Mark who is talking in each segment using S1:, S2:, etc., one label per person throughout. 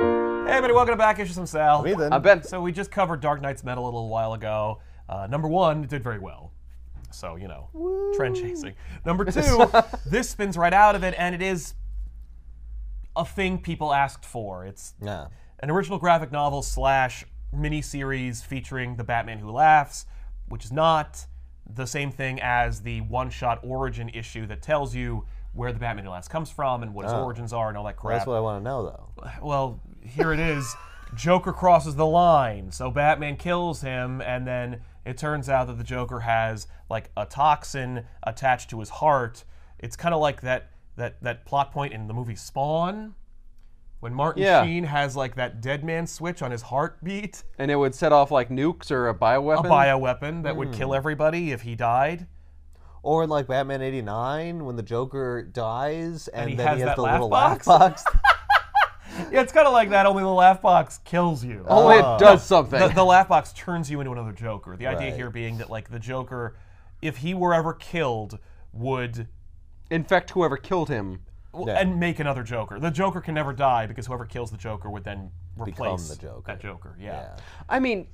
S1: welcome to Back Issues from Sal.
S2: Me then.
S3: I'm Ben.
S1: So we just covered Dark Knight's Metal a little while ago. Uh, number one, it did very well. So, you know, trend chasing. Number two, this spins right out of it, and it is a thing people asked for. It's
S2: Yeah.
S1: an original graphic novel slash miniseries featuring the Batman Who Laughs, which is not the same thing as the one-shot origin issue that tells you where the Batman Who Laughs comes from and what his origins are and all that crap.
S2: Ah. That's what I want to know, though.
S1: Well, here it is. Joker crosses the line, so Batman kills him, and then it turns out that the Joker has like a toxin attached to his heart. It's kind of like that that that plot point in the movie Spawn, when Martin
S3: Yeah.
S1: Sheen has like that dead man switch on his heartbeat,
S3: And it would set off like nukes or a bioweapon.
S1: a bioweapon that would kill everybody if he died.
S2: Or in like Batman '89, when the Joker dies, and,
S1: he
S2: then
S1: has
S2: he has
S1: that
S2: the
S1: laugh
S2: little
S1: box?
S2: laugh box.
S1: Yeah, it's kind of like that. Only the laugh box kills you.
S3: oh, it does something.
S1: Ah. the, the laugh box turns you into another Joker. The idea
S2: Right.
S1: here being that like the Joker, if he were ever killed, would
S3: Infect whoever killed him.
S1: w-
S2: Yeah.
S1: and make another Joker. The Joker can never die because whoever kills the Joker would then replace
S2: the Joker.
S1: That Joker, yeah.
S3: I mean,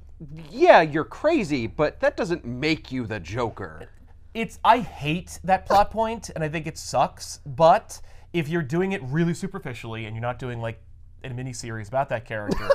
S3: yeah, you're crazy, but that doesn't make you the Joker.
S1: It's I hate that plot point and I think it sucks. But if you're doing it really superficially and you're not doing like a mini series about that character.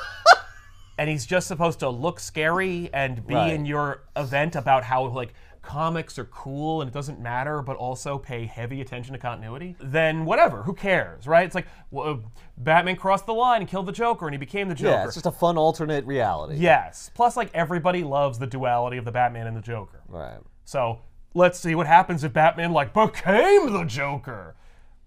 S1: And he's just supposed to look scary and be
S2: Right.
S1: in your event about how like comics are cool and it doesn't matter, but also pay heavy attention to continuity. Then whatever, who cares, right? It's like well, Batman crossed the line and killed the Joker, and he became the Joker.
S2: yeah, it's just a fun alternate reality.
S1: Yes. Plus, like everybody loves the duality of the Batman and the Joker.
S2: Right.
S1: So let's see what happens if Batman like became the Joker.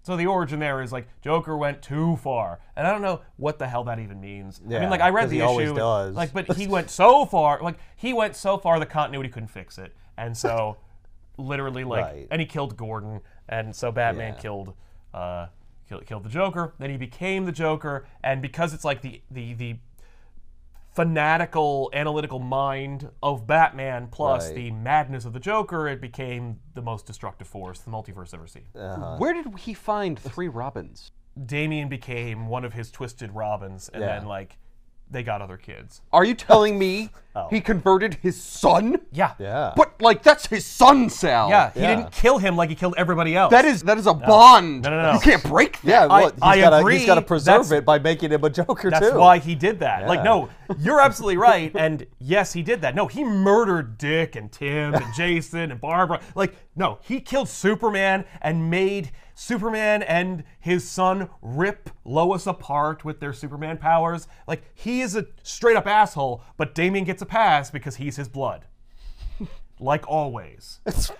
S1: So the origin there is like Joker went too far, and I don't know what the hell that even means. I
S2: Yeah,
S1: mean, like I
S2: 'cause
S1: read the
S2: he
S1: issue,
S2: always does.
S1: like, but he went so far, like he went so far the continuity couldn't fix it, and so literally like,
S2: Right.
S1: and he killed Gordon, and so Batman
S2: Yeah.
S1: killed. Uh, kill- Killed the Joker. Then he became the Joker, and because it's like the the the fanatical analytical mind of Batman plus
S2: Right.
S1: the madness of the Joker, it became the most destructive force the multiverse ever seen.
S3: Where did he find three Robins?
S1: Damien became one of his twisted Robins, and
S2: Yeah.
S1: then like they got other kids.
S3: Are you telling me he converted his son?
S1: Oh. Yeah.
S2: Yeah.
S3: But like that's his son, Sal.
S1: Yeah, he
S2: Yeah.
S1: didn't kill him like he killed everybody else.
S3: That is that is a bond.
S1: No, no, no.
S3: You can't break that.
S2: yeah, well,
S1: I
S2: he's gotta,
S1: agree,
S2: He's got to preserve
S1: that's-
S2: it by making him a Joker
S1: that's
S2: too.
S1: why he did that. Like,
S2: Yeah.
S1: no, you're absolutely right. And yes, he did that. No, he murdered Dick and Tim and Jason and Barbara. Like, no, he killed Superman and made Superman and his son rip Lois apart with their Superman powers. Like, he is a straight up asshole, but Damien gets a pass because he's his blood. like always. The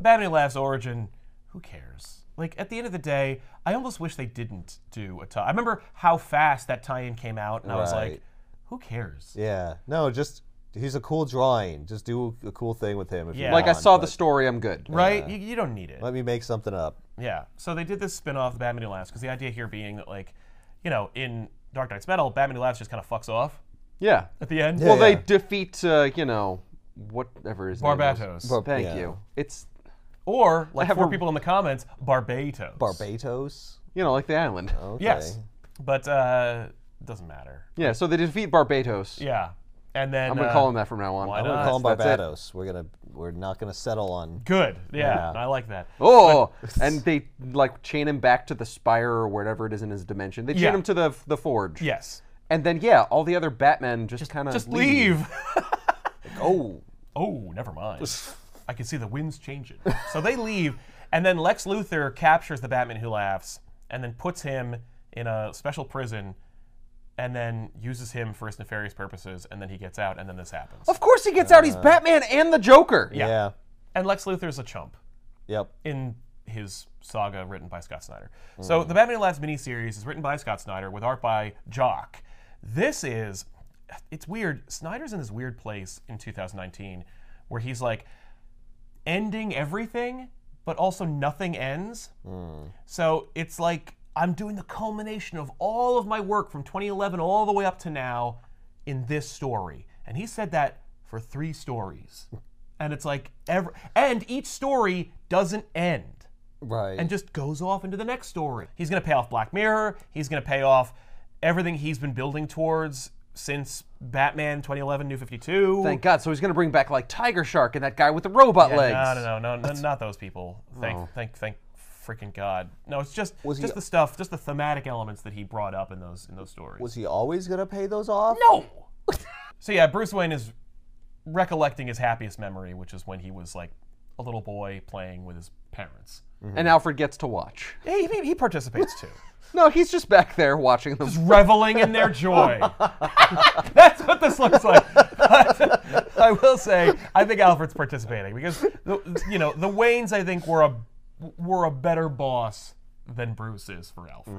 S1: Batman Laughs origin, who cares? Like, at the end of the day, I almost wish they didn't do a tie. I remember how fast that tie in came out, and I was like,
S2: Right.
S1: who cares?
S2: Yeah. No, just he's a cool drawing. Just do a cool thing with him. If
S1: Yeah.
S2: you
S3: Like I
S2: want,
S3: saw the
S2: but
S3: story, I'm good.
S1: Right? You, you don't need it.
S2: Let me make something up.
S1: Yeah. So they did this spin-off, The Batman Who Laughs, because the idea here being that, like, you know, in Dark Knight's Metal, Batman Who Laughs just kind of fucks off
S3: Yeah.
S1: at the end.
S3: Well,
S2: Yeah,
S3: they
S2: yeah.
S3: defeat uh, you know whatever his name is.
S1: Barbatos.
S2: Bar-
S3: Thank
S2: Yeah.
S3: you. It's
S1: or, like
S3: have
S1: four
S3: a-
S1: people in the comments, Barbatos.
S2: Barbados.
S3: you know like the island.
S1: Oh.
S2: Okay.
S1: Yes. But, uh, doesn't matter.
S3: Yeah. So they defeat Barbatos.
S1: Yeah. And then...
S3: I'm gonna
S1: uh,
S3: call him that from now on.
S1: why not?
S2: We're calling
S3: That's- that's it.
S2: Barbados. We're gonna. We're not gonna settle on.
S1: Good. Yeah.
S2: Yeah.
S1: I like that.
S3: Oh, and they like chain him back to the spire or wherever it is in his dimension. They chain
S1: Yeah.
S3: him to the the forge.
S1: Yes.
S3: And then yeah, all the other Batmen just, kind of
S1: Just leave.
S3: Oh,
S1: Oh, never mind. I can see the winds changing. So they leave, and then Lex Luthor captures the Batman who laughs, and then puts him in a special prison, and then uses him for his nefarious purposes, and then he gets out, and then this happens.
S3: of course he gets out. He's Batman and the Joker.
S1: Yeah.
S2: yeah.
S1: And Lex Luthor's a chump
S2: Yep.
S1: in his saga written by Scott Snyder. So the Batman Who Laughs miniseries is written by Scott Snyder with art by Jock. This is, it's weird. Snyder's in this weird place in 2019 where he's like ending everything, but also nothing ends. So it's like I'm doing the culmination of all of my work from 2011 all the way up to now in this story. And he said that for three stories. And it's like every, and each story doesn't end
S2: Right.
S1: and just goes off into the next story. He's going to pay off Black Mirror. He's going to pay off everything he's been building towards since Batman 2011 New 52.
S3: Thank God. So he's going to bring back like Tiger Shark and that guy with the robot legs.
S1: No, no, no, no, no not those people. Thank, thank, thank, freaking God. No, it's just
S2: Oh. Was he-
S1: just the stuff, just the thematic elements that he brought up in those in those stories.
S2: Was he always gonna pay those off?
S1: no. so yeah, Bruce Wayne is recollecting his happiest memory, which is when he was like a little boy playing with his parents.
S3: And Alfred gets to watch.
S1: He, he, he participates too.
S3: No, he's just back there watching them.
S1: reveling in their joy. That's what this looks like. But I will say, I think Alfred's participating because the, you know the Waynes. I think were a were a better boss than Bruce is for Alfred.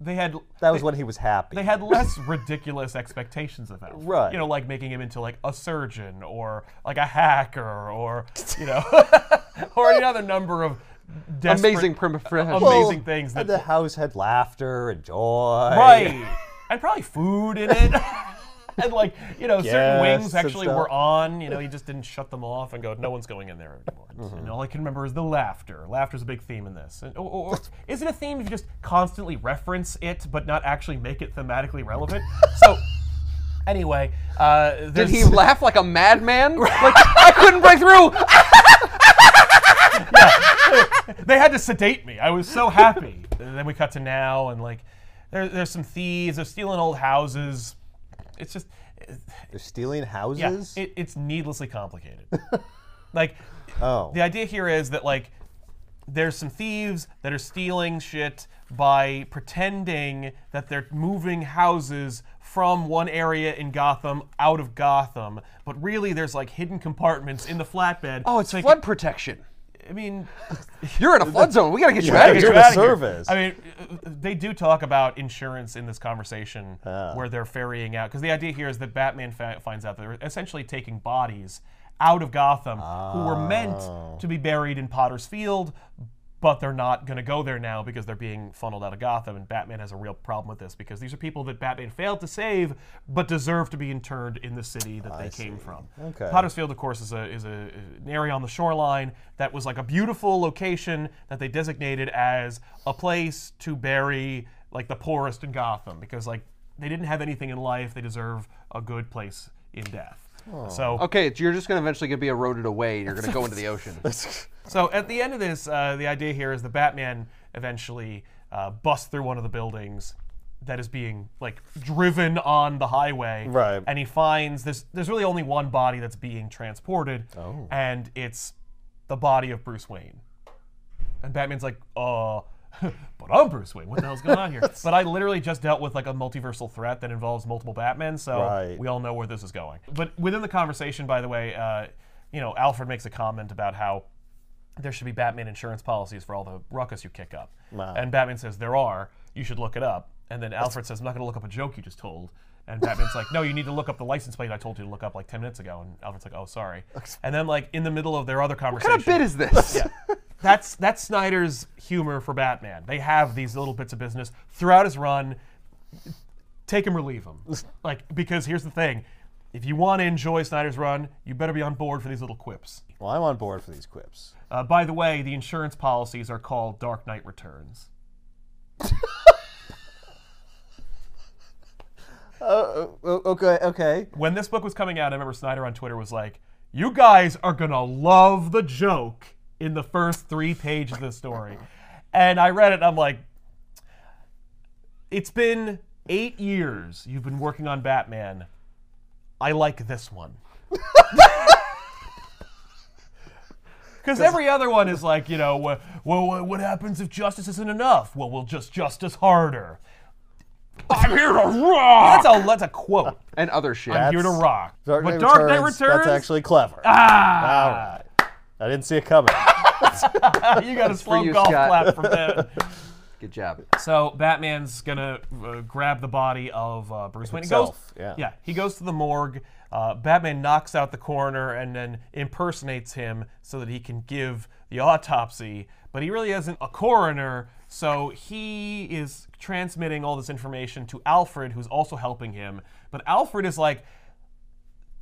S1: They had
S2: That was when he was happy.
S1: they had less ridiculous expectations of Alfred.
S2: Right.
S1: You know, like making him into like a surgeon or like a hacker or you know or any other number of desperate,
S3: Amazing primitive.
S1: Well, amazing things
S2: and
S1: that-
S2: the house had laughter and joy.
S1: Right. and probably food in it. and like, you know, certain
S2: Yes,
S1: wings
S2: and
S1: actually
S2: stuff.
S1: were on. You know, he just didn't shut them off and go, no one's going in there anymore.
S2: Mm-hmm.
S1: And all I can remember is the laughter. Laughter's a big theme in this. And, oh, or, or- or- is it a theme if you just constantly reference it but not actually make it thematically relevant? so, anyway, uh,
S3: Did
S1: there's-
S3: he laugh like a madman? Like I couldn't break through.
S1: they had to sedate me. I was so happy. and then we cut to now, and like, there, there's some thieves. They're stealing old houses. It's just.
S2: They're stealing
S1: Yeah,
S2: houses.
S1: it, it's needlessly complicated. like,
S2: oh.
S1: the idea here is that like, there's some thieves that are stealing shit by pretending that they're moving houses from one area in Gotham out of Gotham, but really there's like hidden compartments in the flatbed.
S3: Oh, it's
S1: so they
S3: flood protection.
S1: can- I mean,
S3: You're in a flood zone. We gotta get you
S2: Yeah,
S3: out of
S2: you're
S3: here.
S2: the
S1: outta here.
S2: service.
S1: I mean, uh, they do talk about insurance in this conversation where they're ferrying out because the idea here is that Batman fa- finds out that they're essentially taking bodies out of Gotham who were
S2: Oh.
S1: meant to be buried in Potter's Field, but they're not going to go there now because they're being funneled out of Gotham. And Batman has a real problem with this because these are people that Batman failed to save but deserve to be interned in the city that they came from.
S2: Okay.
S1: Potter's Field, of course, is a is a an area on the shoreline that was like a beautiful location that they designated as a place to bury like the poorest in Gotham because like they didn't have anything in life. They deserve a good place in death. So
S3: Okay, you're just gonna eventually gonna be eroded away. You're gonna go into the ocean.
S1: So at the end of this, uh, the idea here is the Batman eventually uh, busts through one of the buildings that is being like driven on the highway,
S2: Right.
S1: And he finds there's there's really only one body that's being transported, oh. and it's the body of Bruce Wayne. And Batman's like, uh, but I'm Bruce Wayne. What the hell's going on here? but I literally just dealt with like a multiversal threat that involves multiple Batmen, so
S2: Right.
S1: we all know where this is going. But within the conversation, by the way, uh, you know, Alfred makes a comment about how there should be Batman insurance policies for all the ruckus you kick up.
S2: Wow.
S1: And Batman says, there are. You should look it up. And then Alfred says, I'm not going to look up a joke you just told. And Batman's like, no, you need to look up the license plate I told you to look up like 10 minutes ago. And Alfred's like, oh, sorry. And then, like, in the middle of their other conversation.
S3: What kind of bit is this?
S1: That's that's Snyder's humor for Batman. They have these little bits of business throughout his run. Take him or leave him. Like because here's the thing, if you want to enjoy Snyder's run, you better be on board for these little quips.
S2: Well, I'm on board for these quips.
S1: Uh, by the way, the insurance policies are called Dark Knight Returns.
S2: Uh, O- okay, okay.
S1: When this book was coming out, I remember Snyder on Twitter was like, "You guys are gonna love the joke in the first three pages of this story," and I read it. and I'm like, it's been eight years you've been working on Batman. I like this one. Because every other one is like, you know, well, well, what happens if justice isn't enough? Well, we'll just justice harder. I'm here to rock. That's a that's a quote.
S3: and other shit.
S1: I'm here to
S2: That's-
S1: rock.
S2: Dark
S1: but
S2: Knight
S1: Dark
S2: Returns,
S1: Knight Returns,
S2: That's actually clever. All
S1: ah,
S2: right. I didn't see it coming.
S1: you got a slow
S3: you,
S1: golf
S3: Scott.
S1: clap from that.
S3: Good job.
S1: So Batman's gonna uh, grab the body of uh, Bruce Wayne. He goes,
S2: Himself, yeah.
S1: he goes to the morgue. Uh, Batman knocks out the coroner and then impersonates him so that he can give the autopsy. But he really isn't a coroner, so he is transmitting all this information to Alfred, who's also helping him. But Alfred is like,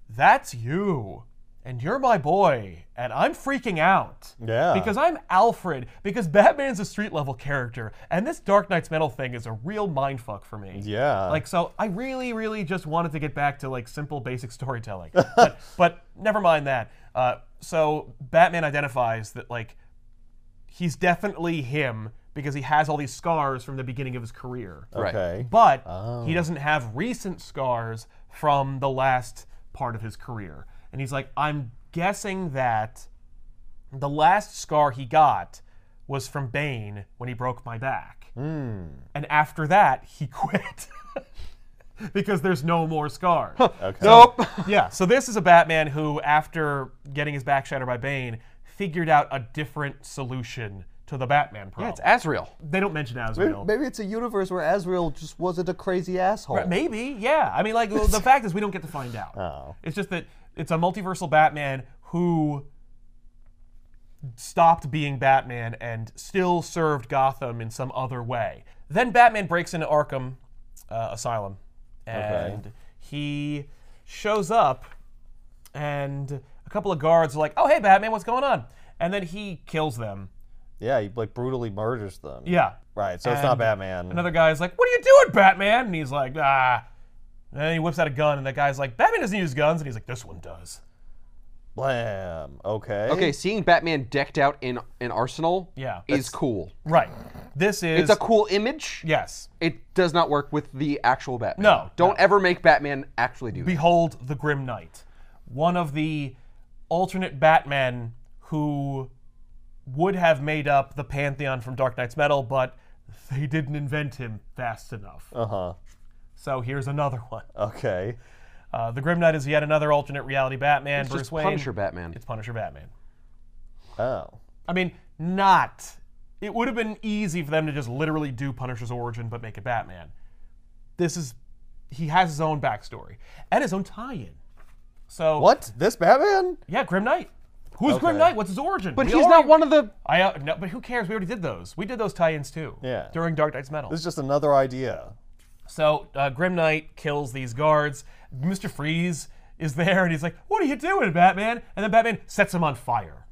S1: "That's you." and you're my boy, and I'm freaking out.
S2: Yeah.
S1: Because I'm Alfred, because Batman's a street level character, and this Dark Knight's Metal thing is a real mindfuck for me.
S2: Yeah.
S1: Like, so I really, really just wanted to get back to like simple, basic storytelling. but, but never mind that. Uh, so Batman identifies that, like, he's definitely him because he has all these scars from the beginning of his career.
S2: Oh,
S3: Right.
S2: Okay.
S1: But he doesn't have recent scars from the last part of his career. And he's like, I'm guessing that the last scar he got was from Bane when he broke my back. And after that, he quit. because there's no more scars.
S2: Okay.
S3: Nope.
S1: yeah, so this is a Batman who, after getting his back shattered by Bane, figured out a different solution to the Batman problem.
S3: it's Azrael.
S1: they don't mention Azrael.
S2: Maybe it's a universe where Azrael just wasn't a crazy asshole.
S1: Maybe, yeah. I mean, like well, the fact is, we don't get to find out.
S2: Oh.
S1: It's just that it's a multiversal Batman who stopped being Batman and still served Gotham in some other way. Then Batman breaks into Arkham uh, Asylum, and he shows up, and a couple of guards are like, "Oh, hey, Batman, what's going on?" And then he kills them.
S2: Yeah, he like brutally murders them.
S1: Yeah.
S2: Right. So it's not
S1: And
S2: Batman.
S1: Another guy's like, "What are you doing, Batman?" And he's like, "Ah." And then he whips out a gun, and that guy's like, "Batman doesn't use guns," and he's like, "This one does."
S2: Blam. Okay.
S3: Okay, seeing Batman decked out in an arsenal
S1: Yeah.
S3: is cool.
S1: Right. This is
S3: It's a cool image.
S1: yes.
S3: It does not work with the actual Batman.
S1: No,
S3: Don't ever make Batman actually do that.
S1: Behold the Grim Knight, one of the alternate Batmen who would have made up the pantheon from Dark Knight's Metal, but they didn't invent him fast enough.
S3: Oh.
S2: Uh huh.
S1: So here's another one.
S2: Okay.
S1: Uh, the Grim Knight is yet another alternate reality Batman.
S3: It's
S1: Bruce
S3: just
S1: Wayne.
S3: Punisher Batman.
S1: It's Punisher Batman.
S2: Oh.
S1: I mean, not. It would have been easy for them to just literally do Punisher's origin, but make it Batman. This is. He has his own backstory and his own tie in. So.
S2: What? This Batman?
S1: Yeah, Grim Knight. Who's Grim
S2: Okay.
S1: Knight? What's his origin?
S3: But he's not one of the.
S1: I, uh, no, but who cares? We already did those. We did those tie ins too.
S2: Yeah.
S1: During Dark Knight's Metal.
S2: This is just another idea.
S1: So uh, Grim Knight kills these guards. Mr. Freeze is there and he's like, What are you doing, Batman? And then Batman sets him on fire.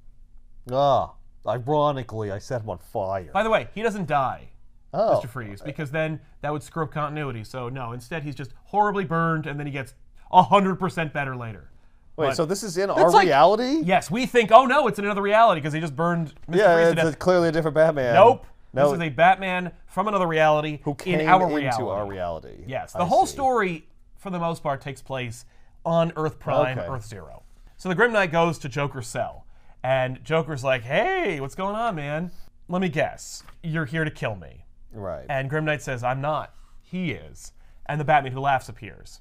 S2: Ah. Ironically, I set him on fire.
S1: By the way, he doesn't die.
S2: oh.
S1: to freeze because then that would screw up continuity. So no, instead he's just horribly burned and then he gets hundred percent better later.
S2: Wait. So this is in our
S3: like-
S2: reality?
S1: Yes, we think oh no, it's in another reality because he just burned Mr. Freeze to
S2: it's
S1: death.
S2: a- clearly a different Batman.
S1: nope.
S2: No.
S1: This is a Batman from another reality
S2: who came
S1: in our
S2: into
S1: reality.
S2: our reality.
S1: Yes, the
S2: I
S1: whole
S2: see.
S1: story for the most part takes place on Earth Prime,
S2: Okay.
S1: Earth Zero. So the Grim Knight goes to Joker's cell, and Joker's like, "Hey, what's going on, man? Let me guess. You're here to kill me."
S2: Right.
S1: And Grim Knight says, I'm not. He is. And the Batman who laughs appears.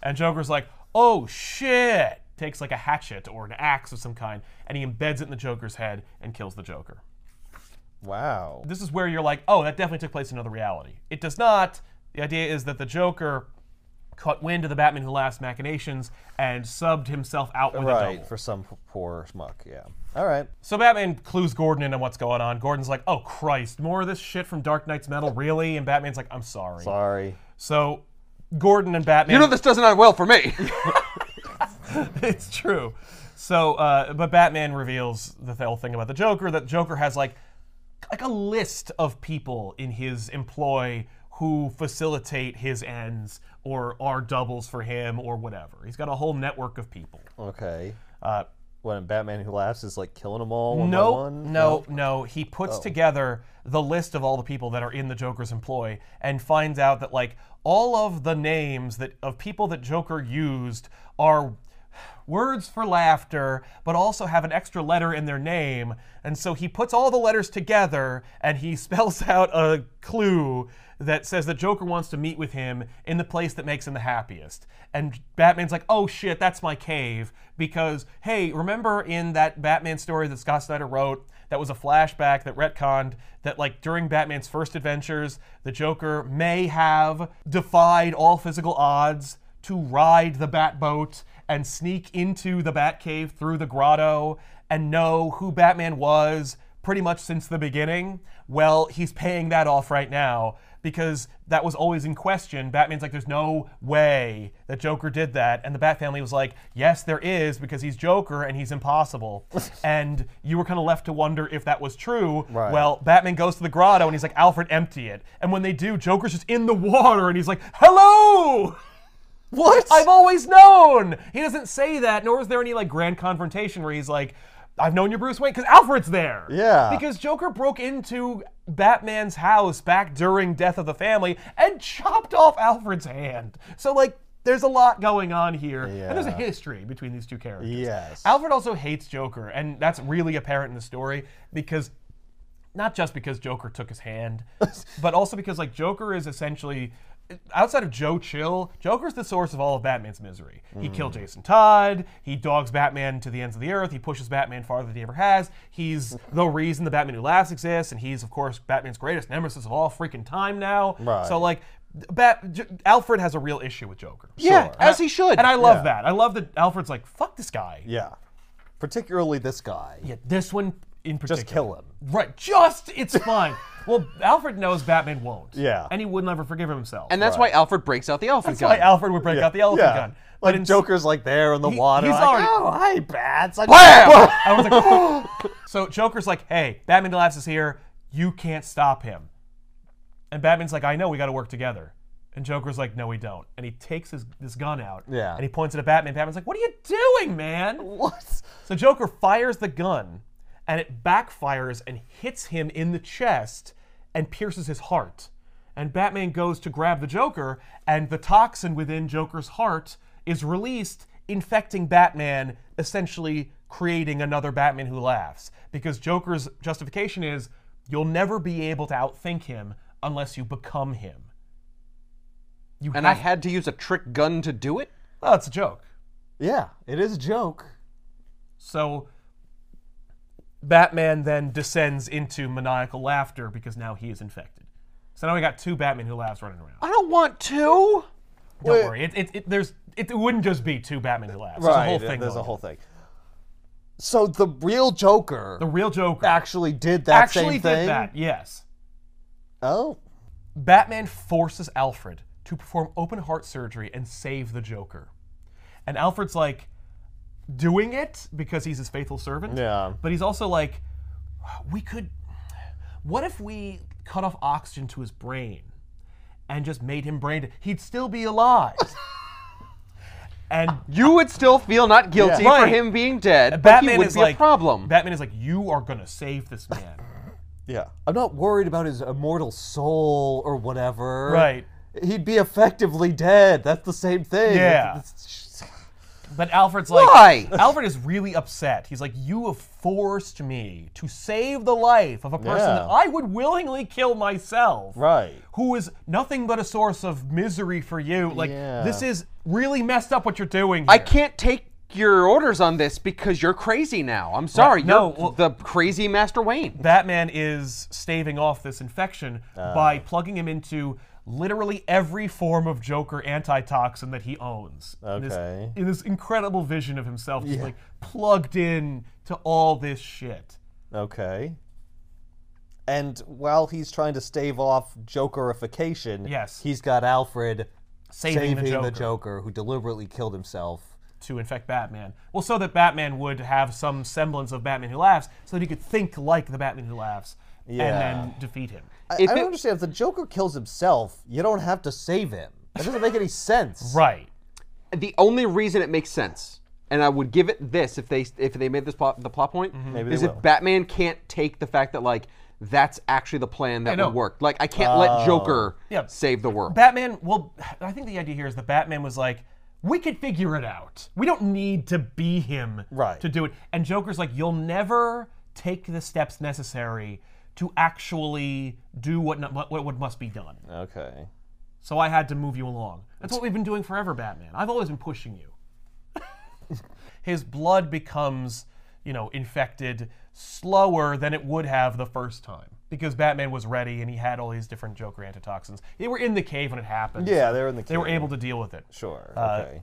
S1: And Joker's like, oh shit! Takes like a hatchet or an axe of some kind, and he embeds it in the Joker's head and kills the Joker.
S2: wow.
S1: This is where you're like, oh, that definitely took place in another reality. It does not. The idea is that the Joker caught wind of the Batman who laughs machinations and subbed himself out with a double.
S2: Right. For some p- poor schmuck. Yeah. All right.
S1: So Batman clues Gordon in on what's going on. Gordon's like, oh Christ, more of this shit from Dark Knight's Metal, really? And Batman's like, I'm sorry.
S2: Sorry.
S1: So Gordon and Batman.
S3: You know, this doesn't end well for me.
S1: it's true. So, uh, but Batman reveals the whole thing about the Joker that Joker has like like a list of people in his employ who facilitate his ends or are doubles for him or whatever. He's got a whole network of people.
S2: Okay.
S1: Uh,
S2: When Batman Who Laughs is like killing them all one by
S1: no,
S2: one.
S1: no, no. He puts together the list of all the people that are in the Joker's employ and finds out that like all of the names that of people that Joker used are words for laughter, but also have an extra letter in their name. And so he puts all the letters together and he spells out a clue that says that Joker wants to meet with him in the place that makes him the happiest. And Batman's like, oh shit, that's my cave. Because, hey, remember in that Batman story that Scott Snyder wrote that was a flashback that retconned that, like, during Batman's first adventures, the Joker may have defied all physical odds to ride the Batboat and sneak into the Batcave through the grotto and know who Batman was pretty much since the beginning. Well, he's paying that off right now because that was always in question. Batman's like, there's no way that Joker did that. And the Bat family was like, yes, there is, because he's Joker and he's impossible. and you were kind of left to wonder if that was true.
S2: Right.
S1: Well, Batman goes to the grotto and he's like, Alfred, empty it. And when they do, Joker's just in the water and he's like, hello!
S2: What?
S1: I've always known. He doesn't say that, nor is there any like grand confrontation where he's like, I've known you, Bruce Wayne, because Alfred's there.
S2: Yeah.
S1: Because Joker broke into Batman's house back during Death of the Family and chopped off Alfred's hand. So, like, there's a lot going on here. And there's a
S2: Yeah.
S1: history between these two characters.
S2: Yes.
S1: Alfred also hates Joker, and that's really apparent in the story because not just because Joker took his hand, but also because like Joker is essentially outside of Joe Chill, Joker's the source of all of Batman's misery. He
S3: Mm.
S1: killed Jason Todd, he dogs Batman to the ends of the earth, he pushes Batman farther than he ever has. He's the reason the Batman who laughs exists, and he's of course Batman's greatest nemesis of all freaking time now.
S2: Right.
S1: So like Bat- J- Alfred has a real issue with Joker.
S3: Yeah,
S1: And
S3: as
S1: I-
S3: he should.
S1: And I love
S2: Yeah.
S1: that. I love that Alfred's like, fuck this guy.
S2: yeah. Particularly this guy.
S1: Yeah, this one in particular.
S2: Just kill him.
S1: Right, just it's fine. well, Alfred knows Batman won't.
S2: Yeah.
S1: and he would never forgive himself.
S3: and that's why Alfred breaks out the Alfred
S1: that's why
S3: gun.
S1: Alfred would break out the elephant
S2: yeah.
S1: gun.
S2: Like
S1: in-
S2: Joker's like there in the
S1: He-
S2: water.
S1: he's
S2: like,
S1: already-
S2: oh, hi, bats. I
S3: Bam!
S1: I was like, so Joker's like, hey, Batman laughs is here. You can't stop him. And Batman's like, I know, we got to work together. And Joker's like, no, we don't. And he takes his this gun out.
S2: Yeah.
S1: And he points it at Batman. Batman's like, what are you doing, man?
S2: What?
S1: So Joker fires the gun, and it backfires and hits him in the chest and pierces his heart. And Batman goes to grab the Joker, and the toxin within Joker's heart is released, infecting Batman, essentially creating another Batman who laughs. Because Joker's justification is you'll never be able to outthink him unless you become him. You
S3: and I
S1: have-
S3: had to use a trick gun to do it.
S1: oh, it's a joke.
S2: Yeah, it is a joke.
S1: So Batman then descends into maniacal laughter because now he is infected. So now we got two Batman who laughs running around.
S3: I don't want to.
S1: Don't worry, it, it, it there's it, wouldn't just be two Batman who laughs. There's a whole thing.
S2: There's
S1: going
S2: a
S1: on.
S2: whole thing. So the real Joker
S1: The real Joker
S2: actually did that
S1: actually
S2: same
S1: did
S2: thing.
S1: that. Yes,
S2: Oh.
S1: Batman forces Alfred to perform open heart surgery and save the Joker, and Alfred's like doing it because he's his faithful servant.
S2: Yeah.
S1: But he's also like, we could. What if we cut off oxygen to his brain and just made him brain dead? He'd still be alive. and
S3: You would still feel not guilty
S1: Yeah.
S3: for
S1: Right.
S3: him being dead, but
S1: Batman
S3: he would
S1: is
S3: be
S1: like
S3: a problem.
S1: Batman is like, you are gonna save this man.
S2: Yeah. I'm not worried about his immortal soul or whatever.
S1: Right.
S2: He'd be effectively dead. That's the same thing.
S1: Yeah.
S2: It's- it's-
S1: But Alfred's like,
S3: Why?
S1: Alfred is really upset. He's like, you have forced me to save the life of a person
S2: Yeah.
S1: that I would willingly kill myself.
S2: Right.
S1: who is nothing but a source of misery for you. Like
S2: Yeah.
S1: this is really messed up what you're doing. Here.
S3: I can't take your orders on this because you're crazy now. I'm sorry.
S1: Right. No,
S3: you're
S1: well-
S3: the crazy Master Wayne.
S1: Batman is staving off this infection by plugging him into literally every form of Joker antitoxin that he owns. In this-
S2: Okay.
S1: In this, incredible vision of himself, just like plugged in to all this shit.
S2: Okay. And while he's trying to stave off Jokerification,
S1: Yes.
S2: he's got Alfred
S1: Saving the Joker.
S2: who deliberately killed himself.
S1: to infect Batman. Well, so that Batman would have some semblance of Batman Who Laughs, so that he could think like the Batman Who Laughs,
S2: Yeah.
S1: and then defeat him.
S2: I, I
S3: If
S2: don't
S3: it-
S2: understand. If the Joker kills himself, you don't have to save him. That doesn't make any sense.
S1: Right.
S3: The only reason it makes sense, and I would give it this if they if they made this plot, the plot point,
S1: Mhm.
S2: Maybe
S3: is
S2: they
S3: if
S2: will.
S3: Batman can't take the fact that like that's actually the plan that
S1: know. Oh.
S3: would work. Like I can't let Joker
S1: Yeah.
S3: save the world.
S1: Batman, well, I think the idea here is that Batman was like, we could figure it out. We don't need to be him
S2: Right.
S1: to do it. And Joker's like, you'll never take the steps necessary to actually do what, not, what, what must be done.
S2: Okay.
S1: So I had to move you along. That's what we've been doing forever, Batman. I've always been pushing you. His blood becomes, you know, infected slower than it would have the first time because Batman was ready and he had all these different Joker antitoxins. They were in the cave when it happened.
S2: Yeah, they were in the.
S1: They were
S2: cave.
S1: able Uh, to deal with it.
S2: Sure. okay.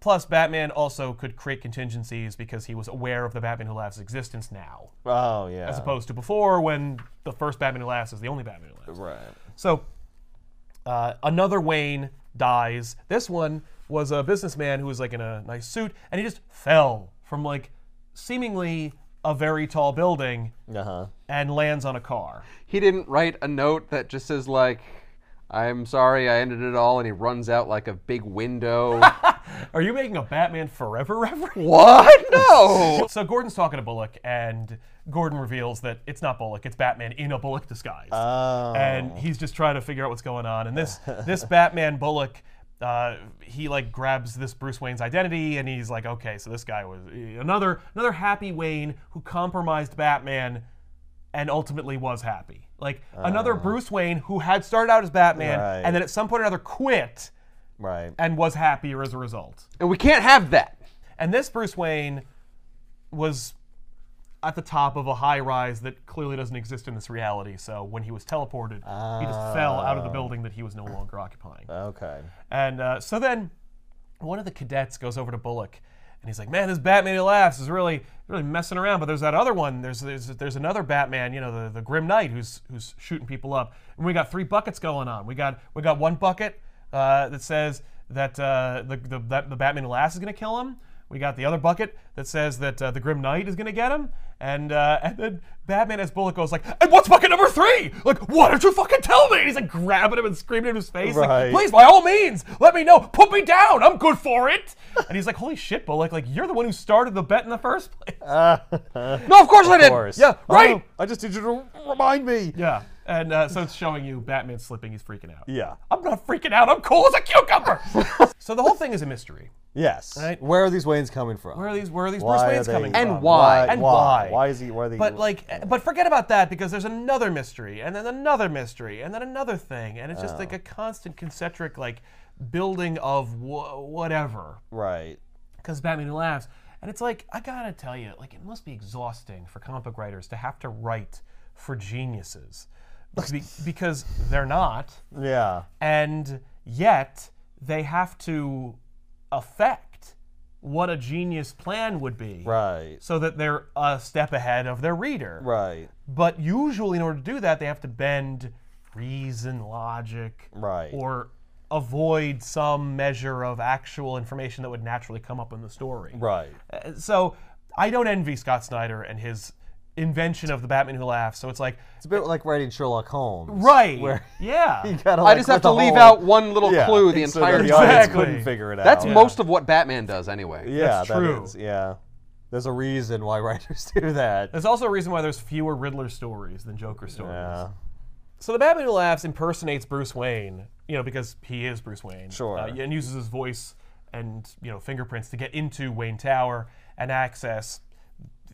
S1: Plus, Batman also could create contingencies because he was aware of the Batman Who Laughs existence now,
S2: Oh yeah.
S1: opposed to before when the first Batman Who Laughs is the only Batman Who Laughs.
S2: right.
S1: So uh, another Wayne dies. This one was a businessman who was like in a nice suit, and he just fell from like seemingly a very tall building
S2: Uh huh.
S1: and lands on a car.
S3: He didn't write a note that just says like, "I'm sorry, I ended it all," and he runs out like a big window.
S1: Are you making a Batman Forever reference?
S3: what? No.
S1: So Gordon's talking to Bullock, and Gordon reveals that it's not Bullock; it's Batman in a Bullock disguise,
S2: Oh.
S1: and he's just trying to figure out what's going on. And this this Batman Bullock, uh, he like grabs this Bruce Wayne's identity, and he's like, okay, so this guy was eh, another another happy Wayne who compromised Batman, and ultimately was happy. Like another Bruce Wayne who had started out as Batman,
S2: Right.
S1: and then at some point or another quit
S2: Right.
S1: and was happier as a result.
S3: and we can't have that.
S1: And this Bruce Wayne was at the top of a high rise that clearly doesn't exist in this reality. So when he was teleported, he just fell out of the building that he was no longer occupying.
S2: Okay.
S1: And uh, so then one of the cadets goes over to Bullock and he's like, "Man, this Batman he laughs is really really messing around." But there's that other one. There's there's, there's another Batman, you know, the, the Grim Knight who's who's shooting people up. And we got three buckets going on. We got we got one bucket uh, that says that uh, the, the that the Batman who laughs is going to kill him. We got the other bucket that says that uh, the Grim Knight is going to get him, and uh, and then Batman as Bullock goes like, "And what's bucket number three? Like, why don't you fucking tell me?" And he's like grabbing him and screaming in his face, like,
S2: Right.
S1: "Please, by all means, let me know. Put me down. I'm good for it." and he's like, "Holy shit, Bullock! Like, you're the one who started the bet in the first place."
S2: Uh.
S3: No, of course I
S2: Of
S3: didn't.
S2: course.
S1: yeah,
S2: Oh,
S1: right.
S2: I just need you to remind me.
S1: yeah, and uh, so it's showing you Batman slipping. He's freaking out.
S2: Yeah.
S1: I'm not freaking out. I'm cool as a cucumber. so the whole thing is a mystery.
S2: Yes.
S1: Right.
S2: Where are these Waynes coming from?
S1: Where are these? Where are these
S2: Why
S1: Bruce
S2: are
S1: Wayne's
S2: they-
S1: coming
S3: And
S1: from?
S3: why?
S1: And why?
S2: why? Why is he? Why are they?
S1: But like, but forget about that because there's another mystery, and then another mystery, and then another thing, and it's just
S2: Oh.
S1: like a constant concentric like building of wha- whatever.
S2: right.
S1: Because Batman Who laughs, and it's like I gotta tell you, like it must be exhausting for comic book writers to have to write for geniuses, Be- because they're not
S2: Yeah.
S1: and yet they have to affect what a genius plan would be
S2: Right.
S1: so that they're a step ahead of their reader
S2: Right.
S1: but usually in order to do that they have to bend reason logic
S2: Right.
S1: or avoid some measure of actual information that would naturally come up in the story
S2: Right.
S1: uh, so i don't envy scott snyder and his invention of the batman who laughs so it's like
S2: It's a bit like writing Sherlock Holmes.
S1: right
S2: Where
S1: yeah
S2: you gotta.
S3: I
S2: like,
S3: just have
S2: with
S3: to
S2: the
S3: leave
S2: whole-
S3: out one little
S2: Yeah,
S3: clue the
S2: so
S3: entire
S2: that the audience
S1: Exactly.
S2: couldn't figure it
S3: That's
S2: out.
S3: most of what Batman does anyway.
S2: Yeah,
S1: That's
S2: that
S1: true.
S2: is, Yeah. There's a reason why writers do that.
S1: There's also a reason why there's fewer Riddler stories than Joker stories.
S2: Yeah.
S1: So the Batman Who Laughs impersonates Bruce Wayne, you know, because he is Bruce Wayne.
S2: Sure.
S1: uh, and uses his voice and you know fingerprints to get into Wayne Tower and access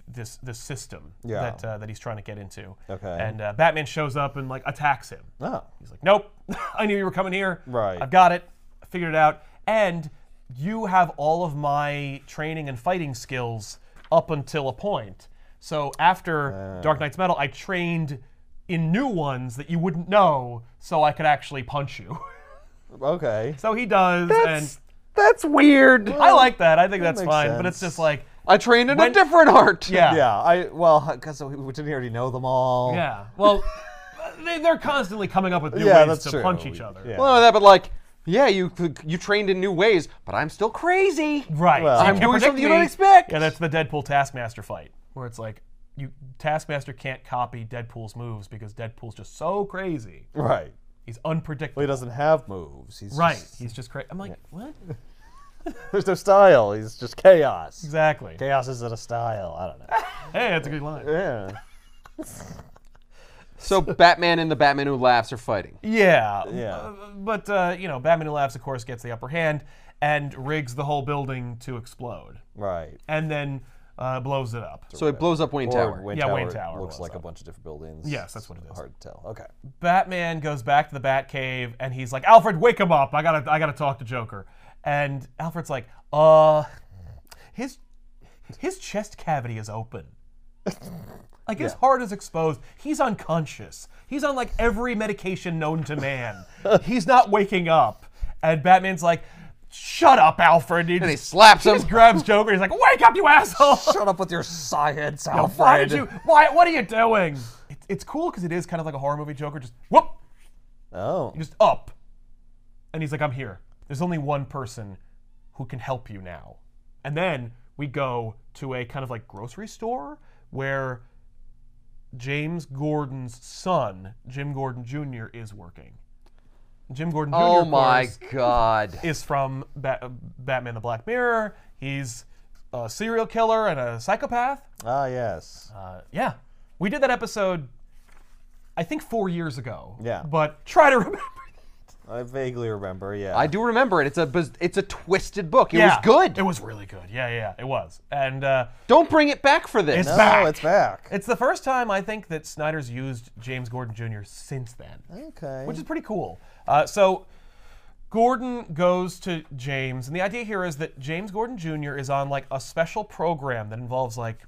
S1: this this system
S2: Yeah.
S1: that uh, that he's trying to get into.
S2: Okay.
S1: And uh, Batman shows up and like attacks him.
S2: Oh.
S1: He's like, "Nope, I knew you were coming here.
S2: Right.
S1: I've got it. I figured it out. And you have all of my training and fighting skills up until a point. So after Dark Knight's Metal, I trained in new ones that you wouldn't know, so I could actually punch you.
S2: Okay.
S1: so he does,
S3: That's,
S1: and
S3: that's weird.
S1: I like that. I think that's
S2: makes
S1: fine. But it's
S2: sense.
S1: just like,
S3: I trained in
S1: When-
S3: a different art.
S1: yeah,
S2: Yeah. I well, because didn't he already know them all?
S1: yeah. Well, they, they're constantly coming up with new
S2: Yeah,
S1: ways
S2: that's
S1: to
S2: true.
S1: punch each other.
S2: Yeah.
S3: Well, not only that, but like, yeah, you you trained in new ways, but I'm still crazy.
S1: Right.
S2: Well-
S1: you
S2: I'm
S1: can't
S3: doing
S1: predict
S3: something you don't
S1: me.
S3: expect.
S1: Yeah, that's the Deadpool Taskmaster fight, where it's like you Taskmaster can't copy Deadpool's moves because Deadpool's just so crazy.
S2: Right.
S1: He's
S2: Well,
S1: unpredictable.
S2: he doesn't have moves. He's
S1: Right.
S2: just-
S1: He's just crazy. I'm like, what?
S2: there's no style. He's just chaos.
S1: Exactly. Hey,
S2: Chaos isn't a style. I don't know.
S1: that's a good line.
S2: Yeah.
S3: So Batman and the Batman Who Laughs are fighting.
S1: Yeah.
S2: Yeah.
S1: uh, But uh, you know, Batman Who Laughs, of course, gets the upper hand and rigs the whole building to explode,
S2: Right.
S1: and then uh, blows it up.
S3: So it blows up Wayne
S2: Or
S3: Tower.
S2: Wayne
S1: Yeah,
S2: Tower
S1: Wayne Tower
S2: looks
S1: was
S2: like a
S1: up.
S2: bunch of different buildings.
S1: Yes, that's what it is.
S2: Hard to tell. Okay.
S1: Batman goes back to the Batcave and he's like, Alfred, wake him up. I gotta I gotta talk to Joker. And Alfred's like, uh his his chest cavity is open. Like his heart is exposed. He's unconscious. He's on like every medication known to man. He's not waking up. And Batman's like, Shut up, Alfred.
S3: and he slaps him.
S1: just grabs Joker. He's like, Wake up, you asshole!
S2: Shut up with your science, Alfred.
S1: Why did you? Why? What are you doing? It's, it's cool because it is kind of like a horror movie. Joker just whoop,
S2: Oh.
S1: Just up. And he's like, I'm here. There's only one person who can help you now. And then we go to a kind of like grocery store where James Gordon's son, Jim Gordon Jr., is working. Jim Gordon Jr.
S3: Oh
S1: of
S3: my
S1: course,
S3: god.
S1: is from Bat- Batman the Black Mirror. He's a serial killer and a psychopath.
S2: Ah, yes.
S1: Uh, yeah, we did that episode. I think four years ago.
S2: Yeah.
S1: But try to remember.
S2: I vaguely remember, yeah.
S3: I do remember it. It's a biz- it's a twisted book. It
S1: Yeah,
S3: was good.
S1: It was really good. Yeah, yeah, yeah, it was. And uh,
S3: Don't bring it back for this.
S1: It's-
S2: no,
S1: back.
S2: it's back.
S1: it's the first time I think that Snyder's used James Gordon Jr. since then,
S2: okay.
S1: which is pretty cool. Uh, so Gordon goes to James, and the idea here is that James Gordon Jr. is on like a special program that involves like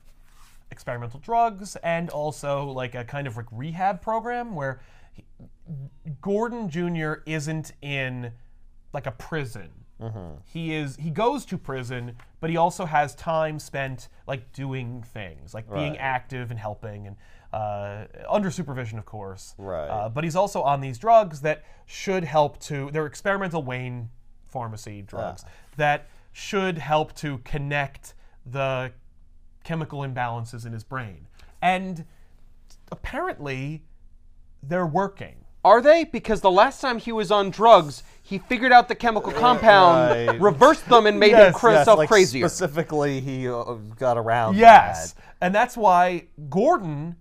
S1: experimental drugs and also like a kind of like rehab program where he, Gordon Jr. isn't in like a prison. He is he goes to prison, but he also has time spent like doing things, like being active and helping and uh, under supervision, of course.
S2: Right.
S1: Uh, but he's also on these drugs that should help to they're experimental Wayne pharmacy drugs that should help to connect the chemical imbalances in his brain. And apparently, they're working.
S3: Are they? Because the last time he was on drugs, he figured out the chemical compound,
S2: right.
S3: reversed them, and made him
S1: Yes,
S3: cra-
S2: yes,
S3: self
S2: like
S3: crazier.
S2: Specifically, he uh, got around.
S1: Yes. And that's why Gordon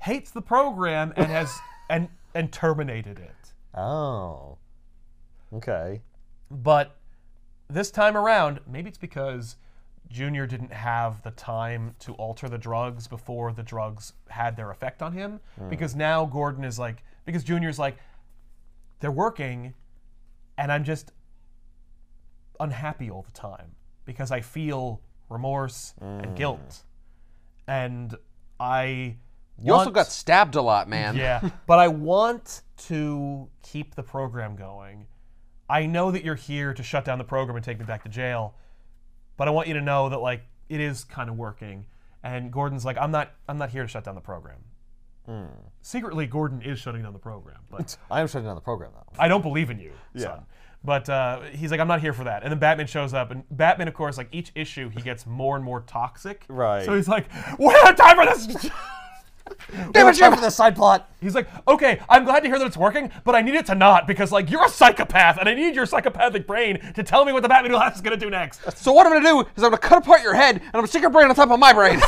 S1: hates the program and has and and terminated it.
S2: that. Oh. Okay.
S1: But this time around, maybe it's because Junior didn't have the time to alter the drugs before the drugs had their effect on him.
S3: Mm.
S1: Because now Gordon is like, because Junior's like, they're working, and I'm just unhappy all the time because I feel remorse
S3: Mm.
S1: and guilt. And I.
S3: You also
S1: want-
S3: got stabbed a lot, man.
S1: yeah, but I want to keep the program going. I know that you're here to shut down the program and take me back to jail, but I want you to know that like it is kind of working. And Gordon's like, I'm not, I'm not here to shut down the program. Secretly, Gordon is shutting down the program, but
S2: I'm shutting down the program, though.
S1: I don't believe in you, son. But uh, he's like, I'm not here for that. And then Batman shows up, and Batman, of course, like each issue, he gets more and more toxic.
S2: Right.
S1: So he's like, we don't have time for this.
S2: Damn it, Jim! For the side plot!
S1: He's like, okay, I'm glad to hear that it's working, but I need it to not because like you're a psychopath, and I need your psychopathic brain to tell me what the Batman Last is gonna do next.
S3: So what I'm gonna do is I'm gonna cut apart your head and I'm gonna stick your brain on top of my brain.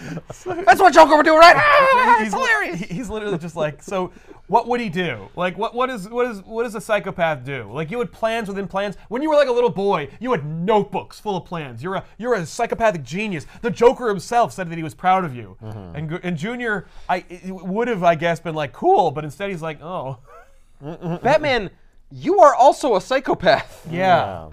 S3: That's what Joker would do, right? Ah, it's
S1: he's,
S3: hilarious.
S1: he- He's literally just like, so what would he do? Like, what what is what is what does a psychopath do? Like, you had plans within plans. When you were like a little boy, you had notebooks full of plans. You're a you're a psychopathic genius. The Joker himself said that he was proud of you.
S3: Mm-hmm.
S1: And Gu- and Junior, I would have I guess been like cool, but instead he's like, oh
S3: Batman, you are also a psychopath.
S1: yeah.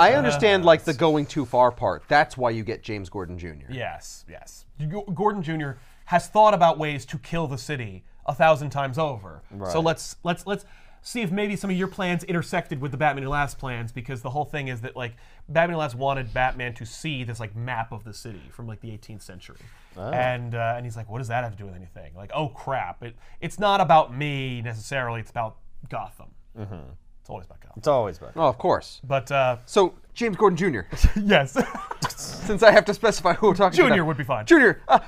S3: I understand like the going too far part. That's why you get James Gordon Jr.
S1: Yes, yes. G- Gordon Jr. has thought about ways to kill the city a thousand times over. So let's let's let's see if maybe some of your plans intersected with the Batman Who Laughs plans because the whole thing is that like Batman Who Laughs wanted Batman to see this like map of the city from like the 18th century. And uh, and he's like, what does that have to do with anything? Like, oh crap! It it's not about me necessarily. It's about Gotham. Mm-hmm. It's always about Gotham.
S2: It's always better.
S3: Oh, of course.
S1: But uh,
S3: So James Gordon Jr.
S1: yes,
S3: Since I have to specify who we're talking about.
S1: Junior would be fine.
S3: Junior, uh,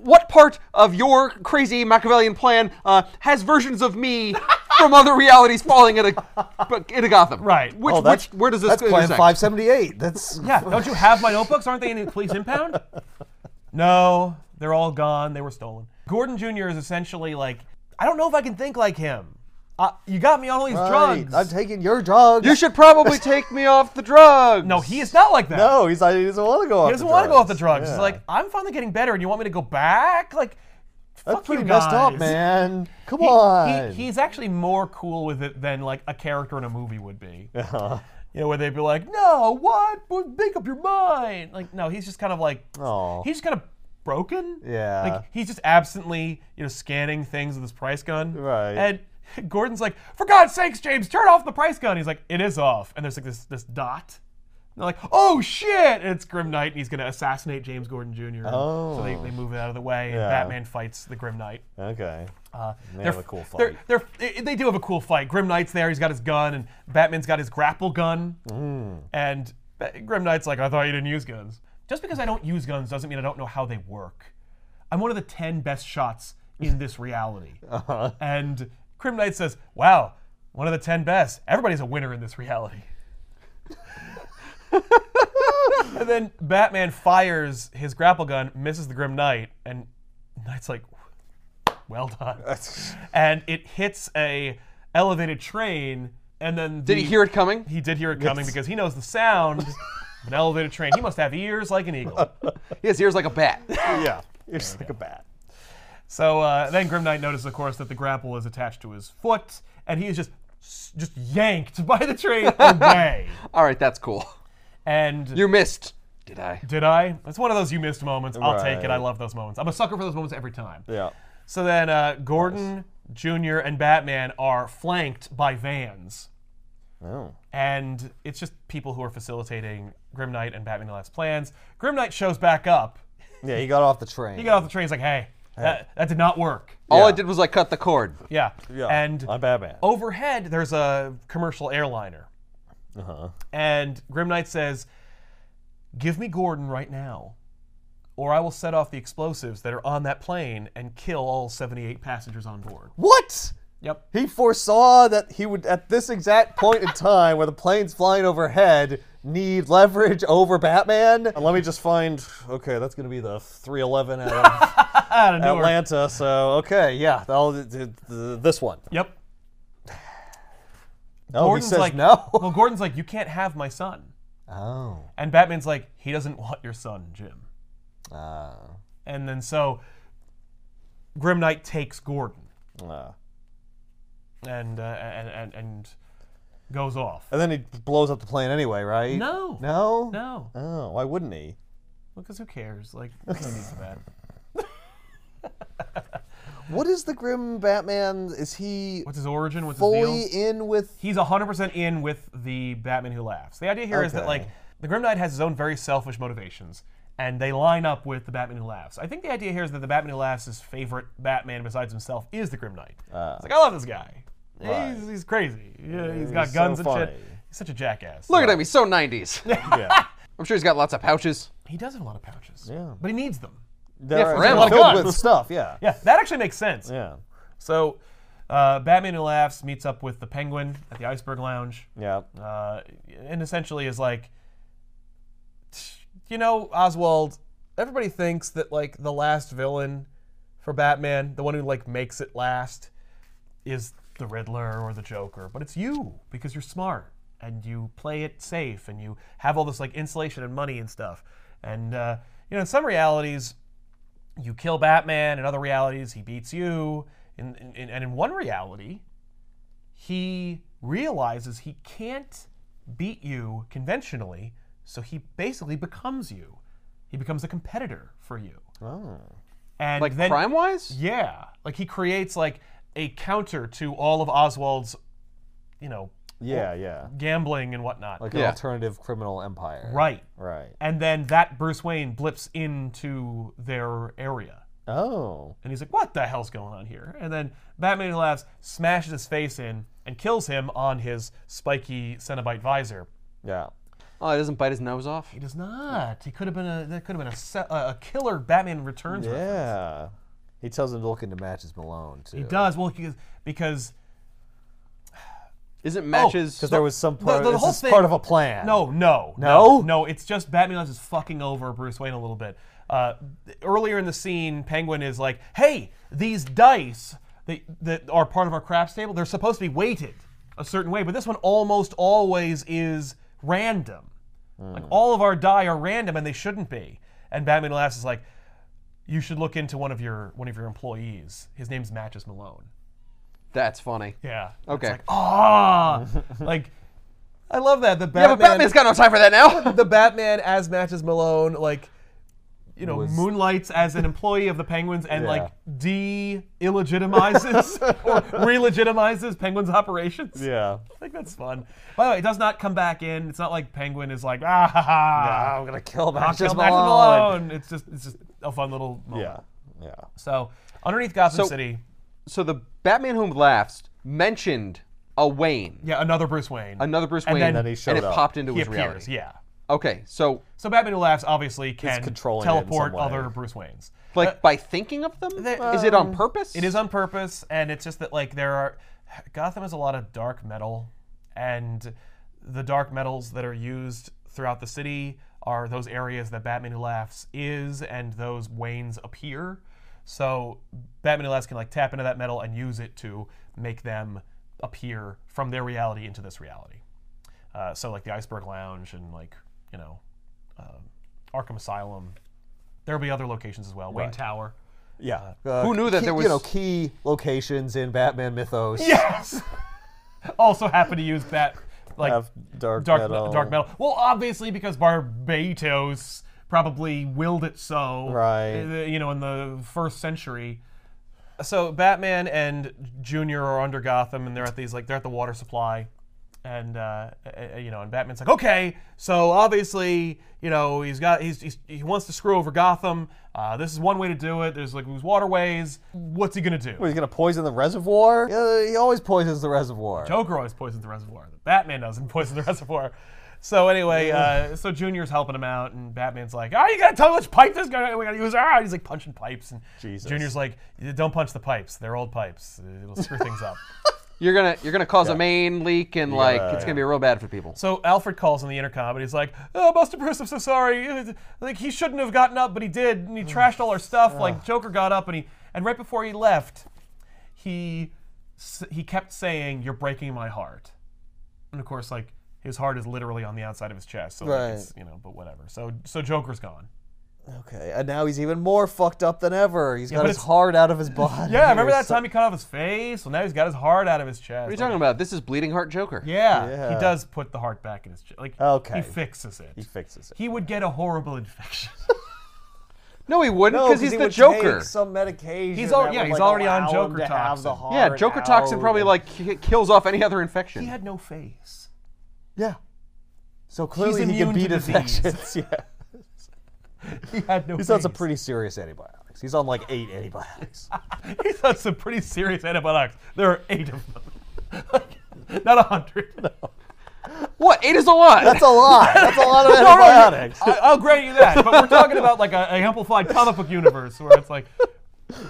S3: what part of your crazy Machiavellian plan uh, has versions of me from other realities falling in a bu- in a Gotham?
S1: Right.
S3: Which,
S2: Oh,
S3: which where does this
S2: That's plan
S3: intersect?
S2: 578. That's.
S1: Yeah, don't you have my notebooks? Aren't they in the police impound? No, they're all gone. They were stolen. Gordon Jr. is essentially like, I don't know if I can think like him. Uh, you got me on all these
S2: Right,
S1: drugs.
S2: I'm taking your drugs.
S3: You should probably take me off the drugs.
S1: no, he is not like that.
S2: No, Oh, he's like, he doesn't want to go off
S1: he doesn't want to go off the drugs.
S2: Yeah.
S1: He's like, I'm finally getting better, and you want me to go back? Like,
S2: That's
S1: fuck
S2: pretty
S1: you
S2: messed up,
S1: guys.
S2: man. Come
S1: He-
S2: on.
S1: He, he's actually more cool with it than like a character in a movie would be.
S2: Uh-huh.
S1: You know, where they'd be like, "No, what? Well, Make up your mind." Like, no, he's just kind of like,
S2: Aw.
S1: he's just kind of broken.
S2: Yeah.
S1: like he's just absently, you know, scanning things with his price gun.
S2: Right.
S1: And Gordon's like, "For God's sakes, James, turn off the price gun." He's like, "It is off." And there's like this this dot they're like, oh shit! And it's Grim Knight, and he's going to assassinate James Gordon Jr.
S2: Oh.
S1: So they, they move it out of the way, and
S2: Yeah.
S1: Batman fights the Grim Knight.
S2: Okay.
S1: Uh,
S2: They
S1: they're-
S2: have a cool
S1: They're,
S2: fight.
S1: they're, they they do have a cool fight. Grim Knight's there. He's got his gun, and Batman's got his grapple gun.
S2: Mm.
S1: And Ba- Grim Knight's like, I thought you didn't use guns. Just because I don't use guns doesn't mean I don't know how they work. I'm one of the 10 best shots in this reality.
S2: Uh-huh.
S1: And Grim Knight says, Wow, one of the 10 best. Everybody's a winner in this reality. and then Batman fires his grapple gun, misses the Grim Knight, and Knight's like, well done. and it hits a elevated train, and then
S3: Did he hear it coming?
S1: He did hear it coming because he knows the sound of an elevated train. He must have ears like an eagle.
S3: He has ears like a bat.
S2: yeah. You're just like a bat.
S1: So uh, then Grim Knight notices, of course, that the grapple is attached to his foot, and he is just just yanked by the train away.
S3: All right, that's cool.
S1: And
S3: You missed. Did I?
S1: did I? It's one of those you missed moments. I'll take it. I
S2: Right.
S1: love those moments. I'm a sucker for those moments every time.
S2: Yeah.
S1: So then uh, Gordon Jr. and Batman are flanked by vans.
S2: Oh.
S1: And it's just people who are facilitating Grim Knight and Batman Last plans. Grim Knight shows back up.
S2: Yeah, he got off the train.
S1: He got off the train. He's like, hey, that, that did not work.
S3: All I
S2: Yeah.
S3: did was I cut the cord.
S1: Yeah.
S2: yeah.
S1: And Oh.
S2: I'm Batman.
S1: overhead, there's a commercial airliner.
S2: Uh-huh.
S1: And Grim Knight says, give me Gordon right now, or I will set off the explosives that are on that plane and kill all 78 passengers on board.
S2: What?
S1: Yep.
S2: He foresaw that he would, at this exact point in time where the plane's flying overhead, need leverage over Batman. And let me just find. Okay, that's going to be the 311 out of
S1: Out of nowhere.
S2: Atlanta. So, okay, yeah, that'll, th- th- th- this one.
S1: Yep.
S2: Oh,
S1: Gordon's
S2: he says
S1: like,
S2: no.
S1: well, Gordon's like, you can't have my son.
S2: Oh.
S1: And Batman's like, he doesn't want your son, Jim.
S2: Uh,
S1: And then so Grim Knight takes Gordon
S2: uh.
S1: and uh, and, and and goes off.
S2: And then he blows up the plane anyway, right?
S1: No.
S2: No?
S1: No.
S2: Oh, why wouldn't he?
S1: Because who cares? Like, who needs that?
S2: What is the Grim Batman? Is he
S1: What's his origin? What's his
S2: fully
S1: deal?
S2: in with.
S1: He's 100% in with the Batman Who Laughs. The idea here is that,
S2: Okay.
S1: like, the Grim Knight has his own very selfish motivations, and they line up with the Batman Who Laughs. I think the idea here is that the Batman Who Laughs' favorite Batman besides himself is the Grim Knight. it's like, I love this guy.
S2: Uh, Right.
S1: He's, he's crazy. Yeah, he's
S2: He's
S1: got
S2: so
S1: guns and shit.
S2: funny.
S1: He's such a jackass.
S3: Look at him. He's so 90s.
S2: Yeah.
S3: I'm sure he's got lots of pouches.
S1: He does have a lot of pouches.
S2: Yeah.
S1: But he needs them.
S2: They're
S3: for him, a lot of
S2: filled
S3: guns.
S2: with stuff, yeah.
S1: Yeah, that actually makes sense.
S2: Yeah.
S1: So, uh, Batman Who Laughs meets up with the Penguin at the Iceberg Lounge.
S2: Yeah.
S1: uh, and essentially is like, you know, Oswald. Everybody thinks that like the last villain for Batman, the one who like makes it last, is the Riddler or the Joker, but it's you because you're smart and you play it safe and you have all this like insulation and money and stuff. And uh, you know, in some realities, you kill Batman. In other realities, he beats you. In, in, in, and in one reality, he realizes he can't beat you conventionally, so he basically becomes you. He becomes a competitor for you. And
S3: Like
S1: then,
S3: crime wise?
S1: yeah, like he creates like a counter to all of Oswald's, you know,
S2: Yeah, yeah.
S1: gambling and whatnot.
S2: Like an
S3: Yeah.
S2: alternative criminal empire.
S1: right.
S2: Right.
S1: And then that Bruce Wayne blips into their area.
S2: Oh.
S1: And he's like, what the hell's going on here? And then Batman laughs, smashes his face in, and kills him on his spiky Cenobite visor.
S2: Yeah.
S3: Oh, he doesn't bite his nose off?
S1: He does not. He could have been a that could have been a, se- a a killer Batman Returns. reference.
S2: Yeah. He tells him to look into matches Malone, too.
S1: He does well because because Oh,
S3: Isn't matches.
S2: Because there was some part,
S1: the
S2: this
S1: whole
S2: is
S1: thing-
S2: part of a plan.
S1: no no
S2: No?
S1: no it's just Batman Lives is fucking over Bruce Wayne a little bit. Uh, th- earlier in the scene, Penguin is like, "Hey, these dice that that are part of our craps table, they're supposed to be weighted a certain way, but this one almost always is random.
S3: Hmm.
S1: Like all of our die are random and they shouldn't be." And Batman laughs is like, "You should look into one of your one of your employees. His name's Matches Malone."
S3: That's funny.
S1: Yeah.
S3: Okay.
S1: It's like, ah, like I love that the
S3: yeah, but
S1: Batman.
S3: Batman's got no time for that now.
S1: the Batman as matches Malone, like you know,
S2: Was-
S1: moonlights as an employee of the Penguins and
S2: Yeah.
S1: like de illegitimizes or relegitimizes Penguins operations.
S2: Yeah.
S1: I think that's fun. By the way, it does not come back in. It's not like Penguin is like ah ha ha.
S2: Ah, I'm gonna kill
S1: I'll
S2: Max
S1: kill Max
S2: Malone.
S1: Malone. It's just it's just a fun little moment.
S2: Yeah. Yeah.
S1: So underneath Gotham
S3: So-
S1: City,
S3: So the Batman Whom Laughs mentioned a Wayne,
S1: yeah, another Bruce Wayne.
S3: another Bruce
S1: And
S3: Wayne,
S1: then- Then
S2: he showed
S3: it
S2: up.
S3: popped into
S1: he
S3: his
S1: appears.
S3: reality.
S1: Yeah.
S3: Okay, so
S1: So Batman Who Laughs obviously can
S2: controlling it in
S1: teleport
S2: some way.
S1: other Bruce Waynes.
S3: like by thinking of them,
S1: they-
S3: is it on purpose?
S1: Uh, um, It is on purpose, and it's just that like there are Gotham has a lot of dark metal, and the dark metals that are used throughout the city are those areas that Batman Who Laughs is, and those Waynes appear. So Batman Who Laughs can like tap into that metal and use it to make them appear from their reality into this reality. Uh, so like the Iceberg Lounge and like you know um Arkham Asylum. There will be other locations as well. Wayne Tower.
S2: Yeah. Uh,
S3: Who knew that
S2: key-
S3: there was-
S2: you know key locations in Batman mythos
S1: Yes. also happen to use that like
S2: have dark
S1: dark
S2: metal.
S1: dark metal. Well, obviously because Barbados probably willed it so.
S2: Right.
S1: uh, You know, in the first century. So Batman and Junior are under Gotham, and they're at these like they're at the water supply, and uh, uh, you know, and Batman's like, okay, so obviously, you know, he's got he's, he's he wants to screw over Gotham. Uh, this is one way to do it. There's like these waterways. What's he gonna do?
S2: What, He's gonna poison the reservoir. Yeah, he always poisons the reservoir.
S1: Joker always poisons the reservoir. The Batman doesn't poison the reservoir. So anyway, uh, so Junior's helping him out, and Batman's like, "Oh, you gotta tell me which pipe this guy we gotta use." Ah, he's like punching pipes, and
S2: Jesus.
S1: Junior's like, "Don't punch the pipes. They're old pipes. It'll screw things up."
S3: You're gonna you're gonna cause a main leak, and like
S2: Yeah.
S3: it's gonna be real bad for people.
S1: So Alfred calls on the intercom, and he's like, "Oh, Buster Bruce, I'm so sorry. Uh, Like he shouldn't have gotten up, but he did, and
S2: Hmm.
S1: he trashed all our stuff. Like Joker got up, and he and right before he left, he s- he kept saying, "You're breaking my heart," and of course, like his heart is literally on the outside of his chest, so like,
S2: Right.
S1: it's, you know. But whatever. So so Joker's gone.
S2: Okay, and now he's even more fucked up than ever. He's got
S1: but
S2: his
S1: it's-
S2: heart out of his body.
S1: Yeah, remember
S2: or
S1: that
S2: so-
S1: time he cut off his face? Well, now he's got his heart out of his chest.
S3: What are you talking about? This is Bleeding Heart Joker.
S1: Yeah,
S2: Yeah.
S1: he does put the heart back in his chest. Like
S2: Okay.
S1: he fixes it.
S2: He fixes it.
S1: He would get a horrible infection.
S3: No, he wouldn't,
S2: No,
S3: because he's
S2: he
S3: the
S2: would
S3: Joker.
S2: take some medication.
S1: He's al-
S2: that
S1: yeah,
S2: would,
S1: he's
S2: like,
S1: already on
S2: allow him
S1: Joker
S2: to have the
S1: toxin.
S2: heart
S3: yeah, Joker toxin
S2: out
S3: probably
S2: and-
S3: like ki- kills off any other infection.
S1: he had no face.
S2: Yeah. So clearly he
S1: immune
S2: can
S1: to
S2: beat
S1: disease.
S2: infections. yeah.
S1: He had no.
S2: He's on some pretty serious antibiotics. He's on like eight antibiotics.
S1: He's on some pretty serious antibiotics. There are eight of them, not a hundred.
S3: What? Eight is a lot.
S2: That's a lot. That's a lot of
S1: no, no,
S2: antibiotics.
S1: I, I'll grant you that, but we're talking about like a, a amplified comic book universe where it's like,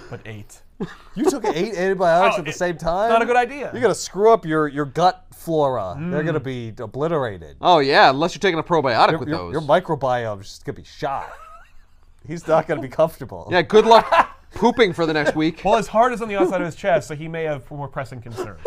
S1: but eight.
S2: You took eight antibiotics
S1: Oh,
S2: at the
S1: it-
S2: same time.
S1: Not a good idea.
S2: You're gonna screw up your, your gut flora. They're gonna
S1: Mm.
S2: be obliterated.
S3: oh yeah, unless you're taking a probiotic with
S2: your,
S3: those.
S2: your microbiome's just gonna be shot. He's not gonna be comfortable.
S3: yeah. Good luck pooping for the next week.
S1: well, his heart is on the outside of his chest, so he may have more pressing concerns.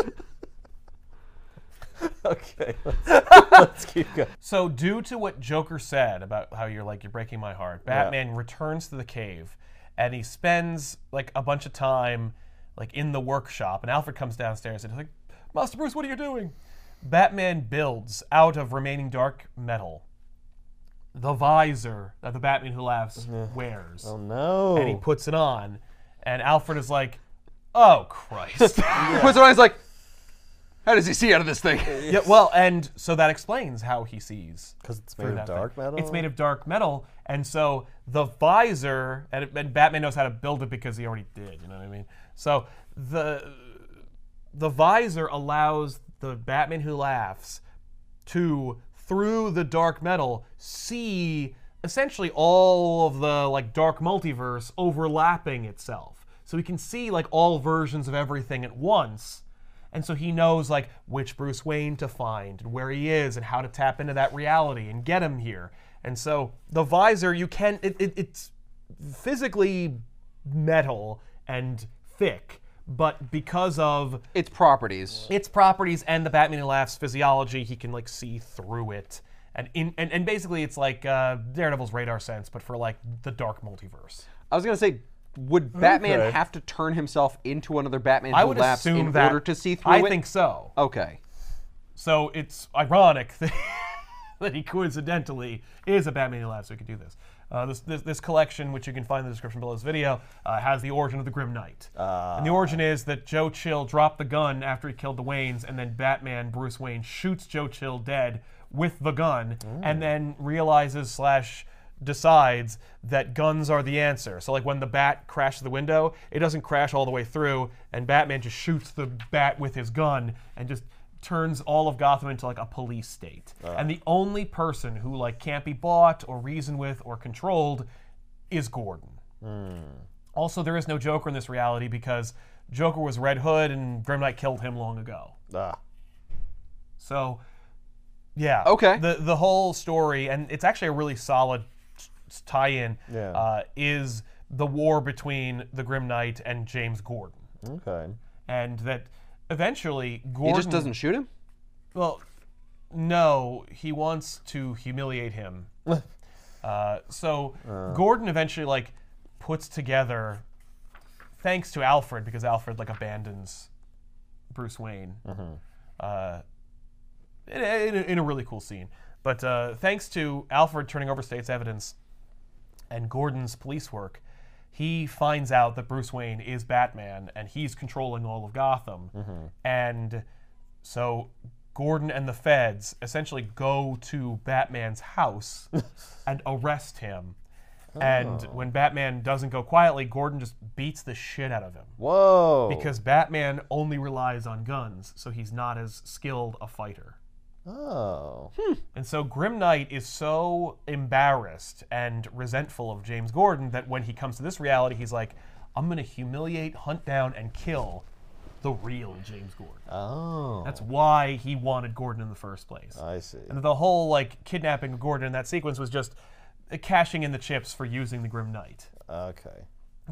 S2: Okay. Let's, let's keep going.
S1: So, due to what Joker said about how you're like, you're breaking my heart, Batman returns to the cave and he spends like a bunch of time like in the workshop. And Alfred comes downstairs and he's like, Master Bruce, what are you doing? Batman builds out of remaining dark metal the visor that the Batman who laughs wears.
S2: Oh no.
S1: And he puts it on. And Alfred is like, oh, Christ.
S3: Puts it on. He's like, how does he see out of this thing?
S1: yeah, well, and so that explains how he sees.
S2: Because it's
S1: through
S2: made of
S1: that thing.
S2: dark metal.
S1: It's made of dark metal, and so the visor, and, and Batman knows how to build it because he already did. You know what I mean? So the the visor allows the Batman who laughs to through the dark metal see essentially all of the like dark multiverse overlapping itself so he can see like all versions of everything at once and so he knows like which bruce wayne to find and where he is and how to tap into that reality and get him here and so the visor you can it, it, it's physically metal and thick but because of
S3: Its properties.
S1: its properties and the Batman Who Laughs physiology. He can like see through it, and in and, and basically it's like uh, Daredevil's radar sense, but for like the dark multiverse.
S3: I was gonna say, would Batman
S2: Okay.
S3: have to turn himself into another Batman
S1: I
S3: who
S1: would
S3: laughs
S1: assume
S3: in
S1: that
S3: order to see through
S1: I
S3: it?
S1: think so.
S3: Okay.
S1: So it's ironic that that he coincidentally is a Batman Who Laughs who could do this. Uh, this, this, this collection, which you can find in the description below this video, uh, has the origin of the Grim Knight. and the origin is that Joe Chill dropped the gun after he killed the Waynes, and then Batman, Bruce Wayne, shoots Joe Chill dead with the gun, and then realizes slash decides that guns are the answer. So like when the bat crashes the window, it doesn't crash all the way through, and Batman just shoots the bat with his gun and just turns all of Gotham into like a police state.
S3: Ah.
S1: And the only person who like can't be bought or reasoned with or controlled is Gordon.
S3: Hmm.
S1: Also, there is no Joker in this reality because Joker was Red Hood and Grim Knight killed him long ago.
S2: Ah.
S1: So, yeah.
S3: Okay.
S1: The the whole story, and it's actually a really solid s- s- tie-in.
S2: Yeah.
S1: Uh, is the war between the Grim Knight and James Gordon,
S2: Okay.
S1: and that eventually
S3: He
S1: Gordon
S3: just doesn't shoot him?
S1: Well, no, he wants to humiliate him. uh, so Gordon eventually like puts together, thanks to Alfred, because Alfred like abandons Bruce Wayne. Uh, in, a- in a, in a really cool scene. But uh, thanks to Alfred turning over state's evidence and Gordon's police work, he finds out that Bruce Wayne is Batman and he's controlling all of Gotham. And so Gordon and the feds essentially go to Batman's house and arrest him. And when Batman doesn't go quietly, Gordon just beats the shit out of him
S2: Whoa.
S1: because Batman only relies on guns, so he's not as skilled a fighter.
S2: Oh.
S1: And so Grim Knight is so embarrassed and resentful of James Gordon that when he comes to this reality, he's like, I'm going to humiliate, hunt down, and kill the real James Gordon.
S2: Oh.
S1: That's why he wanted Gordon in the first place.
S2: I see.
S1: and the whole like kidnapping of Gordon in that sequence was just uh, cashing in the chips for using the Grim Knight.
S2: Okay.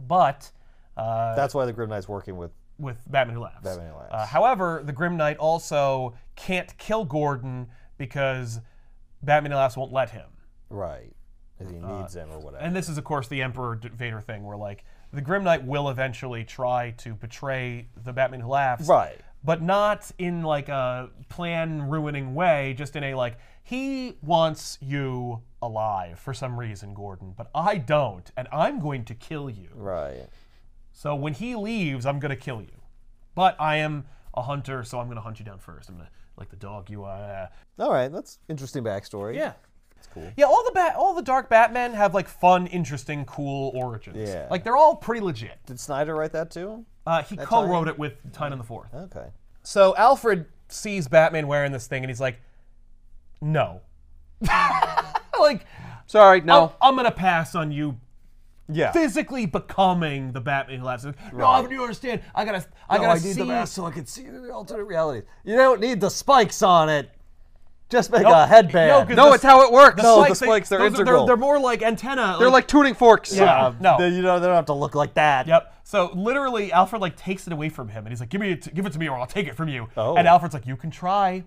S1: But uh,
S2: That's why the Grim Knight's working with.
S1: with Batman Who Laughs.
S2: Batman Who Laughs.
S1: Uh, however, the Grim Knight also can't kill Gordon because Batman Who Laughs won't let him.
S2: Right. 'Cause he needs him or whatever.
S1: Uh, And this is, of course, the Emperor D- Vader thing, where like the Grim Knight will eventually try to betray the Batman Who Laughs,
S2: Right.
S1: But not in like a plan ruining way, just in a like he wants you alive for some reason, Gordon, but I don't, and I'm going to kill you.
S2: Right.
S1: So when he leaves, I'm gonna kill you. But I am a hunter, so I'm gonna hunt you down first. I'm gonna like the dog you uh, are.
S2: All right. That's interesting backstory.
S1: Yeah.
S2: That's cool.
S1: Yeah, all the bat, all the dark Batman have like fun, interesting, cool origins.
S2: Yeah.
S1: like they're all pretty legit.
S2: Did Snyder write that too?
S1: Uh, he co-wrote it with Tyne on the Fourth.
S2: Okay.
S1: So Alfred sees Batman wearing this thing, and he's like, "No, like
S3: Sorry, no.
S1: I'm gonna pass on you
S2: Yeah.
S1: physically becoming the Batman who laughs." No, I you understand. I gotta, I
S2: No,
S1: gotta
S2: I need
S1: see
S2: the mask so I can see the alternate reality. You don't need the spikes on it. Just make
S1: No,
S2: a headband.
S1: 'cause
S3: no,
S1: the-
S3: it's how it works.
S2: No,
S1: spikes,
S2: the
S1: they-
S2: spikes, they're
S1: those are-
S2: integral.
S1: They're, more like antenna.
S3: They're like tuning forks.
S1: yeah,
S2: Um,
S1: no.
S2: they- you know they don't have to look like that.
S1: Yep. So literally, Alfred like takes it away from him, and he's like, "Give me, it, give it to me, or I'll take it from you."
S2: Oh.
S1: And Alfred's like, "You can try."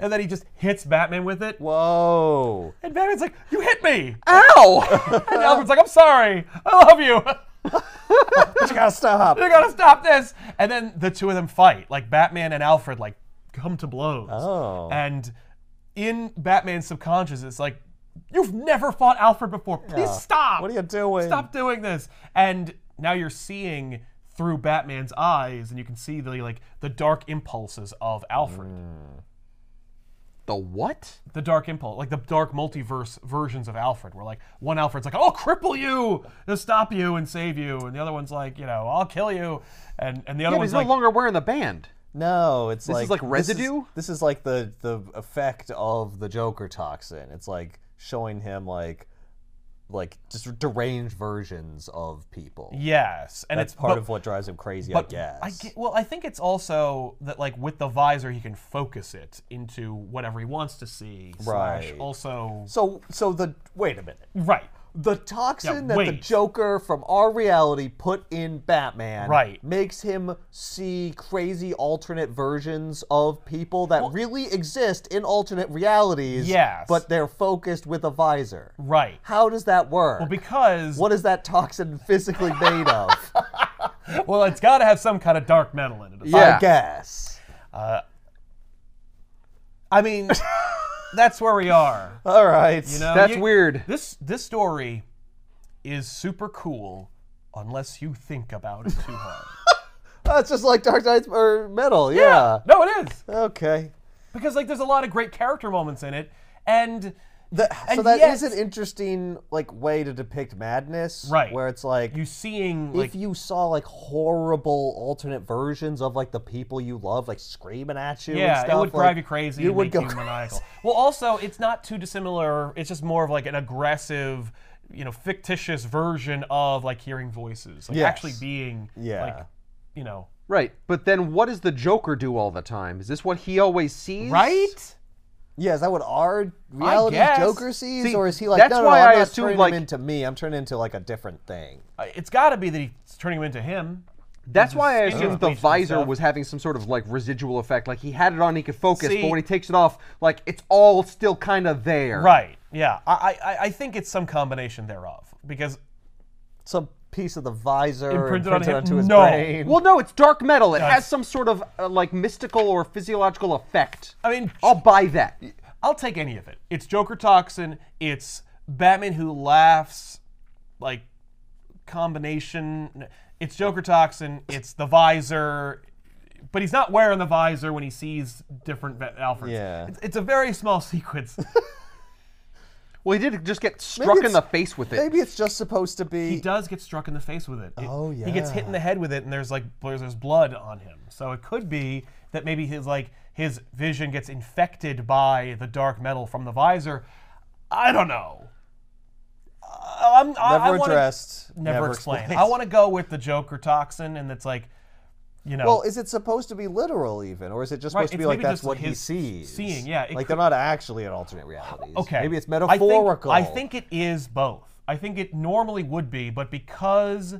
S1: And then he just hits Batman with it,
S2: Whoa.
S1: and Batman's like, "You hit me!"
S3: Ow!
S1: And Alfred's like, "I'm sorry. I love you.
S2: But you gotta stop.
S1: you gotta stop this." And then the two of them fight, like Batman and Alfred, like come to blows.
S2: Oh.
S1: And in Batman's subconscious, it's like, "You've never fought Alfred before. Please stop."
S2: What are you doing?
S1: stop doing this and now you're seeing through batman's eyes and you can see the like the dark impulses of alfred
S3: the what?
S1: the dark impulse like the dark multiverse versions of alfred where like one alfred's like i'll cripple you to stop you and save you and the other one's like you know i'll kill you and and the other
S3: Yeah, but
S1: one's
S3: he's
S1: like
S3: no longer wearing the band.
S2: No, it's like
S3: is like residue?
S2: This is, this is like the the effect of the Joker toxin. It's like showing him like like just deranged versions of people.
S1: yes and
S2: That's
S1: it's
S2: part
S1: but-
S2: of what drives him crazy, I
S1: but
S2: guess.
S1: I get, well, I think it's also that like with the visor, he can focus it into whatever he wants to see. Slash
S2: Right.
S1: also,
S2: so so the wait a minute.
S1: right.
S2: The toxin
S1: Yeah,
S2: that the
S1: wait.
S2: Joker from our reality put in Batman
S1: Right.
S2: makes him see crazy alternate versions of people that really exist in alternate realities.
S1: Yes.
S2: But they're focused with a visor.
S1: Right.
S2: How does that work?
S1: Well, because
S2: what is that toxin physically made of?
S1: Well, it's got to have some kind of dark metal in it.
S3: Yeah.
S2: I guess.
S1: I mean, that's where we are.
S2: All right.
S1: You know,
S3: That's
S1: you-
S3: weird.
S1: This this story is super cool unless you think about it too hard.
S2: That's just like Dark Knights or Metal. Yeah.
S1: no, it is
S2: Okay.
S1: because like there's a lot of great character moments in it, and
S2: The, so
S1: And
S2: that is
S1: yet-
S2: an interesting like way to depict madness,
S1: Right.
S2: Where it's like
S1: you seeing like
S2: if you saw like horrible alternate versions of like the people you love like screaming at you, and
S1: yeah,
S2: stuff,
S1: it would
S2: like,
S1: drive you crazy.
S2: You
S1: and
S2: would
S1: make
S2: go
S1: you
S2: crazy.
S1: maniacal. Well, also it's not too dissimilar. It's just more of like an aggressive, you know, fictitious version of like hearing voices, like
S2: Yes.
S1: actually being
S2: Yeah.
S1: like, you know,
S3: Right. But then what does the Joker do all the time? Is this what he always sees?
S1: right?
S2: Yeah, is that what our reality
S1: guess.
S2: Joker sees,
S3: See,
S2: or is he like
S3: that's
S2: no, no,
S3: why
S2: I'm
S3: I
S2: not
S3: assumed,
S2: turning
S3: like-
S2: him into me. I'm turning into like a different thing.
S1: Uh, It's got to be that he's turning him into him.
S3: That's why I
S1: skin gets
S3: assumed the
S1: bleached and
S3: visor
S1: stuff.
S3: was having some sort of like residual effect. Like he had it on, he could focus,
S1: See-
S3: but when he takes it off, like it's all still kind of there.
S1: Right. Yeah. I, I I think it's some combination thereof because
S2: Some piece of the visor
S1: Imprinted
S2: imprinted,
S1: on him?
S2: onto his
S1: No.
S2: brain.
S3: Well, no, it's dark metal. It
S1: it's-
S3: has some sort of uh, like mystical or physiological effect.
S1: I mean,
S3: I'll buy that.
S1: I'll take any of it. It's Joker toxin. It's Batman who laughs, like combination. It's Joker toxin. It's the visor, but he's not wearing the visor when he sees different Bat- Alfreds.
S2: Yeah.
S1: It's, it's a very small sequence.
S3: Well, he did just get struck in
S2: it's-
S3: the face with it.
S2: Maybe it's just supposed to be.
S1: he does get struck in the face with it. It-
S2: Oh,
S1: He gets hit in the head with it, and there's like there's, there's blood on him. So it could be that maybe his like his vision gets infected by the dark metal from the visor. I don't know. Uh, I'm, I, I
S2: never
S1: wanna-
S2: addressed.
S1: never, explained.
S2: explained.
S1: I want to go with the Joker toxin, and it's like, you know,
S2: Well, is it supposed to be literal even, or is it just supposed to
S1: it's
S2: be like
S1: maybe
S2: that's
S1: just
S2: what he
S1: his
S2: sees?
S1: seeing, yeah, it
S2: like
S1: could-
S2: they're not actually in alternate realities.
S1: okay.
S2: maybe it's
S1: I think-
S2: metaphorical.
S1: I think, it is both. I think it normally would be, but because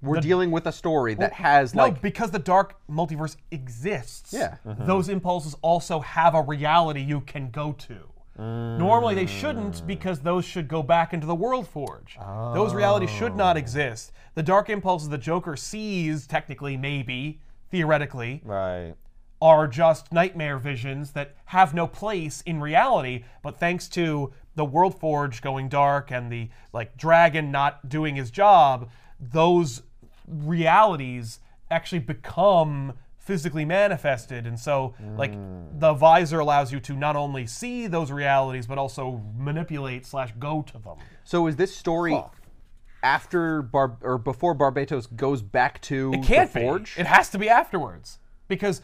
S3: We're dealing with a story that has
S1: no,
S3: like
S1: because the dark multiverse exists.
S3: Yeah.
S1: those impulses also have a reality you can go to. Normally they shouldn't because those should go back into the world forge. Those realities should not exist. The dark impulses the Joker sees, technically, maybe, theoretically,
S2: right.
S1: are just nightmare visions that have no place in reality. But thanks to the World Forge going dark and the like dragon not doing his job, those realities actually become physically manifested. And so like the visor allows you to not only see those realities but also manipulate slash go to them.
S3: So is this story after Bar- or before Barbatos goes back to
S1: Can't
S3: the
S1: be.
S3: forge?
S1: It has to be afterwards because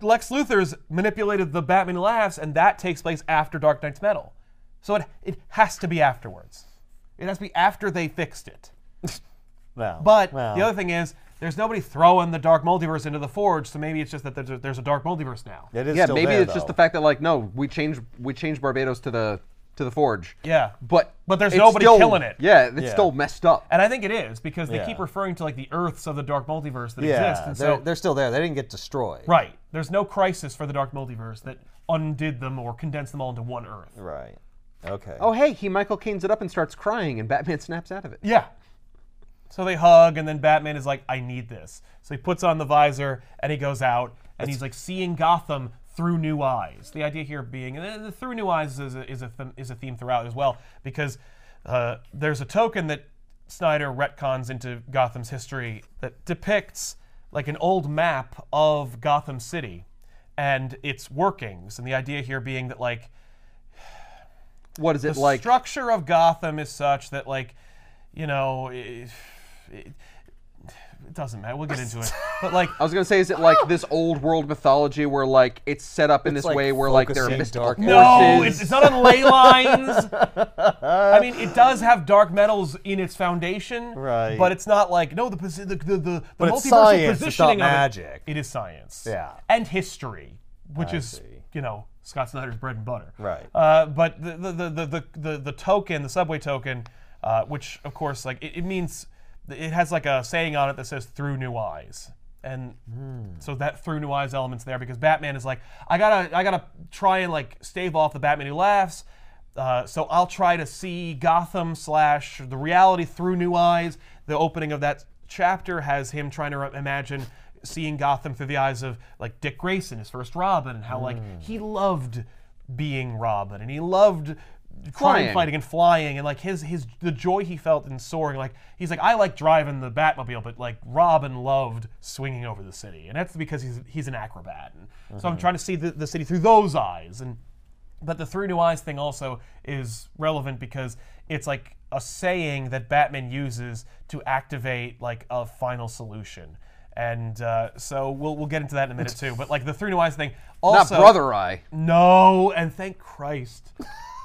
S1: Lex Luthor's manipulated the Batman laughs, and that takes place after Dark Knight's Metal. So it it has to be afterwards. It has to be after they fixed it.
S2: Well,
S1: But
S2: well,
S1: the other thing is, there's nobody throwing the Dark Multiverse into the Forge, so maybe it's just that there's a, there's a Dark Multiverse now.
S2: it is
S3: yeah,
S2: still
S3: maybe
S2: there,
S3: it's just
S2: though.
S3: the fact that like no, we changed we changed Barbados to the to the forge.
S1: Yeah.
S3: But
S1: But there's
S3: it's
S1: nobody
S3: still-
S1: killing it.
S3: Yeah, it's
S2: Yeah.
S3: still messed up.
S1: And I think it is because they
S2: Yeah.
S1: keep referring to like the Earths of the Dark Multiverse that
S2: Yeah,
S1: exist, and
S2: they're,
S1: so
S2: they're still there. They didn't get destroyed.
S1: right, there's no crisis for the Dark Multiverse that undid them or condensed them all into one Earth.
S2: Right. Okay.
S3: Oh hey, he Michael Caine's it up and starts crying, and Batman snaps out of it.
S1: Yeah. So they hug, and then Batman is like, I need this. So he puts on the visor and he goes out, and he's like seeing Gotham through new eyes. The idea here being, and the through new eyes is a, is a, them- is a theme throughout as well, because uh, there's a token that Snyder retcons into Gotham's history that depicts like an old map of Gotham City and its workings. And the idea here being that, like,
S3: What is it
S1: the
S3: like?
S1: structure of Gotham is such that like you know it, it, it doesn't matter we'll get into it but like
S3: I was gonna say, is it like this old world mythology where like it's set up in
S2: It's
S3: this
S2: like
S3: way where like there are
S2: focusing
S3: mystical
S2: dark
S3: forces?
S1: no it's, it's not on ley lines I mean it does have dark metals in its foundation
S2: Right.
S1: but it's not like no the posi- the the, the, the
S2: But
S1: multiversal
S2: it's science, it's
S1: positioning
S2: not
S1: of it-
S2: magic.
S1: it is science
S2: Yeah.
S1: and history which is
S2: see.
S1: you know Scott Snyder's bread and butter
S2: Right.
S1: Uh, but the the, the, the, the the the token, the subway token, uh, which of course like it, it means it has like a saying on it that says through new eyes. And
S2: Hmm.
S1: so that through new eyes element's there because Batman is like, I gotta I gotta try and like stave off the Batman who laughs. Uh, so I'll try to see Gotham slash the reality through new eyes. The opening of that chapter has him trying to re- imagine seeing Gotham through the eyes of like Dick Grayson, his first Robin, and how like he loved being Robin, and he loved crime
S3: Flying.
S1: fighting and flying, and like his his the joy he felt in soaring. Like he's like I like driving the Batmobile, but like Robin loved swinging over the city, and that's because he's he's an acrobat. And So
S3: Mm-hmm.
S1: I'm trying to see the, the city through those eyes, and but the through new eyes thing also is relevant because it's like a saying that Batman uses to activate like a final solution. And uh, so we'll, we'll get into that in a minute too. But like the through new eyes thing,
S3: Not
S1: also
S3: brother eye.
S1: no, and thank Christ,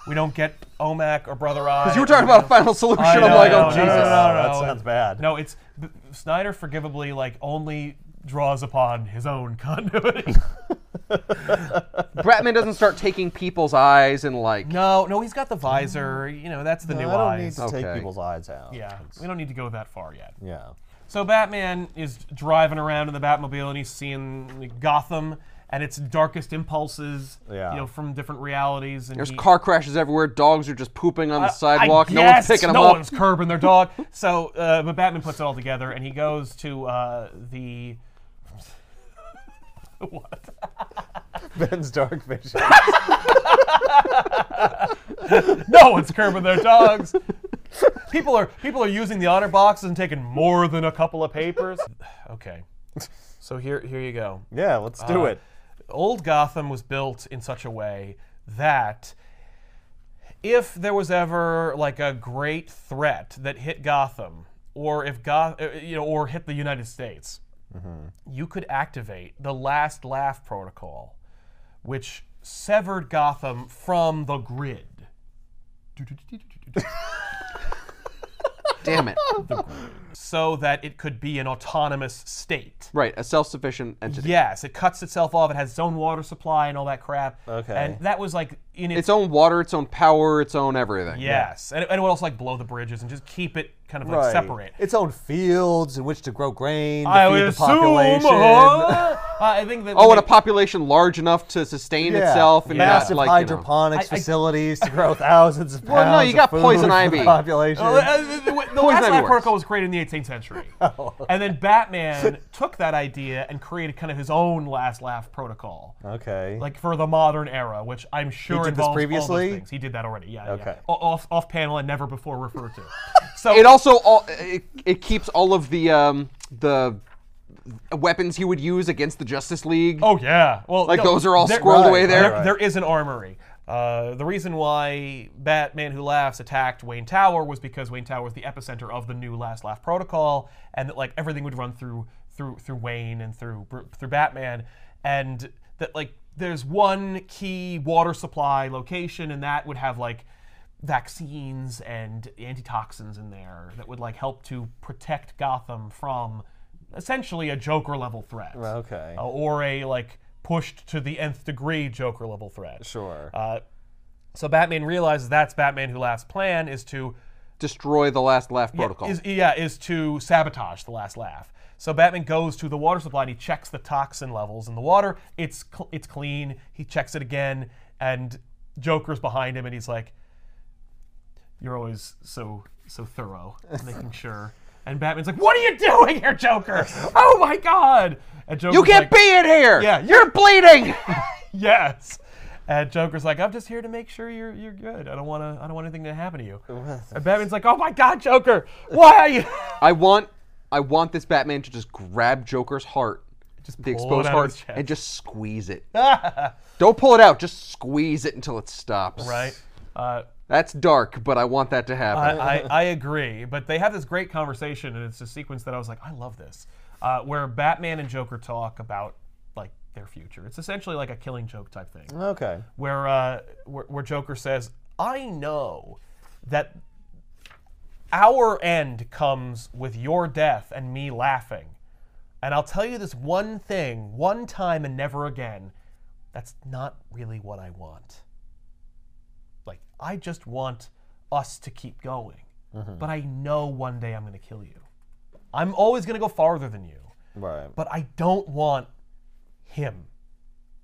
S1: we don't get Omac or Brother Eye.
S3: You were talking about a final solution.
S1: I
S3: I'm
S1: know,
S3: like,
S1: I know,
S3: oh Jesus.
S1: no, no, no, no,
S2: That
S1: no.
S2: sounds bad.
S1: No, it's b- Snyder forgivably like only draws upon his own continuity.
S3: Batman doesn't start taking people's eyes and like.
S1: no, no, he's got the visor. You know, that's the new
S2: I don't need
S1: eyes. Oh.
S2: to take
S3: Okay.
S2: people's eyes out.
S1: Yeah, we don't need to go that far yet.
S2: Yeah.
S1: So Batman is driving around in the Batmobile and he's seeing Gotham and its darkest impulses.
S2: Yeah.
S1: You know, from different realities. And
S3: There's
S1: he-
S3: car crashes everywhere. Dogs are just pooping on the sidewalk.
S1: I
S3: no one's
S1: guess
S3: picking them
S1: no
S3: up.
S1: one's curbing their dog. So, uh, but Batman puts it all together, and he goes to uh, the what?
S2: Ben's dark vision.
S1: No one's curbing their dogs. People are people are using the honor boxes and taking more than a couple of papers. Okay, so here here you go.
S2: yeah, let's do it.
S1: old Gotham was built in such a way that if there was ever like a great threat that hit Gotham, or if Goth, uh, you know, or hit the United States, you could activate the Last Laugh protocol, which severed Gotham from the grid.
S3: Damn it.
S1: So that it could be an autonomous state.
S3: Right, a self-sufficient entity.
S1: Yes, it cuts itself off. It has its own water supply and all that crap.
S2: Okay.
S1: And that was like in its
S3: Its own water, its own power, its own everything.
S1: Yes, and, and it would also like blow the bridges and just keep it kind of like
S2: Right.
S1: separate.
S2: Its own fields in which to grow grain, to
S1: I
S2: feed
S1: would
S2: the
S1: assume.
S2: population. uh-huh.
S1: huh? I think that.
S3: Oh, and a population large enough to sustain
S2: Yeah.
S3: itself and not
S2: Massive
S3: like you know-
S2: hydroponics
S1: I- I-
S2: facilities to grow thousands of pounds.
S3: Well, no, you
S2: of
S3: got
S2: food
S3: poison
S2: for the
S3: ivy.
S2: Population.
S1: Uh, uh, the- the the last
S3: ivy
S1: Life
S3: works.
S1: protocol was created in the 18th century,
S2: Oh.
S1: and then Batman took that idea and created kind of his own Last Laugh protocol,
S2: okay.
S1: like for the modern era, which I'm sure
S2: did this
S1: involves all those
S2: previously?
S1: things. He did that already. Yeah.
S2: Okay.
S1: Yeah. O- Off off panel and never before referred to. So
S3: It also all it, it keeps all of the um the weapons he would use against the Justice League.
S1: Oh yeah. Well,
S3: Like,
S1: no,
S3: those are all
S1: there-
S3: squirreled
S2: Right, away
S3: there?
S1: There, there is an armory. Uh, the reason why Batman Who Laughs attacked Wayne Tower was because Wayne Tower was the epicenter of the new Last Laugh protocol, and that like everything would run through through through Wayne and through through Batman, and that like there's one key water supply location, and that would have like vaccines and antitoxins in there that would like help to protect Gotham from essentially a Joker level threat
S2: okay.
S1: uh, or a like pushed to the nth degree Joker level threat.
S2: Sure.
S1: Uh, so Batman realizes that's Batman Who Laughs' plan is to
S3: Destroy the last laugh protocol.
S1: is yeah is to sabotage the Last Laugh. So Batman goes to the water supply and he checks the toxin levels in the water. It's cl- it's clean. He checks it again, and Joker's behind him, and he's like, "You're always so so thorough, making sure." And Batman's like, "What are you doing here, Joker? Oh my God!" And Joker's
S3: you
S1: like,
S3: can't be in here.
S1: Yeah,
S3: you're bleeding.
S1: yes. And Joker's like, I'm just here to make sure you're you're good. I don't want to. I don't want anything to happen to you. And Batman's like, Oh my God, Joker, why are you?
S3: I want I want this Batman to just grab Joker's heart, just the
S1: pull it
S3: exposed
S1: out of
S3: heart,
S1: his chest.
S3: and just squeeze it. Don't pull it out. Just squeeze it until it stops.
S1: right. Uh,
S3: That's dark, but I want that to
S1: I,
S3: happen.
S1: I, I agree. But they have this great conversation, and it's a sequence that I was like, I love this, uh, where Batman and Joker talk about like their future. It's essentially like a killing joke type thing.
S2: okay.
S1: where uh, where, where Joker says, "I know that our end comes with your death and me laughing, and I'll tell you this one thing, one time and never again. That's not really what I want. Like I just want us to keep going,
S2: Mm-hmm.
S1: but I know one day I'm going to kill you. I'm always going to go farther than you."
S2: Right.
S1: but I don't want him.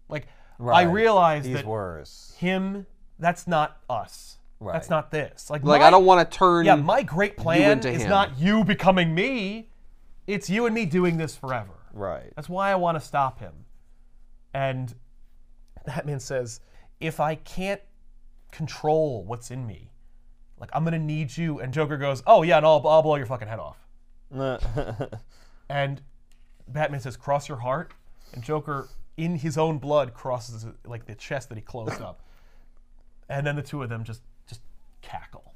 S1: Like
S2: Right.
S1: I realize
S2: He's
S1: that
S2: worse.
S1: him that's not us. That's
S2: Right.
S1: not this. Like,
S3: like
S1: my,
S3: I don't want to turn.
S1: Yeah, my great plan
S3: into
S1: is
S3: him.
S1: not you becoming me. It's you and me doing this forever.
S2: Right.
S1: That's why I want to stop him. And Batman says, if I can't control what's in me, like I'm gonna need you. And Joker goes, oh yeah, and I'll, I'll blow your fucking head off. And Batman says, "Cross your heart," and Joker, in his own blood, crosses it, like the chest that he closed up, and then the two of them just just cackle.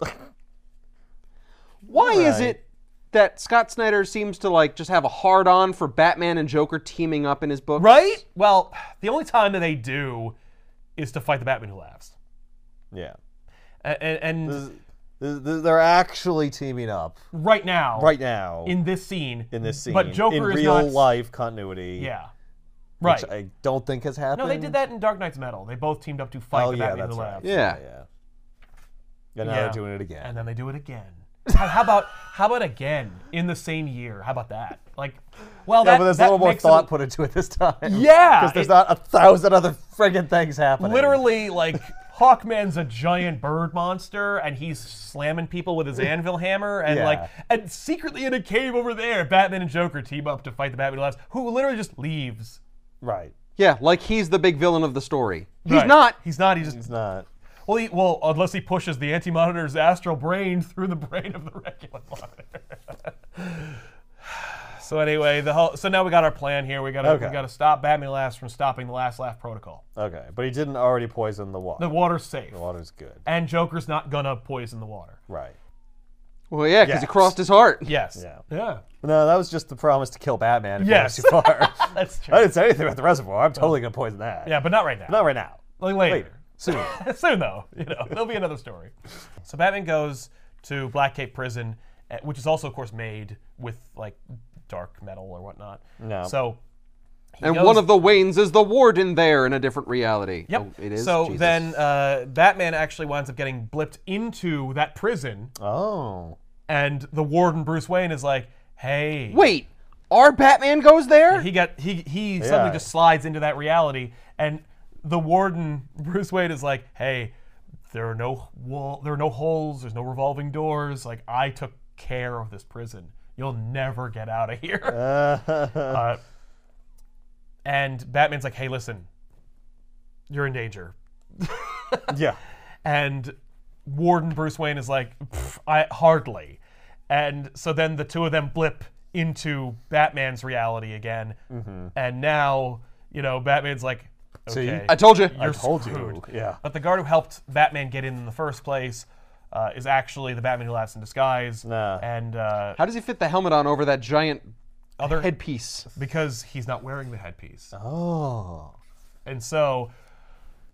S3: Why is it that Scott Snyder seems to like just have a hard on for Batman and Joker teaming up in his book?
S1: right? Well, the only time that they do is to fight the Batman who laughs,
S2: yeah.
S1: A- and, and
S2: This- this- this- They're actually teaming up
S1: right now,
S2: right now in,
S1: in this scene, in
S2: this scene.
S1: but Joker
S2: in
S1: is
S2: real
S1: not-
S2: life continuity.
S1: yeah,
S2: which
S1: right.
S2: I don't think has happened.
S1: no, they did that in Dark Knight's Metal. They both teamed up to fight
S2: Oh
S1: the
S2: yeah,
S1: Batman
S2: that's
S1: who
S2: right.
S1: laughs.
S3: Yeah.
S2: yeah. And now
S1: Yeah.
S2: they're doing it again.
S1: and then they do it again. how, how about how about again in the same year? How about that? Like, well,
S2: yeah,
S1: that,
S2: but there's a
S1: that
S2: little more
S1: makes it
S2: thought put into it this time.
S1: Yeah,
S2: because there's
S1: it-
S2: not a thousand other friggin' things happening.
S1: literally like Hawkman's a giant bird monster, and he's slamming people with his anvil hammer, and
S2: Yeah.
S1: like, and secretly in a cave over there, Batman and Joker team up to fight the Batman who laughs, who literally just leaves.
S2: right?
S3: Yeah, like he's the big villain of the story. He's
S1: Right.
S3: not.
S1: He's not. He just
S2: It's not.
S1: well, he, well, unless he pushes the anti-monitor's astral brain through the brain of the regular monitor. so anyway, the whole, so now we got our plan here. We got to
S2: Okay.
S1: we got to stop Batman Laughs from stopping the Last Laugh protocol.
S2: Okay, but he didn't already poison the water.
S1: The water's safe,
S2: The water's good.
S1: and Joker's not gonna poison the water.
S2: Right.
S3: Well, yeah, because he
S2: Yes.
S3: crossed his heart.
S1: Yes.
S2: Yeah.
S1: Yeah.
S2: No, that was just the promise to kill Batman if
S1: Yes.
S2: he goes too far.
S1: That's
S2: I
S1: true.
S2: didn't say anything about the reservoir. I'm totally gonna poison that.
S1: Yeah, but not right now.
S2: Not right now.
S1: Like later.
S2: Soon.
S1: Soon though, you know, there'll be another story. So Batman goes to Black Cape Prison, eh, which is also, of course, made with like dark metal or whatnot.
S2: No.
S1: So
S3: And
S1: goes-
S3: one of the Waynes is the warden there in a different reality.
S1: Yep.
S3: Oh, it is.
S1: So
S3: Jesus.
S1: then uh, Batman actually winds up getting blipped into that prison,
S2: Oh.
S1: and the warden Bruce Wayne is like, "Hey,
S3: Wait, our Batman goes there?
S1: He got he he suddenly just slides into that reality, and the warden Bruce Wayne is like, "Hey, there are no wall, there are no holes, there's no revolving doors. Like I took care of this prison. You'll never get out of here." Uh, and Batman's like, "Hey, listen, you're in danger."
S2: Yeah.
S1: And Warden Bruce Wayne is like, "Pff, I hardly. And so then the two of them blip into Batman's reality again. And now, you know, Batman's like,
S2: See?
S1: okay,
S3: I told Mm-hmm. you.
S1: you're
S2: Told
S1: screwed.
S2: you. Yeah.
S1: But the guard who helped Batman get in in the first place uh, is actually the Batman who laughs in disguise.
S2: Nah.
S1: And uh,
S3: How does he fit the helmet on over that giant
S1: other
S3: headpiece?
S1: because he's not wearing the headpiece.
S3: Uh-huh.
S2: Oh.
S1: And so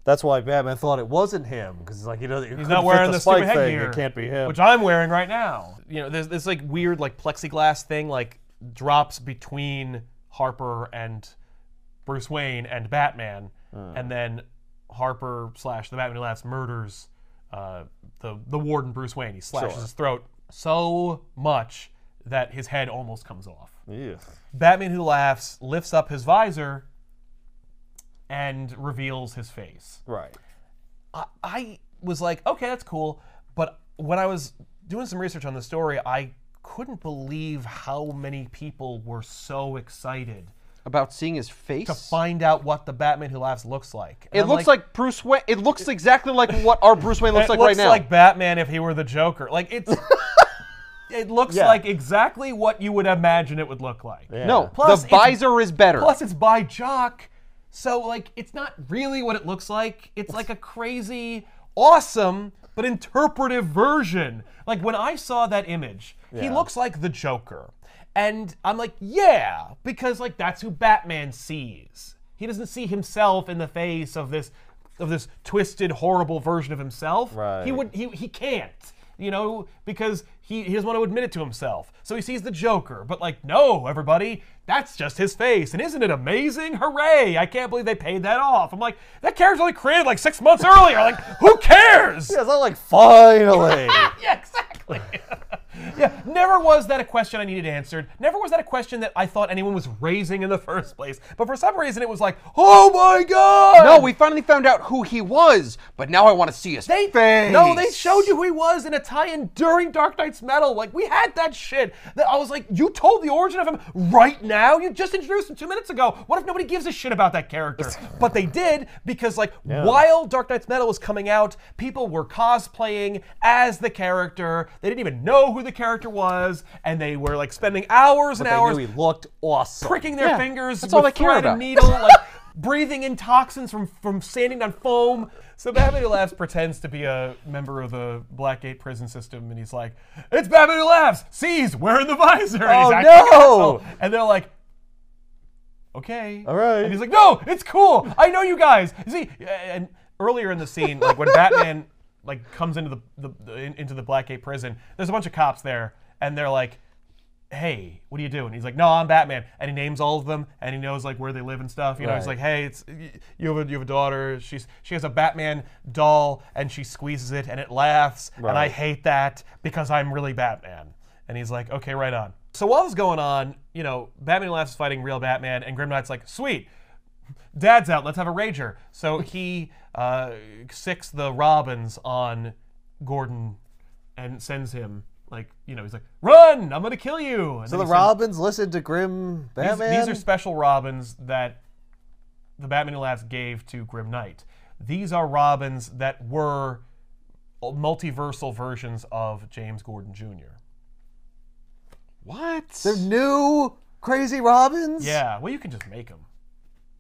S2: That's why Batman thought it wasn't him because he's like he doesn't. He's
S1: not wearing
S2: fit
S1: the,
S2: the
S1: stupid
S2: spike thing.
S1: headgear.
S2: It can't be him.
S1: which I'm wearing right now. You know, there's this like weird like plexiglass thing like drops between Harper and Bruce Wayne and Batman,
S2: Hmm.
S1: and then Harper slash the Batman who laughs murders uh, the the warden Bruce Wayne. He slashes
S2: Sure.
S1: his throat so much that his head almost comes off.
S2: Ugh.
S1: Batman who laughs lifts up his visor and reveals his face.
S2: Right.
S1: I- I was like, okay, that's cool. But when I was doing some research on the story, I couldn't believe how many people were so excited
S3: About seeing his face?
S1: to find out what the Batman Who Laughs looks like. And
S3: it
S1: I'm
S3: looks like, Bruce Wayne. It looks exactly like what our Bruce Wayne looks
S1: it
S3: like
S1: looks
S3: right now.
S1: like Batman if he were the Joker. Like it's. It looks
S2: Yeah.
S1: like exactly what you would imagine it would look like.
S3: no,
S1: Plus,
S3: the
S1: it's-
S3: visor is better.
S1: Plus, it's by Jock, so like it's not really what it looks like. It's like a crazy, awesome, but interpretive version. Like when I saw that image, he
S2: Yeah.
S1: looks like the Joker, and I'm like, yeah, because like that's who Batman sees. He doesn't see himself in the face of this, of this twisted, horrible version of himself. He
S2: Right.
S1: would he, he can't you know because he, he doesn't want to admit it to himself so he sees the joker but like no everybody that's just his face and isn't it amazing hooray i can't believe they paid that off i'm like that character's only created like six months earlier like who cares
S2: Yeah, it's not like finally.
S1: yeah exactly yeah Never was that a question I needed answered. Never was that a question that I thought anyone was raising in the first place. But for some reason, it was like, oh my god!
S3: No, we finally found out who he was, but now I want to see his
S1: They
S3: face.
S1: no, they showed you who he was in a tie-in during Dark Knight's Metal. Like we had that shit. That I was like, you told the origin of him right now. You just introduced him two minutes ago. What if nobody gives a shit about that character? but they did because like while Dark Knight's Metal was coming out, people were cosplaying as the character. They didn't even know who the character was, and they were like spending hours and
S2: They
S1: hours
S2: knew he looked awesome.
S1: pricking their
S3: Yeah,
S1: fingers
S3: that's
S1: with
S3: all they care
S1: thread
S3: about.
S1: and needle, like breathing in toxins from from standing on foam. So Babbitt Who Laughs pretends to be a member of the Blackgate prison system, and he's like, "It's Babbitt Who Laughs. See, he's wearing the visor." And
S2: Oh,
S1: he's acting like an
S2: no!
S1: asshole. And they're like. Okay. All
S2: right.
S1: And he's like, "No, it's cool. I know you guys." See, and earlier in the scene, like when Batman like comes into the, the, the in- into the Blackgate prison, there's a bunch of cops there, and they're like, hey, what are you doing? He's like, no, I'm Batman, and he names all of them, and he knows like where they live and stuff. You know, he's
S2: Right.
S1: like, hey, it's you have a, you have a daughter. She's she has a Batman doll, and she squeezes it, and it laughs, and I
S2: Right.
S1: hate that because I'm really Batman. And he's like, okay, right on. So while this is going on, you know, Batman laughs is fighting real Batman, and Grim Knight's like, sweet. Dad's out. Let's have a rager. So he uh, sicks the Robins on Gordon and sends him like you know he's like run i'm gonna kill you and
S2: So
S1: then
S2: the
S1: he sends-
S2: Robins listened to Grim
S1: these,
S2: Batman.
S1: these are special robins that the batman who laughs gave to grim knight these are robins that were multiversal versions of james gordon jr
S3: What?
S2: They're new crazy Robins.
S1: yeah well you can just make them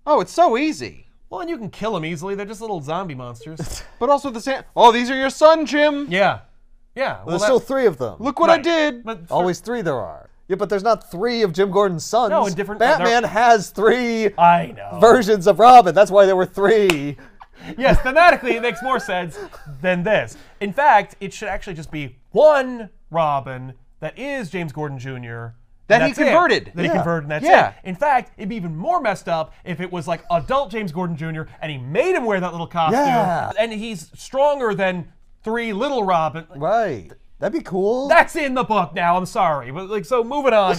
S3: oh, it's so easy.
S1: well and you can kill them easily they're just little zombie monsters
S3: But also the same. Oh, these are your son, Jim.
S1: yeah yeah well,
S2: There's
S1: that-
S2: still three of them.
S3: Look what I
S1: right.
S3: did.
S1: but
S2: always three there are. Yeah, but there's not three of Jim Gordon's sons.
S1: No, in different-
S2: Batman has three
S1: i know
S2: versions of Robin. That's why there were three.
S1: yes, thematically it makes more sense than this. In fact, it should actually just be one Robin that is James Gordon Jr. and
S3: That he
S1: that's it.
S3: converted.
S1: That he
S2: Yeah.
S1: converted, and that's
S3: Yeah.
S1: it. In fact, it'd be even more messed up if it was like adult James Gordon Jr. and he made him wear that little costume,
S2: Yeah.
S1: and he's stronger than three little Robin.
S2: Right. That'd be cool.
S1: That's in the book now. I'm sorry, but like so. Moving on.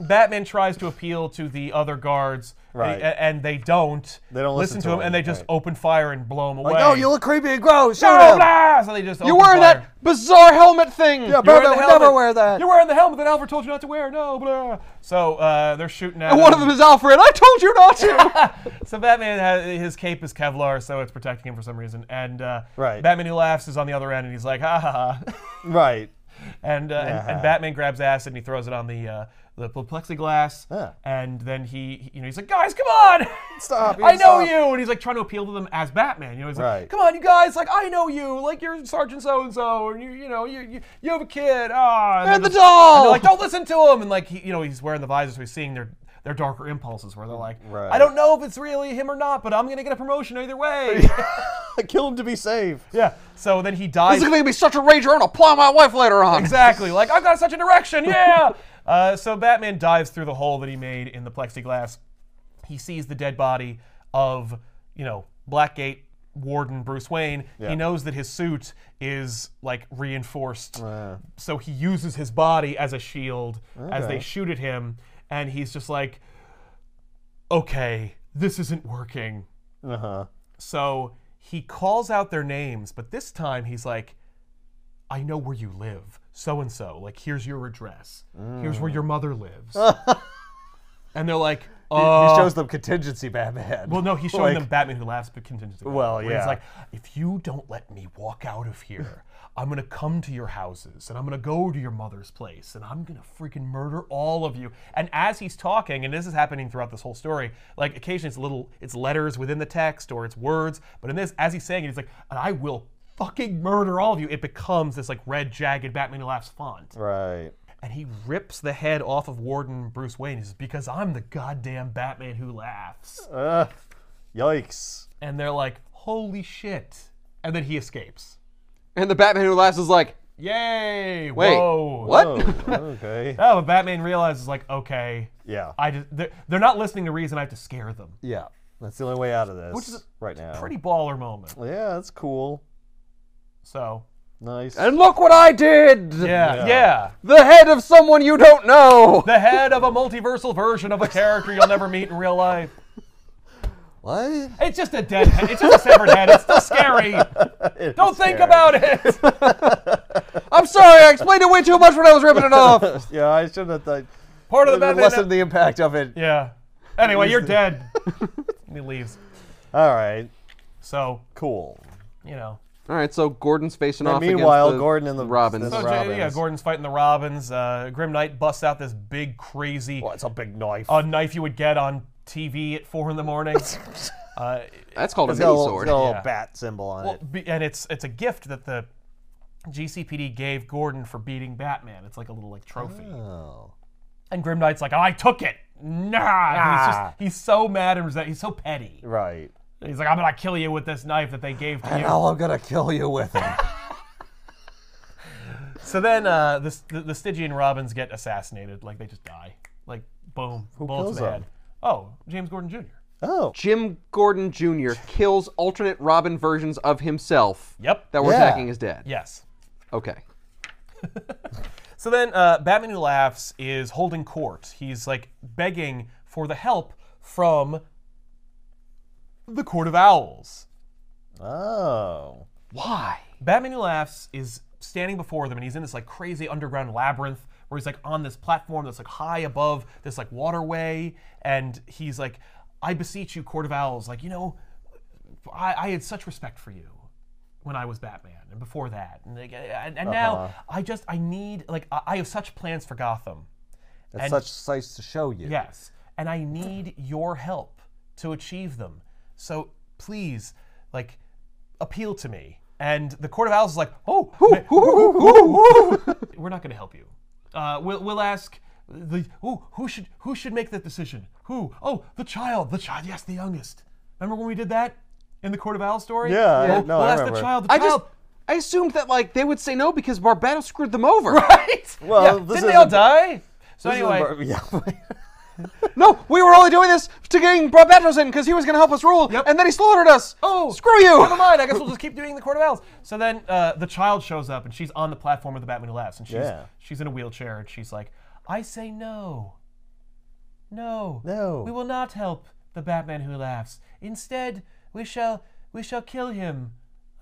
S1: Batman tries to appeal to the other guards,
S2: Right.
S1: a- and they don't.
S2: They don't listen to
S1: to him,
S2: him,
S1: and they just
S2: right.
S1: open fire and blow him away.
S2: like, oh, you look creepy and gross. Shoot
S1: Shoot
S2: him.
S1: him! So they just
S3: You're
S1: open
S3: wearing
S1: fire.
S3: that bizarre helmet thing.
S2: Yeah,
S1: You're wearing
S2: Batman
S1: the
S2: would
S1: helmet.
S2: never wear that.
S1: You're wearing the helmet that Alfred told you not to wear. No, blah. So uh, they're shooting at
S3: And
S1: him.
S3: one of them is Alfred. I told you not to.
S1: So Batman has his cape is Kevlar, so it's protecting him for some reason. And uh,
S2: Right.
S1: Batman who laughs is on the other end, and he's like, ha ha ha.
S2: Right.
S1: And, uh, and, and Batman grabs acid and he throws it on the uh, the pl- plexiglass.
S2: Yeah.
S1: And then he, he- you know, he's like, guys, come on!
S2: Stop, you
S1: I know
S2: stop."
S1: you! And he's like trying to appeal to them as Batman. You know, he's like,
S2: Right.
S1: come on, you guys! Like, I know you! Like, you're Sergeant So and So, and you, you know, you, you, you have a kid. Ah, and
S3: And the
S1: they're-
S3: doll!
S1: and they're like, don't listen to him. And like, he, you know, he's wearing the visor, so he's seeing their their darker impulses, where they're like,
S2: Right.
S1: I don't know if it's really him or not, but I'm gonna get a promotion either way.
S2: Kill him to be saved.
S1: yeah. So then he
S3: this
S1: dies.
S3: is gonna be such a rager. I'm gonna plow my wife later on.
S1: Exactly. Like, I've got such an erection. Yeah. Uh, so Batman dives through the hole that he made in the plexiglass. He sees the dead body of, you know, Blackgate warden Bruce Wayne. He knows that his suit is like reinforced. So he uses his body as a shield as they shoot at him. And he's just like, okay, this isn't working.
S2: Uh huh.
S1: So he calls out their names, but this time he's like, I know where you live, so and so. Like, here's your address. Here's where your mother lives. and they're like,
S2: he
S1: uh,
S2: shows them contingency Batman.
S1: well, no, he's showing
S2: like-
S1: them Batman Who Laughs but contingency.
S2: Well,
S1: Where
S2: yeah.
S1: He's like, if you don't let me walk out of here, I'm gonna come to your houses and I'm gonna go to your mother's place and I'm gonna freaking murder all of you. And as he's talking, and this is happening throughout this whole story, like occasionally it's little, it's letters within the text or it's words, but in this, as he's saying it, he's like, and I will fucking murder all of you. It becomes this like red jagged Batman Who Laughs font
S2: Right.
S1: and he rips the head off of Warden Bruce Wayne. He says, because I'm the goddamn Batman who laughs.
S2: Uh, yikes.
S1: and they're like, "Holy shit!" And then he escapes.
S3: And the Batman who laughs is like,
S1: Yay!
S3: wait,
S1: Whoa.
S3: what?
S2: Oh, okay.
S1: Oh, but Batman realizes like, okay,
S2: Yeah.
S1: I just they're, they're not listening to reason. I have to scare them.
S2: Yeah. That's the only way out of this
S1: is a
S2: right now.
S1: Pretty baller moment.
S2: Yeah, that's cool.
S1: So
S2: Nice.
S3: And look what I did!
S1: Yeah,
S2: Yeah.
S1: yeah.
S3: The head of someone you don't know!
S1: The head of a multiversal version of a character you'll never meet in real life.
S2: what?
S1: It's just a dead head. It's just a severed head. It's still scary. Don't think about it.
S3: I'm sorry, I explained it way too much when I was ripping it off!
S2: Yeah, I shouldn't have thought.
S1: Part of the Batman.
S2: Lessen the impact of it.
S1: yeah. Anyway, you're dead. and he leaves.
S2: All right.
S1: So
S2: Cool.
S1: you know.
S3: Alright, so Gordon's facing
S2: And
S3: off against
S2: meanwhile,
S3: the
S2: Gordon and the- the-
S3: Robins.
S1: So, J- yeah,
S2: Robins.
S1: Gordon's fighting the Robins. Uh, Grim Knight busts out this big, crazy
S2: Well, it's a big knife.
S1: a knife you would get on TV at four in the morning. uh,
S3: That's called a
S2: it's got a
S3: mini
S2: little,
S3: sword.
S2: it's got a little
S1: Yeah.
S2: bat symbol on
S1: well,
S2: it.
S1: be- and it's it's a gift that the GCPD gave Gordon for beating Batman. It's like a little like trophy.
S2: Oh.
S1: And Grim Knight's like, I took it. Nah. And He's just he's so mad and resent. He's so petty.
S2: Right.
S1: And he's like, I'm gonna kill you with this knife that they gave to you.
S2: Now I'm gonna kill you with it.
S1: So then uh, the, the, the Stygian Robins get assassinated. Like, they just die. Like, boom. Who
S2: kills them?
S1: Oh, James Gordon Jr.
S2: oh.
S3: Jim Gordon Jr. kills alternate Robin versions of himself
S1: Yep.
S3: that were
S2: Yeah.
S3: attacking his dad.
S1: yes.
S3: Okay.
S1: So then uh, Batman Who Laughs is holding court. He's, like, begging for the help from the Court of Owls.
S2: Oh.
S3: Why?
S1: Batman Who Laughs is standing before them, and he's in this like crazy underground labyrinth where he's like on this platform that's like high above this like waterway, and he's like, "I beseech you, Court of Owls, like you know, I, I had such respect for you when I was Batman, and before that, and like, and, and now I just I need like I, I have such plans for Gotham,
S2: That's such sights to show you.
S1: Yes. And I need your help to achieve them. So please, like, appeal to me. And the Court of Owls is like, oh, ma- we're not going to help you. Uh, we'll, we'll ask the ooh, who should who should make that decision? Who? Oh, the child, the child, yes, the youngest. Remember when we did that in the Court of Owls story?
S2: Yeah, I-
S1: We'll,
S2: no,
S1: we'll
S2: I
S1: ask
S2: remember.
S1: the child. The
S3: I just
S1: child.
S3: I assumed that like they would say no because Barbato screwed them over.
S1: right.
S2: Well,
S1: Yeah,
S2: this
S1: didn't they all
S2: isn't-
S1: die? So
S2: This is
S1: anyway,
S2: a bar- yeah.
S3: No, we were only doing this to getting Barbato's in because he was going to help us rule, and then he slaughtered us.
S1: Oh,
S3: screw you!
S1: Never mind. I guess we'll just keep doing the Court of Owls. So then uh, the child shows up, and she's on the platform of the Batman Who Laughs, and she's
S2: Yeah.
S1: she's in a wheelchair, and she's like, "I say no, no,
S2: No.
S1: We will not help the Batman Who Laughs. Instead, we shall we shall kill him.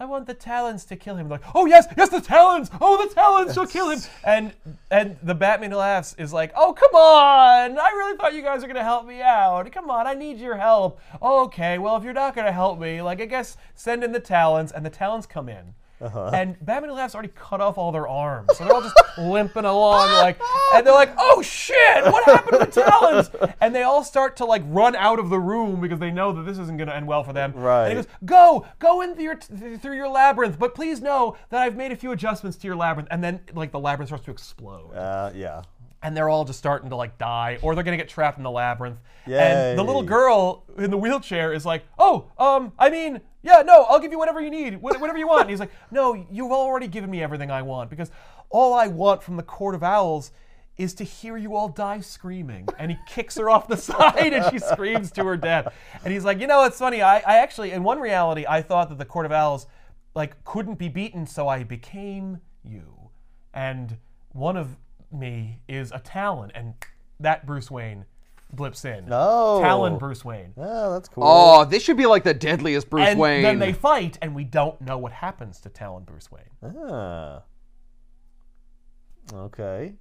S1: I want the Talons to kill him." Like, oh yes, yes, the Talons. Oh, the Talons shall kill him. And and the Batman Who Laughs is like, "Oh come on! I really thought you guys were gonna help me out. Come on, I need your help." Oh, okay, well if you're not gonna help me, like I guess send in the Talons, and the Talons come in.
S2: Uh-huh.
S1: And Batman Who Laughs already cut off all their arms, so they're all just limping along, like, and they're like, "Oh shit, what happened to the Talons?" And they all start to like run out of the room because they know that this isn't going to end well for them. And
S2: Right.
S1: he goes, "Go, go in through your th- through your labyrinth, but please know that I've made a few adjustments to your labyrinth." And then like the labyrinth starts to explode,
S2: Uh, yeah.
S1: and they're all just starting to like die, or they're going to get trapped in the labyrinth.
S2: Yay.
S1: And the little girl in the wheelchair is like, "Oh, um, I mean, yeah, no, I'll give you whatever you need, wh- whatever you want." And he's like, "No, you've already given me everything I want because all I want from the Court of Owls is to hear you all die screaming." And he kicks her off the side, and she screams to her death. And he's like, "You know, it's funny. I, I actually, in one reality, I thought that the Court of Owls like couldn't be beaten, so I became you, and one of me is a Talon, and that Bruce Wayne." Blips in.
S2: No.
S1: Talon Bruce Wayne.
S2: Oh, that's cool.
S3: Oh, this should be like the deadliest Bruce
S1: And
S3: Wayne.
S1: then they fight, and we don't know what happens to Talon Bruce Wayne.
S2: Ah. Okay.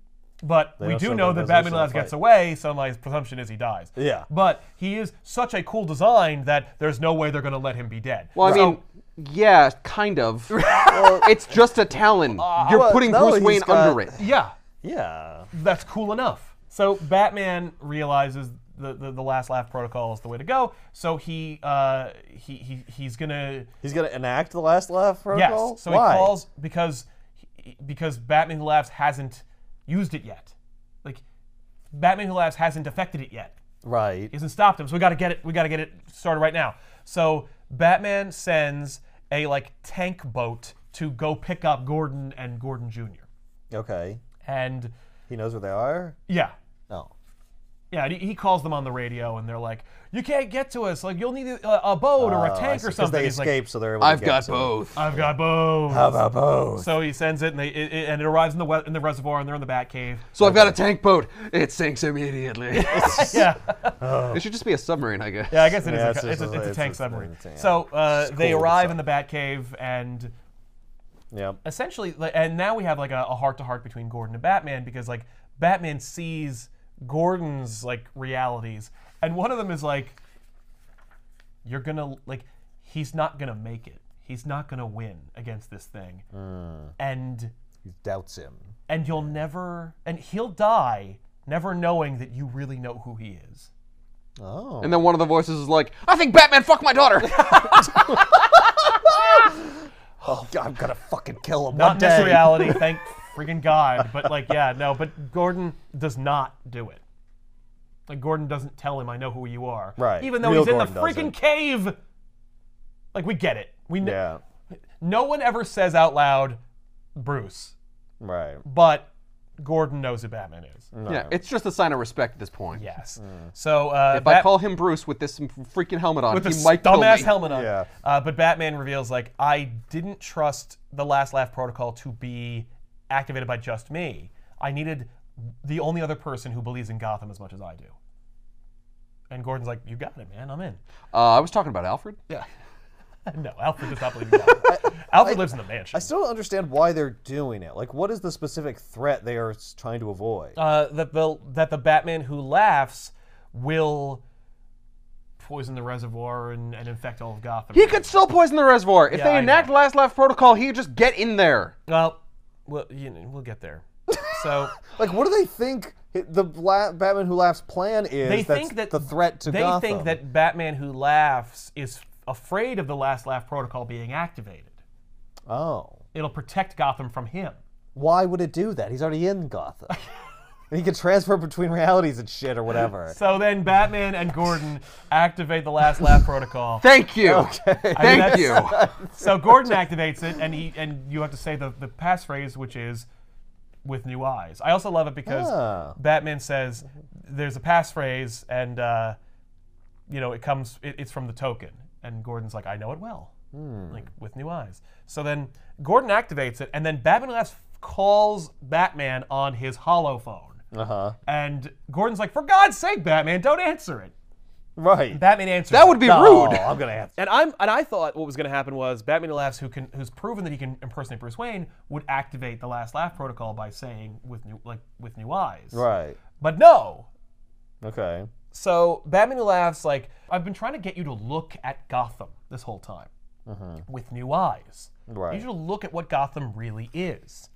S1: But we
S2: don't
S1: do
S2: show
S1: know
S2: that
S1: that
S2: as
S1: Batman
S2: they
S1: Laz
S2: fight.
S1: gets away, so my presumption is he dies.
S2: Yeah.
S1: But he is such a cool design that there's no way they're going to let him be dead.
S3: well, I mean, yeah, kind of. it's just a Talon. You're
S2: uh, well,
S3: putting
S2: no,
S3: Bruce
S2: he's
S3: Wayne
S2: got-
S3: under it.
S1: yeah,
S2: Yeah.
S1: that's cool enough. So Batman realizes the, the, the last laugh protocol is the way to go, so he, uh, he, he he's going to
S2: He's gonna enact the last laugh protocol.
S1: Yes. So
S2: Why?
S1: he calls because he- because Batman Who Laughs hasn't used it yet. Like Batman Who Laughs hasn't affected it yet. He
S2: Right.
S1: hasn't stopped him. So we got to get it. We got to get it started right now. So Batman sends a like tank boat to go pick up Gordon and Gordon Jr.
S2: Okay.
S1: And
S2: He knows where they are.
S1: yeah,
S2: No.
S1: Yeah, and he he calls them on the radio, and they're like, "You can't get to us. Like, you'll need a, a boat or a
S2: Oh, I
S1: tank
S2: see,
S1: or
S2: 'cause
S1: something."
S2: They
S1: He's like,
S2: escape, so they're able to
S3: I've
S2: get
S3: got
S2: to-
S3: both.
S1: "I've got boats."
S2: How about both?
S1: So he sends it, and they it, it- and it arrives in the we- in the reservoir, and they're in the bat cave.
S3: So I've got a tank boat. It sinks immediately.
S1: yeah,
S3: It should just be a submarine, I guess.
S1: yeah. I guess it is.
S2: Yeah,
S1: a, it's,
S2: it's just-
S1: a, it's a
S2: it's
S1: tank
S2: just-
S1: submarine.
S2: it's a- yeah.
S1: So uh, they
S2: cool,
S1: arrive
S2: so-
S1: in the bat cave, and
S2: yeah.
S1: essentially, like, and now we have like a heart to heart between Gordon and Batman because like Batman sees Gordon's like realities, and one of them is like, you're gonna like, he's not gonna make it. He's not gonna win against this thing, Hmm. and
S2: He doubts him.
S1: and you'll never and he'll die never knowing that you really know who he is.
S2: Oh.
S3: And then one of the voices is like, I think Batman fucked my daughter.
S2: oh, God, I'm gonna fucking kill him.
S1: Not
S2: one
S1: in this
S2: day.
S1: reality, thank freaking God. But like, yeah, no. But Gordon does not do it. Like Gordon doesn't tell him, "I know who you are."
S2: Right.
S1: Even though
S2: Real
S1: he's in
S2: Gordon
S1: the freaking
S2: doesn't.
S1: cave. Like we get it. We kn-
S2: Yeah.
S1: no one ever says out loud, Bruce,
S2: Right.
S1: but Gordon knows who Batman is.
S2: Mm.
S3: Yeah, it's just a sign of respect at this point.
S1: Yes. So uh,
S3: If I call him Bruce with this freaking helmet on,
S1: with
S3: he
S1: this
S3: might kill
S1: dumbass
S3: me.
S1: helmet on.
S2: Yeah.
S1: Uh, but Batman reveals like I didn't trust the Last Laugh protocol to be activated by just me. I needed the only other person who believes in Gotham as much as I do. And Gordon's like, "You got it, man. I'm in."
S3: Uh, I was talking about Alfred. Yeah.
S1: No, Alfred does not believe in Gotham. Alfred lives in the mansion.
S2: I still don't understand why they're doing it. Like, what is the specific threat they are s- trying to avoid?
S1: uh, that the that the Batman who laughs will poison the reservoir and, and infect all of Gotham.
S3: He could still poison the reservoir. If
S1: Yeah,
S3: they
S1: I
S3: enact Last Laugh Protocol, he'd just get in there.
S1: well, well, you know, we'll get there. So.
S2: like, what do they think hi- the la- Batman Who Laughs plan is?
S1: they
S2: that's
S1: think that
S2: the threat to
S1: they
S2: Gotham.
S1: think that Batman who laughs is afraid of the last laugh protocol being activated.
S2: Oh,
S1: It'll protect Gotham from him.
S2: why would it do that? He's already in Gotham. and he can transfer between realities and shit or whatever.
S1: So then Batman and Gordon activate the last laugh protocol.
S3: Thank you. Thank
S1: that's-
S3: you.
S1: So Gordon activates it and he and you have to say the, the passphrase which is with new eyes. I also love it because
S2: Ah.
S1: Batman says there's a passphrase and uh, you know it comes it, it's from the token and Gordon's like I know it well like with new eyes. So then Gordon activates it and then Batman laughs calls Batman on his hollow phone
S2: Uh huh.
S1: and Gordon's like for God's sake Batman don't answer it.
S2: Right.
S1: Batman answers.
S3: That would be
S2: Oh,
S3: rude.
S2: I'm gonna have to.
S1: And I'm and I thought what was going to happen was Batman laughs who can who's proven that he can impersonate Bruce Wayne would activate the last laugh protocol by saying with new like with new eyes.
S2: Right.
S1: But no.
S2: Okay.
S1: So Batman who laughs like I've been trying to get you to look at Gotham this whole time with new eyes. I
S2: Right.
S1: need you to look at what Gotham really is.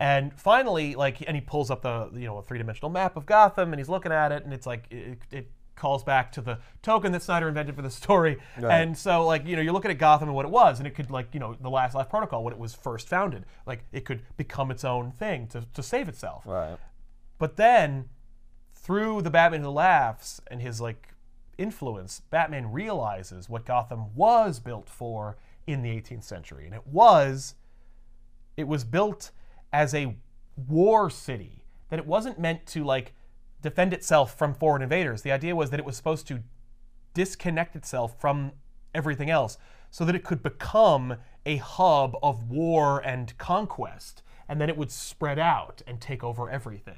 S1: And finally, like, and he pulls up the you know a three-dimensional map of Gotham, and he's looking at it, and it's like it, it calls back to the token that Snyder invented for the story. And so, like, you know, you're looking at Gotham and what it was, and it could like you know the Last Life Protocol when it was first founded, like it could become its own thing to, to save itself.
S2: Right.
S1: But then, through the Batman Who Laughs and his like influence, Batman realizes what Gotham was built for in the 18th century, and it was it was built as a war city. That it wasn't meant to like defend itself from foreign invaders. The idea was that it was supposed to disconnect itself from everything else so that it could become a hub of war and conquest and then it would spread out and take over everything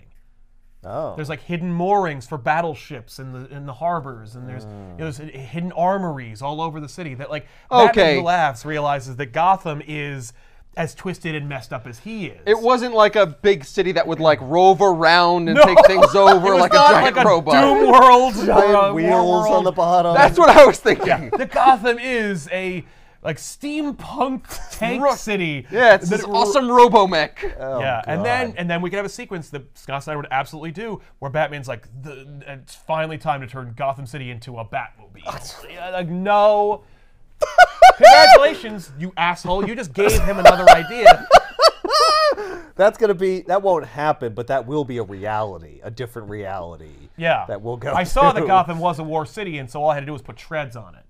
S2: Oh.
S1: there's like hidden moorings for battleships in the in the harbors, and there's you know, there's hidden armories all over the city. That like Batman
S3: Okay.
S1: who laughs realizes that Gotham is as twisted and messed up as he is.
S3: It wasn't like a big city that would like rove around and
S1: No.
S3: take things over
S1: It was
S3: like a
S1: not
S3: giant
S1: like
S3: robot.
S1: Doom World, or a
S2: Giant
S1: War
S2: wheels on
S1: World.
S2: the bottom.
S3: That's what I was thinking.
S1: The Gotham is a like steampunk tank
S3: Ru-
S1: city.
S3: Yeah, it's
S1: that
S3: this
S1: it Uh,
S3: awesome RoboMech.
S2: Oh,
S1: yeah, and then and then we could have a sequence that Scott Snyder would absolutely do, where Batman's like, the, "It's finally time to turn Gotham City into a Batmobile." Yeah, like, no. Congratulations, you asshole! You just gave him another idea.
S2: That's gonna be. That won't happen, but that will be a reality, a different reality.
S1: Yeah,
S2: That will go.
S1: I saw that
S2: through.
S1: Gotham was a war city, and so all I had to do was put treads on it.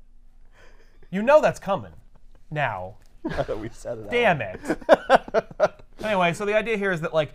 S1: You know that's coming. Now,
S2: we set it up.
S1: Damn it. anyway, so the idea here is that like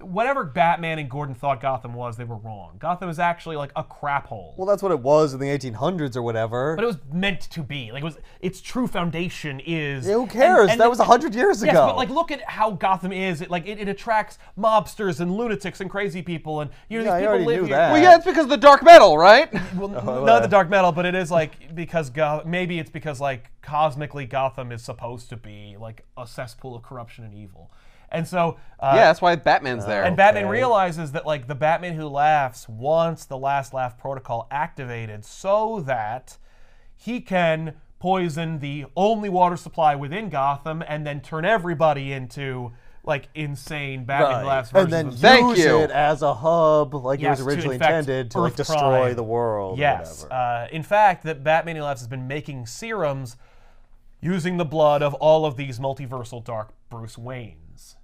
S1: whatever Batman and Gordon thought Gotham was, they were wrong. Gotham is actually like a crap hole.
S2: Well, that's what it was in the 1800s or whatever.
S1: but it was meant to be. Like it was its true foundation is
S2: Who cares?
S1: and- and-
S2: that was 100 years
S1: Yes,
S2: ago.
S1: but like look at how Gotham is. It like it, it attracts mobsters and lunatics and crazy people and you know
S2: Yeah, I
S1: these people
S2: already
S1: live
S2: knew
S1: here.
S2: that. Oh,
S1: Well,
S3: Well, yeah, it's because of the dark metal, right?
S1: Well, n- not
S2: whatever.
S1: the dark metal, but it is like because Go- maybe it's because like cosmically Gotham is supposed to be like a cesspool of corruption and evil, and so uh,
S3: yeah, that's why Batman's there.
S1: and Batman realizes that like the Batman who laughs wants the last laugh protocol activated so that he can poison the only water supply within Gotham and then turn everybody into like insane Batman who laughs
S2: and
S1: versions
S2: then
S1: of
S2: use
S1: himself.
S3: Thank you.
S2: it as a hub, like
S1: Yes,
S2: it
S1: to
S2: was originally
S1: infect
S2: intended, to like
S1: Earth
S2: destroy
S1: Prime.
S2: the world. or
S1: Yes.
S2: whatever.
S1: Uh, in fact, that Batman Who Laughs has been making serums using the blood of all of these multiversal dark Bruce Waynes.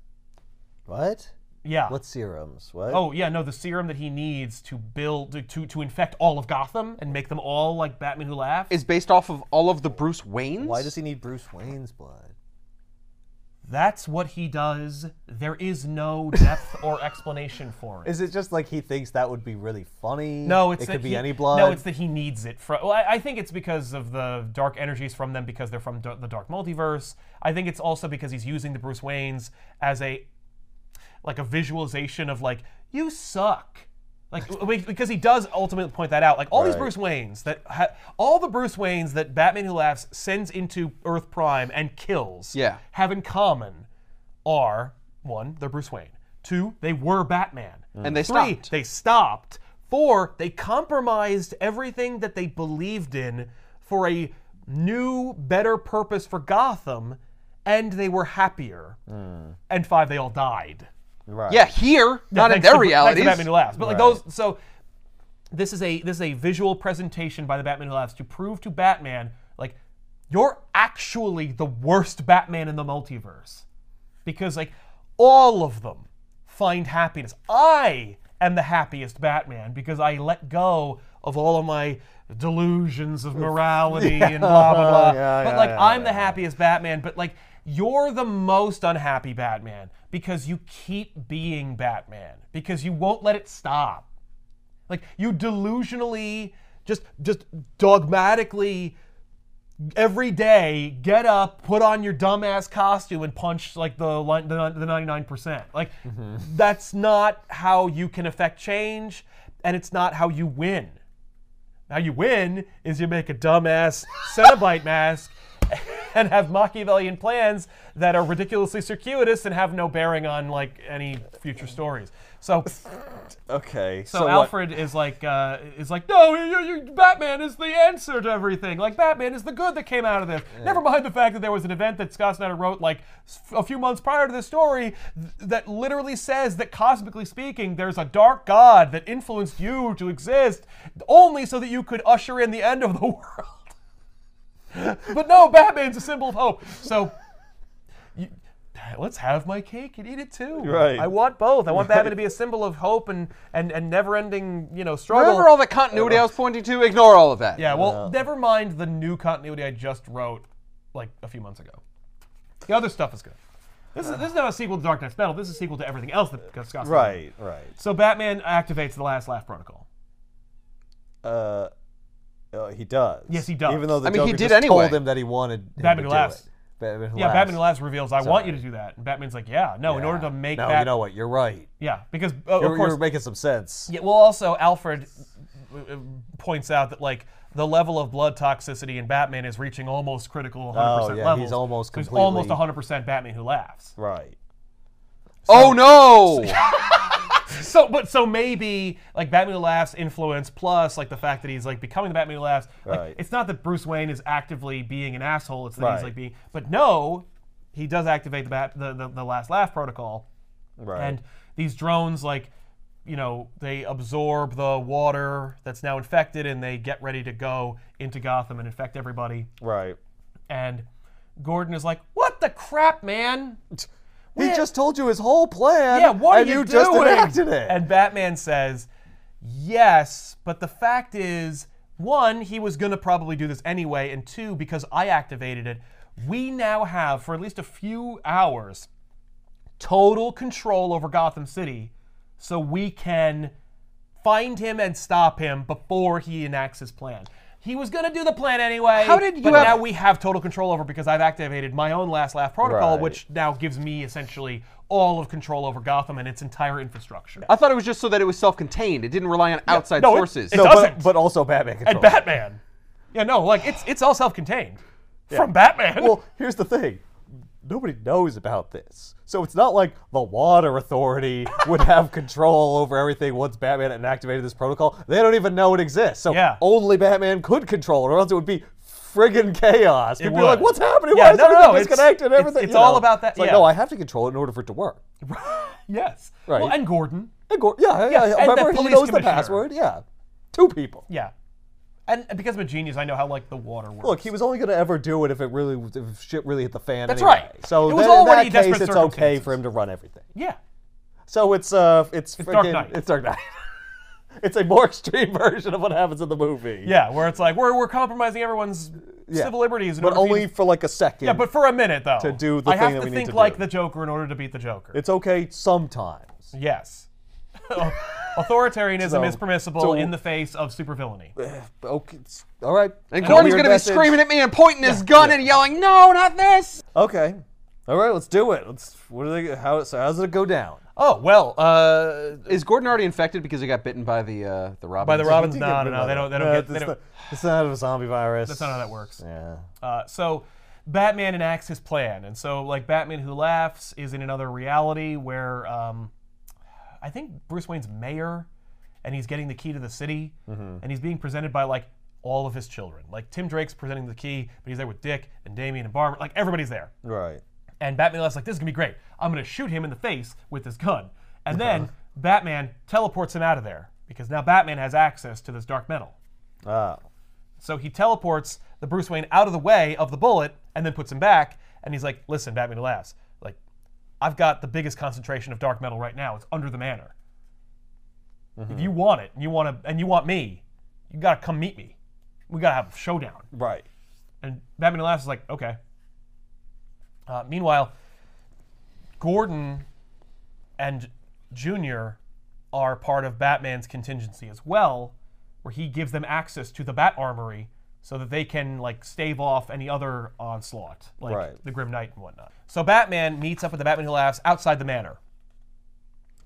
S2: what?
S1: Yeah.
S2: What serums? What?
S1: Oh yeah, no, the serum that he needs to build to, to to infect all of Gotham and make them all like Batman Who Laughs.
S3: is based off of all of the Bruce Waynes.
S2: Why does he need Bruce Wayne's blood?
S1: That's what he does. There is no depth or explanation for it.
S2: Is it just like he thinks that would be really funny?
S1: no, it's
S2: it
S1: that
S2: could be
S1: he-
S2: any blood.
S1: No, it's that he needs it from. Well, I, I think it's because of the dark energies from them because they're from d- the dark multiverse. I think it's also because he's using the Bruce Waynes as a like a visualization of like you suck. Like w- w- because he does ultimately point that out. Like all these
S2: Right.
S1: Bruce Waynes that ha- all the Bruce Waynes that Batman Who Laughs sends into Earth Prime and kills
S3: Yeah.
S1: have in common are one, they're Bruce Wayne. Two, they were Batman.
S3: And they
S1: Three,
S3: stopped.
S1: They stopped. Four, they compromised everything that they believed in for a new, better purpose for Gotham, and they were happier.
S3: Hmm.
S1: And five, they all died.
S2: right.
S3: Yeah, here, not in
S1: Thanks to- thanks
S3: their
S1: to
S3: realities.
S1: Batman Who Laughs. But like those, so this is a this is a visual presentation by the Batman Who Laughs to prove to Batman like you're actually the worst Batman in the multiverse because like all of them find happiness. I am the happiest Batman because I let go of all of my delusions of morality and blah blah blah.
S2: yeah,
S1: but
S2: yeah,
S1: like
S2: yeah,
S1: I'm the happiest Batman, but like you're the most unhappy Batman because you keep being Batman because you won't let it stop. Like you delusionally just just dogmatically every day get up, put on your dumbass costume and punch like the lin- the the 99%. Like that's not how you can affect change and it's not how you win. How you win is you make a dumbass Cenobite mask and have Machiavellian plans that are ridiculously circuitous and have no bearing on like any future stories. So
S2: Okay.
S1: so, Alfred is like uh, is like no, you, you, you- Batman is the answer to everything. Like Batman is the good that came out of this. Never mind the fact that there was an event that Scott Snyder wrote like s- a few months prior to this story th- that literally says that cosmically speaking, there's a dark god that influenced you to exist only so that you could usher in the end of the world. but no, Batman's a symbol of hope. So. you- Let's have my cake and eat it too.
S2: Right.
S1: I want both. I want Batman to be a symbol of hope and and, and never-ending, you know, struggle.
S3: Remember all the continuity I was pointing to? Ignore all of that.
S1: Uh, yeah. Well, never mind the new continuity I just wrote, like a few months ago. The other stuff is good. This is this is not a sequel to Dark Knight's Metal. This is a sequel to everything else that Scott. Snyder-
S2: Right. Right.
S1: So Batman activates the Last Laugh Protocol.
S2: Uh, uh, he does.
S1: Yes, he does.
S2: Even though the
S3: I mean, he
S2: Joker
S3: did
S2: just
S3: anyway.
S2: told him that he wanted him
S1: Batman
S2: to
S1: Who
S2: do
S1: Laughs.
S2: it. Batman Who
S1: Yeah.
S2: Laughs.
S1: Batman Batman Laughs reveals, "I want you to do that," and Batman's like, "Yeah, no." In order to make
S2: No,
S1: that,
S2: you know what? You're right.
S1: yeah, because uh,
S2: You're,
S1: of course
S2: you're making some sense.
S1: Yeah, well, also Alfred uh, uh, points out that like the level of blood toxicity in Batman is reaching almost critical 100%
S2: Oh, yeah,
S1: levels.
S2: he's almost
S1: so he's almost
S2: completely-
S1: 100% Batman who laughs.
S2: Right.
S3: Oh no!
S1: So, but so maybe like Batman who laughs influence plus like the fact that he's like becoming the Batman who laughs. Like,
S2: Right.
S1: It's not that Bruce Wayne is actively being an asshole. It's that he's
S2: Right.
S1: like being. But no, he does activate the bat the, the, the last laugh protocol.
S2: Right.
S1: And these drones, like, you know, they absorb the water that's now infected and they get ready to go into Gotham and infect everybody.
S2: right.
S1: And Gordon is like, What the crap, man?
S2: He just told you his whole plan.
S1: Yeah, what
S2: and
S1: are you,
S2: just
S1: doing?
S2: enacted it.
S1: And Batman says, Yes, but the fact is, one, he was going to probably do this anyway, and two, because I activated it, we now have, for at least a few hours, total control over Gotham City so we can find him and stop him before he enacts his plan. He was going to do the plan anyway.
S3: How did you
S1: but
S3: have-
S1: now we have total control over because I've activated my own Last Laugh protocol,
S2: Right.
S1: which now gives me essentially all of control over Gotham and its entire infrastructure.
S3: I thought it was just so that it was self-contained. It didn't rely on outside
S1: No, it-
S3: sources.
S1: it
S2: No,
S1: doesn't.
S2: but, but also Batman control.
S1: and Batman. Yeah, no, like it's it's all self-contained from Batman.
S2: Well, here's the thing. Nobody knows about this. So it's not like the water authority would have control over everything once Batman had activated this protocol. They don't even know it exists. So
S1: Yeah.
S2: only Batman could control it, or else it would be friggin' chaos. People would be like,
S1: would.
S2: what's happening?
S1: Yeah,
S2: Why is
S1: no, no,
S2: everything
S1: no, it's-
S2: disconnected?
S1: it's-
S2: Everything.
S1: it's
S2: you
S1: all
S2: know?
S1: about that,
S2: It's like,
S1: yeah.
S2: no, I have to control it in order for it to work.
S1: yes.
S2: Right.
S1: Well, and Gordon.
S2: And Gor- yeah, yeah, yeah.
S1: and the
S2: Remember, he
S1: police
S2: knows the
S1: commissioner.
S2: password. Yeah. Two people.
S1: Yeah. And because I'm a genius, I know how like the water works.
S2: Look, he was only going to ever do it if it really, if shit really hit the fan. That's
S1: right.
S2: So
S1: It was
S2: then in
S1: already
S2: that case,
S1: desperate
S2: it's okay
S1: circumstances.
S2: for him to run everything.
S1: yeah.
S2: So it's uh, it's,
S1: Dark
S2: freaking-
S1: Knight.
S2: It's Dark Knight. it's a more extreme version of what happens in the movie.
S1: Yeah, where it's like we're we're compromising everyone's civil liberties in
S2: but
S1: order to-
S2: only for like a second.
S1: Yeah, but for a minute though. To
S2: do the
S1: I have
S2: thing that
S1: to
S2: we need
S1: think
S2: to
S1: like
S2: do.
S1: the Joker in order to beat the Joker.
S2: it's okay sometimes.
S1: yes. Authoritarianism
S2: So-
S1: is permissible
S2: so-
S1: in the face of supervillainy.
S2: Okay, it's, all right.
S3: and Gordon's
S2: Weird
S3: gonna
S2: message.
S3: be screaming at me and pointing his gun and yelling, "No, not this!"
S2: Okay, all right, let's do it. Let's. What are they? How? So how's it go down?
S1: Oh well, uh,
S3: Is Gordon already infected because he got bitten by the uh, the robin?
S1: by the Robins,
S2: You
S1: no,
S2: get
S1: no,
S2: rid
S1: no,
S2: of
S1: they
S2: it.
S1: don't, they don't
S2: No,
S1: get, they
S2: it's
S1: don't.
S2: not- It's not a zombie virus.
S1: That's not how that works.
S2: Yeah.
S1: Uh, so Batman enacts his plan, and so like Batman Who Laughs is in another reality where um, I think Bruce Wayne's mayor, and he's getting the key to the city, and he's being presented by like all of his children. Like Tim Drake's presenting the key, but he's there with Dick and Damien and Barbara. Like everybody's there,
S2: Right.
S1: and Batman Laughs is like this is gonna be great. I'm gonna shoot him in the face with this gun, and then Batman teleports him out of there because now Batman has access to this dark metal.
S2: Ah.
S1: So he teleports the Bruce Wayne out of the way of the bullet and then puts him back. And he's like, listen, Batman laughs. Like, I've got the biggest concentration of dark metal right now. It's under the manor. If you want it and you want to and you want me, you gotta come meet me. We gotta have a showdown.
S2: Right.
S1: And Batman laughs is like, okay. Uh, meanwhile, Gordon and Junior are part of Batman's contingency as well, where he gives them access to the Bat Armory so that they can like stave off any other onslaught, like
S2: Right.
S1: the Grim Knight and whatnot. So Batman meets up with the Batman Who Laughs outside the manor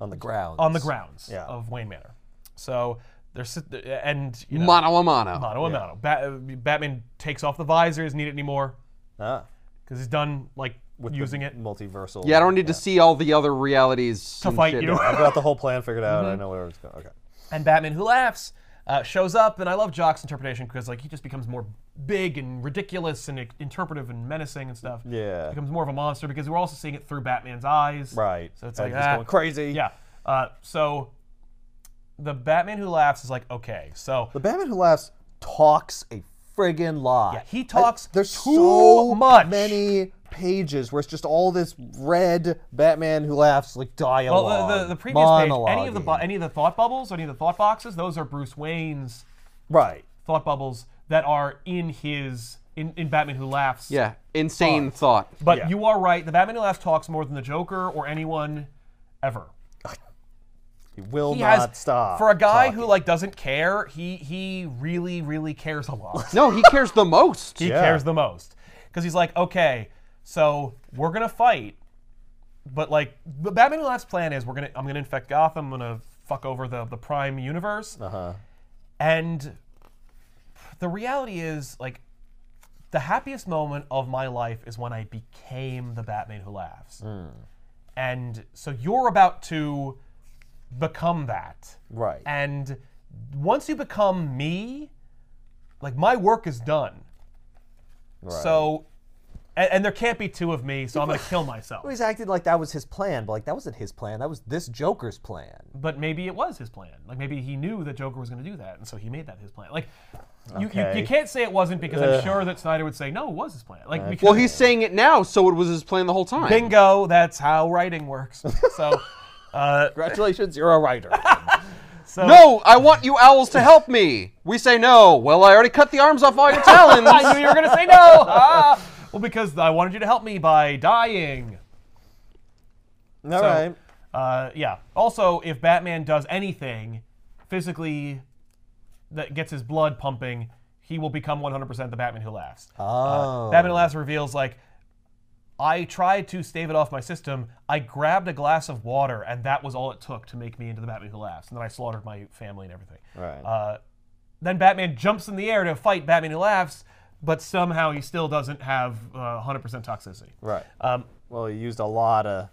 S2: On the ground.
S1: on the grounds
S2: Yeah.
S1: of Wayne Manor. So they're sit- and you know,
S3: Mono a mono.
S1: mono a mono. Ba- uh, Batman takes off the visor. Doesn't need it anymore
S2: Ah.
S1: because he's done like using it.
S2: Multiversal.
S3: Yeah, I don't need to see all the other realities to
S1: fight you.
S2: I've got the whole plan figured out.
S3: Mm-hmm.
S2: I know where it's going. Okay.
S1: And Batman Who Laughs uh, shows up, and I love Jock's interpretation because like he just becomes more big and ridiculous and i- interpretive and menacing and stuff.
S2: Yeah.
S1: becomes more of a monster because we're also seeing it through Batman's eyes.
S2: Right.
S1: So it's
S2: And
S1: like
S2: he's
S1: ah.
S2: going crazy.
S1: Yeah. Uh, so the Batman Who Laughs is like okay, so.
S2: The Batman Who Laughs talks a friggin' lot.
S1: Yeah, he talks
S2: there's
S1: too
S2: so
S1: much.
S2: many pages where it's just all this red Batman Who Laughs like dialogue.
S1: well, the, the, the previous page, any of the bu-
S2: monologuing.
S1: any of the thought bubbles, any of the thought boxes, those are Bruce Wayne's
S2: right.
S1: thought bubbles that are in his in, in Batman Who Laughs.
S3: Yeah, insane thought.
S1: But
S2: Yeah.
S1: you are right. The Batman Who Laughs talks more than the Joker or anyone ever.
S2: He will
S1: He
S2: not
S1: has
S2: stop.
S1: for a guy who
S2: talking.
S1: like doesn't care. He he really really cares a lot.
S3: No, he cares the most.
S1: he
S2: Yeah.
S1: cares the most because he's like, okay, so we're gonna fight, but like the Batman Who Laughs plan is we're gonna I'm gonna infect Gotham. I'm gonna fuck over the the Prime universe.
S2: Uh-huh.
S1: And the reality is, like, the happiest moment of my life is when I became the Batman who laughs.
S2: Hmm.
S1: And so you're about to become that.
S2: Right.
S1: And once you become me, like, my work is done.
S2: Right.
S1: So, and, and there can't be two of me, so I'm going to kill myself.
S2: He's acting like that was his plan, but like that wasn't his plan. That was this Joker's plan.
S1: But maybe it was his plan. Like maybe he knew that Joker was going to do that, and so he made that his plan. Like you, you,
S2: Okay.
S1: you can't say it wasn't because I'm sure that Snyder would say no, it was his plan. Like because
S3: Well, he's saying it now, so it was his plan the whole time.
S1: bingo. That's how writing works. So, uh,
S2: Congratulations, you're a writer.
S1: so
S3: No, I want you owls to help me. We say no. Well, I already cut the arms off all your talons.
S1: I knew you were going to say no. Ah. Well, because I wanted you to help me by dying.
S2: All right.
S1: Uh, yeah. Also, if Batman does anything physically that gets his blood pumping, he will become 100% the Batman who laughs. Uh,
S2: Oh.
S1: Batman who laughs reveals like, I tried to stave it off my system. I grabbed a glass of water, and that was all it took to make me into the Batman who laughs. And then I slaughtered my family and everything.
S2: Right.
S1: Uh, then Batman jumps in the air to fight Batman who laughs, but somehow he still doesn't have uh, 100% toxicity.
S2: right.
S1: Um,
S2: Well, he used a lot of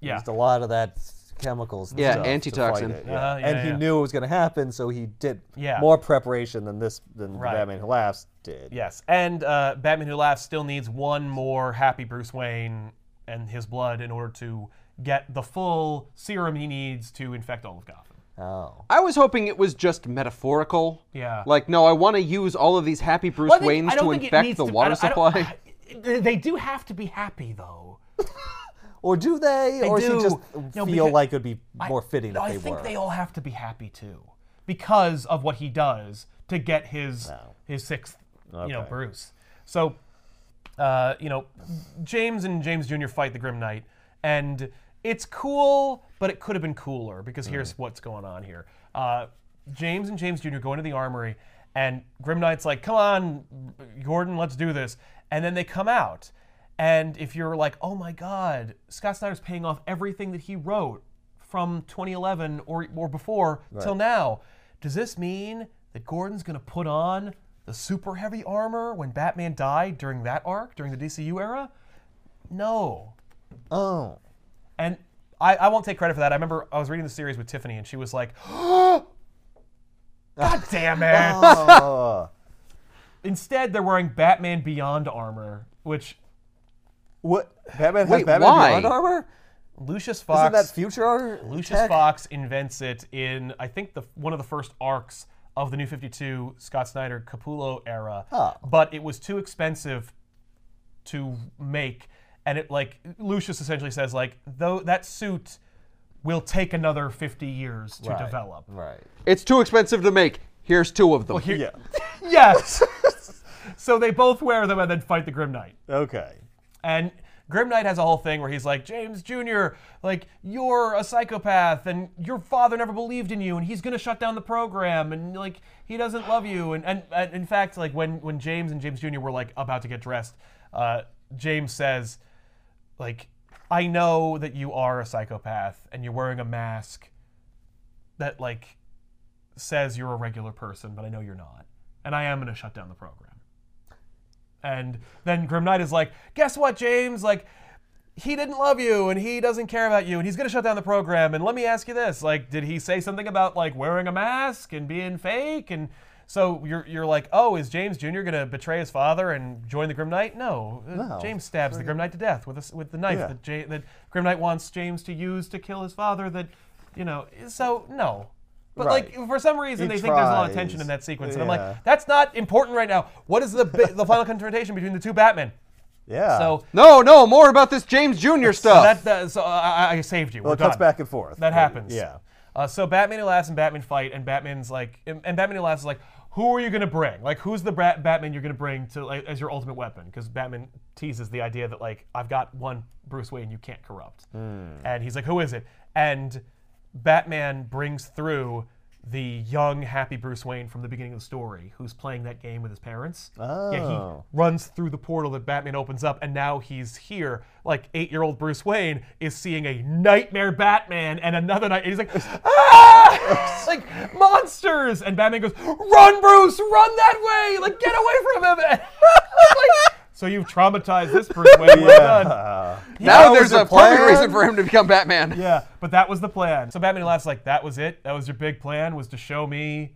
S1: yeah.
S2: used a lot of that chemicals. and
S3: Yeah,
S2: stuff to fight
S3: antitoxin.
S2: it,
S1: Uh-huh, yeah,
S2: and he
S1: yeah.
S2: knew it was going to happen, so he did
S1: Yeah.
S2: more preparation than this than
S1: Right.
S2: Batman Who Laughs did.
S1: Yes, and uh, Batman Who Laughs still needs one more happy Bruce Wayne and his blood in order to get the full serum he needs to infect all of Gotham.
S2: Oh.
S3: I was hoping it was just metaphorical.
S1: Yeah.
S3: Like, no, I want to use all of these happy Bruce
S1: I think-
S3: Waynes
S1: I don't
S3: to
S1: think it
S3: infect
S1: needs
S3: the
S1: to-
S3: water
S1: I don't- I
S3: supply.
S1: don't- I- they do have to be happy though.
S2: Or do they? or does
S1: do.
S2: he just
S1: No,
S2: feel
S1: because-
S2: like it would be more fitting
S1: no,
S2: if
S1: I
S2: they
S1: think
S2: were?
S1: they all have to be happy too because of what he does to get his his sixth, you know,
S2: Okay.
S1: Bruce. So, uh, you know, James and James Jr. fight the Grim Knight, and it's cool, but it could have been cooler because
S2: Mm.
S1: here's what's going on here. Uh, James and James Jr. go into the armory, and Grim Knight's like, "Come on, Gordon, let's do this," and then they come out. And if you're like, oh my God, Scott Snyder's paying off everything that he wrote from 2011 or, or before till now, does this mean that Gordon's going to put on the super heavy armor when Batman died during that arc, during the DCU era? No.
S2: oh.
S1: And I, I won't take credit for that. I remember I was reading the series with Tiffany and she was like, God damn it.
S2: Oh.
S1: Instead, they're wearing Batman Beyond armor, which
S2: what? Batman
S3: Wait,
S2: has Batman
S3: why?
S2: Beyond armor?
S1: Lucius
S2: Isn't
S1: Fox.
S2: that future?
S1: Lucius
S2: tech?
S1: Fox invents it in I think the one of the first arcs of the New 52 Scott Snyder Capullo era.
S2: Oh.
S1: But it was too expensive to make and it like Lucius essentially says like though that suit will take another 50 years to
S2: Right.
S1: develop.
S2: Right.
S3: it's too expensive to make. Here's two of them.
S1: Here-
S2: Yeah.
S1: Yes. so they both wear them and then fight the Grim Knight.
S2: Okay.
S1: And Grim Knight has a whole thing where he's like, James Jr., like, you're a psychopath and your father never believed in you and he's gonna shut down the program and like he doesn't love you. And and, and in fact, like when when James and James Jr. were like about to get dressed, uh, James says, like, I know that you are a psychopath and you're wearing a mask that like says you're a regular person, but I know you're not. And I am gonna shut down the program. And then Grim Knight is like, guess what, James? Like, he didn't love you and he doesn't care about you and he's gonna shut down the program. And let me ask you this: like, did he say something about like wearing a mask and being fake? And so you're you're like, oh, is James Jr. gonna betray his father and join the Grim Knight? No, Uh, James stabs the Grim Knight to death with a s with the knife
S2: Yeah.
S1: that ja- that Grim Knight wants James to use to kill his father. That you know, so no. But
S2: Right.
S1: like for some reason
S2: He
S1: they think there's a lot of tension in
S2: tries.
S1: that sequence, and I'm
S2: Yeah.
S1: like, that's not important right now. What is the bi- the final confrontation between the two Batmen?
S2: Yeah.
S1: So
S3: no, no, more about this James Jr. stuff.
S1: that, that so uh, I, I- I saved you.
S2: well,
S1: We're
S2: it cuts
S1: done.
S2: back and forth.
S1: That happens.
S2: Yeah.
S1: Uh, so Batman who laughs and Batman fight, and Batman's like, and and Batman who laughs is like, who are you gonna bring? Like, who's the Bra- Batman you're gonna bring to like, as your ultimate weapon? Because Batman teases the idea that like I've got one Bruce Wayne you can't corrupt,
S2: Hmm.
S1: and he's like, who is it? And Batman brings through the young happy Bruce Wayne from the beginning of the story, who's playing that game with his parents. Yeah, he
S2: Oh.
S1: runs through the portal that Batman opens up, and now he's here. Like eight year old Bruce Wayne is seeing a nightmare Batman and another night. And he's like, ah! It's like monsters! And Batman goes, run, Bruce, run that way! Like, get away from him! And like, so you've traumatized this Bruce Wayne. We're done.
S2: Yeah.
S3: now
S2: That was
S3: there's
S2: the
S3: a perfect
S2: plan?
S3: reason for him to become Batman.
S1: Yeah, but that was the plan. So Batman laughs like, that was it? That was your big plan? Was to show me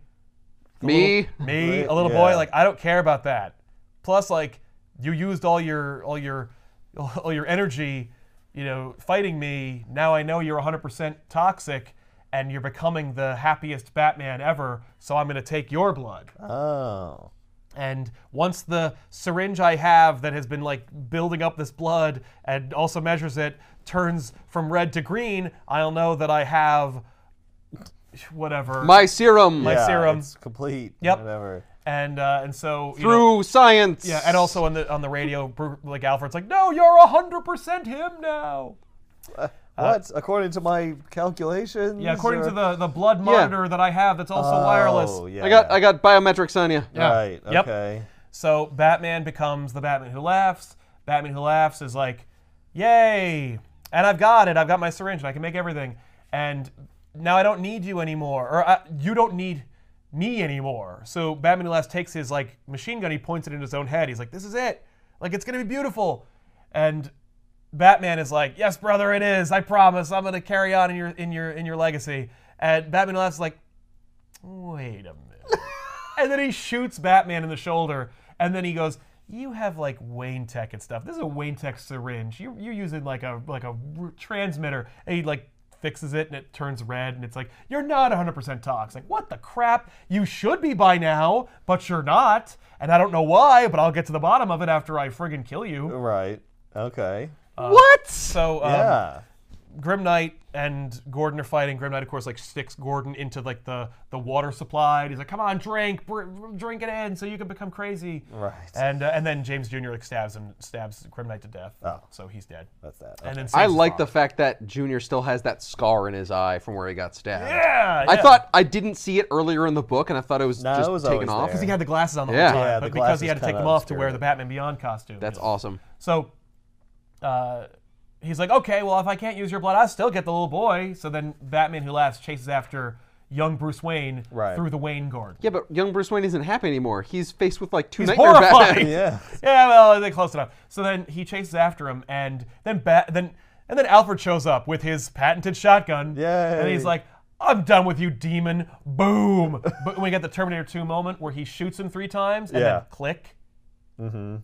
S3: Me.
S1: me,
S2: Right,
S1: a little boy,
S2: yeah.
S1: like I don't care about that. Plus, like you used all your all your all your energy, you know, fighting me. Now I know you're 100% toxic, and you're becoming the happiest Batman ever. So I'm gonna take your blood.
S2: Oh.
S1: And once the syringe I have that has been like building up this blood and also measures it turns from red to green, I'll know that I have whatever.
S3: My serum
S1: My
S2: yeah,
S1: serum.
S2: It's complete.
S1: Yep.
S2: Whatever.
S1: and uh, and so you know-
S3: through science.
S1: Yeah, and also on the on the radio, Bru- like Alfred's like, "No, you're hundred percent him now."
S2: What? According to my calculations?
S1: Uh, Yeah, according
S2: or-
S1: to the, the blood monitor that I have that's also
S2: Oh,
S1: wireless.
S2: yeah.
S3: I got I got biometrics on you.
S1: Yeah.
S2: Right.
S1: Yep.
S2: Okay.
S1: So Batman becomes the Batman who laughs. Batman who laughs is like, yay! And I've got it. I've got my syringe and I can make everything. And now I don't need you anymore. Or I, you don't need me anymore. So Batman who laughs takes his like machine gun. He points it in his own head. He's like, this is it. Like, it's going to be beautiful. And Batman is like, "Yes, brother, it is. I promise. I'm gonna carry on in your in your in your legacy." And Batman laughs like, "Wait a minute," and then he shoots Batman in the shoulder, and then he goes, "You have like Wayne Tech and stuff. This is a Wayne Tech syringe. You, you're using like a like a r- transmitter." And he like fixes it, and it turns red, and it's like, "You're not 100% tox." Like, what the crap? You should be by now, but you're not. And I don't know why, but I'll get to the bottom of it after I friggin' kill you. Uh,
S2: Right. Okay.
S3: What?
S1: So um,
S2: yeah.
S1: Grim Knight and Gordon are fighting. Grim Knight, of course, like sticks Gordon into like the the water supply. And he's like, "Come on, drink, br- drink it in, so you can become crazy."
S2: Right.
S1: And uh, and then James Jr. like stabs him, stabs Grim Knight to death.
S2: Oh.
S1: So he's dead.
S2: That's that.
S1: And then
S3: I
S1: saves his
S3: like the
S1: father.
S3: fact that Junior still has that scar in his eye from where he got stabbed.
S1: Yeah,
S3: I
S1: yeah.
S3: thought I didn't see it earlier in the book, and I thought it was
S2: No,
S3: just
S2: it was
S3: taken
S2: always
S3: off.
S2: there.
S1: because he had the glasses on the
S3: Yeah.
S1: whole time,
S2: Yeah, the
S1: but because
S2: glasses
S1: he had to take
S2: kinda
S1: them off to
S2: obscured
S1: wear
S2: it.
S1: the Batman Beyond costume.
S3: That's
S1: Yeah.
S3: awesome.
S1: So uh, he's like, okay, well, if I can't use your blood, I'll still get the little boy. So then Batman, who laughs, chases after young Bruce Wayne
S2: Right.
S1: through the Wayne Garden.
S3: Yeah, but young Bruce Wayne isn't happy anymore. He's faced with like two
S1: He's
S3: nightmare
S1: horrified.
S3: Batman.
S2: yeah.
S1: Yeah, well, they close enough. So then he chases after him, and then ba- then and then Alfred shows up with his patented shotgun.
S2: Yay.
S1: and he's like, "I'm done with you, demon!" Boom. but we get the Terminator 2 moment where he shoots him three times, and
S2: Yeah.
S1: then click. Mm-hmm.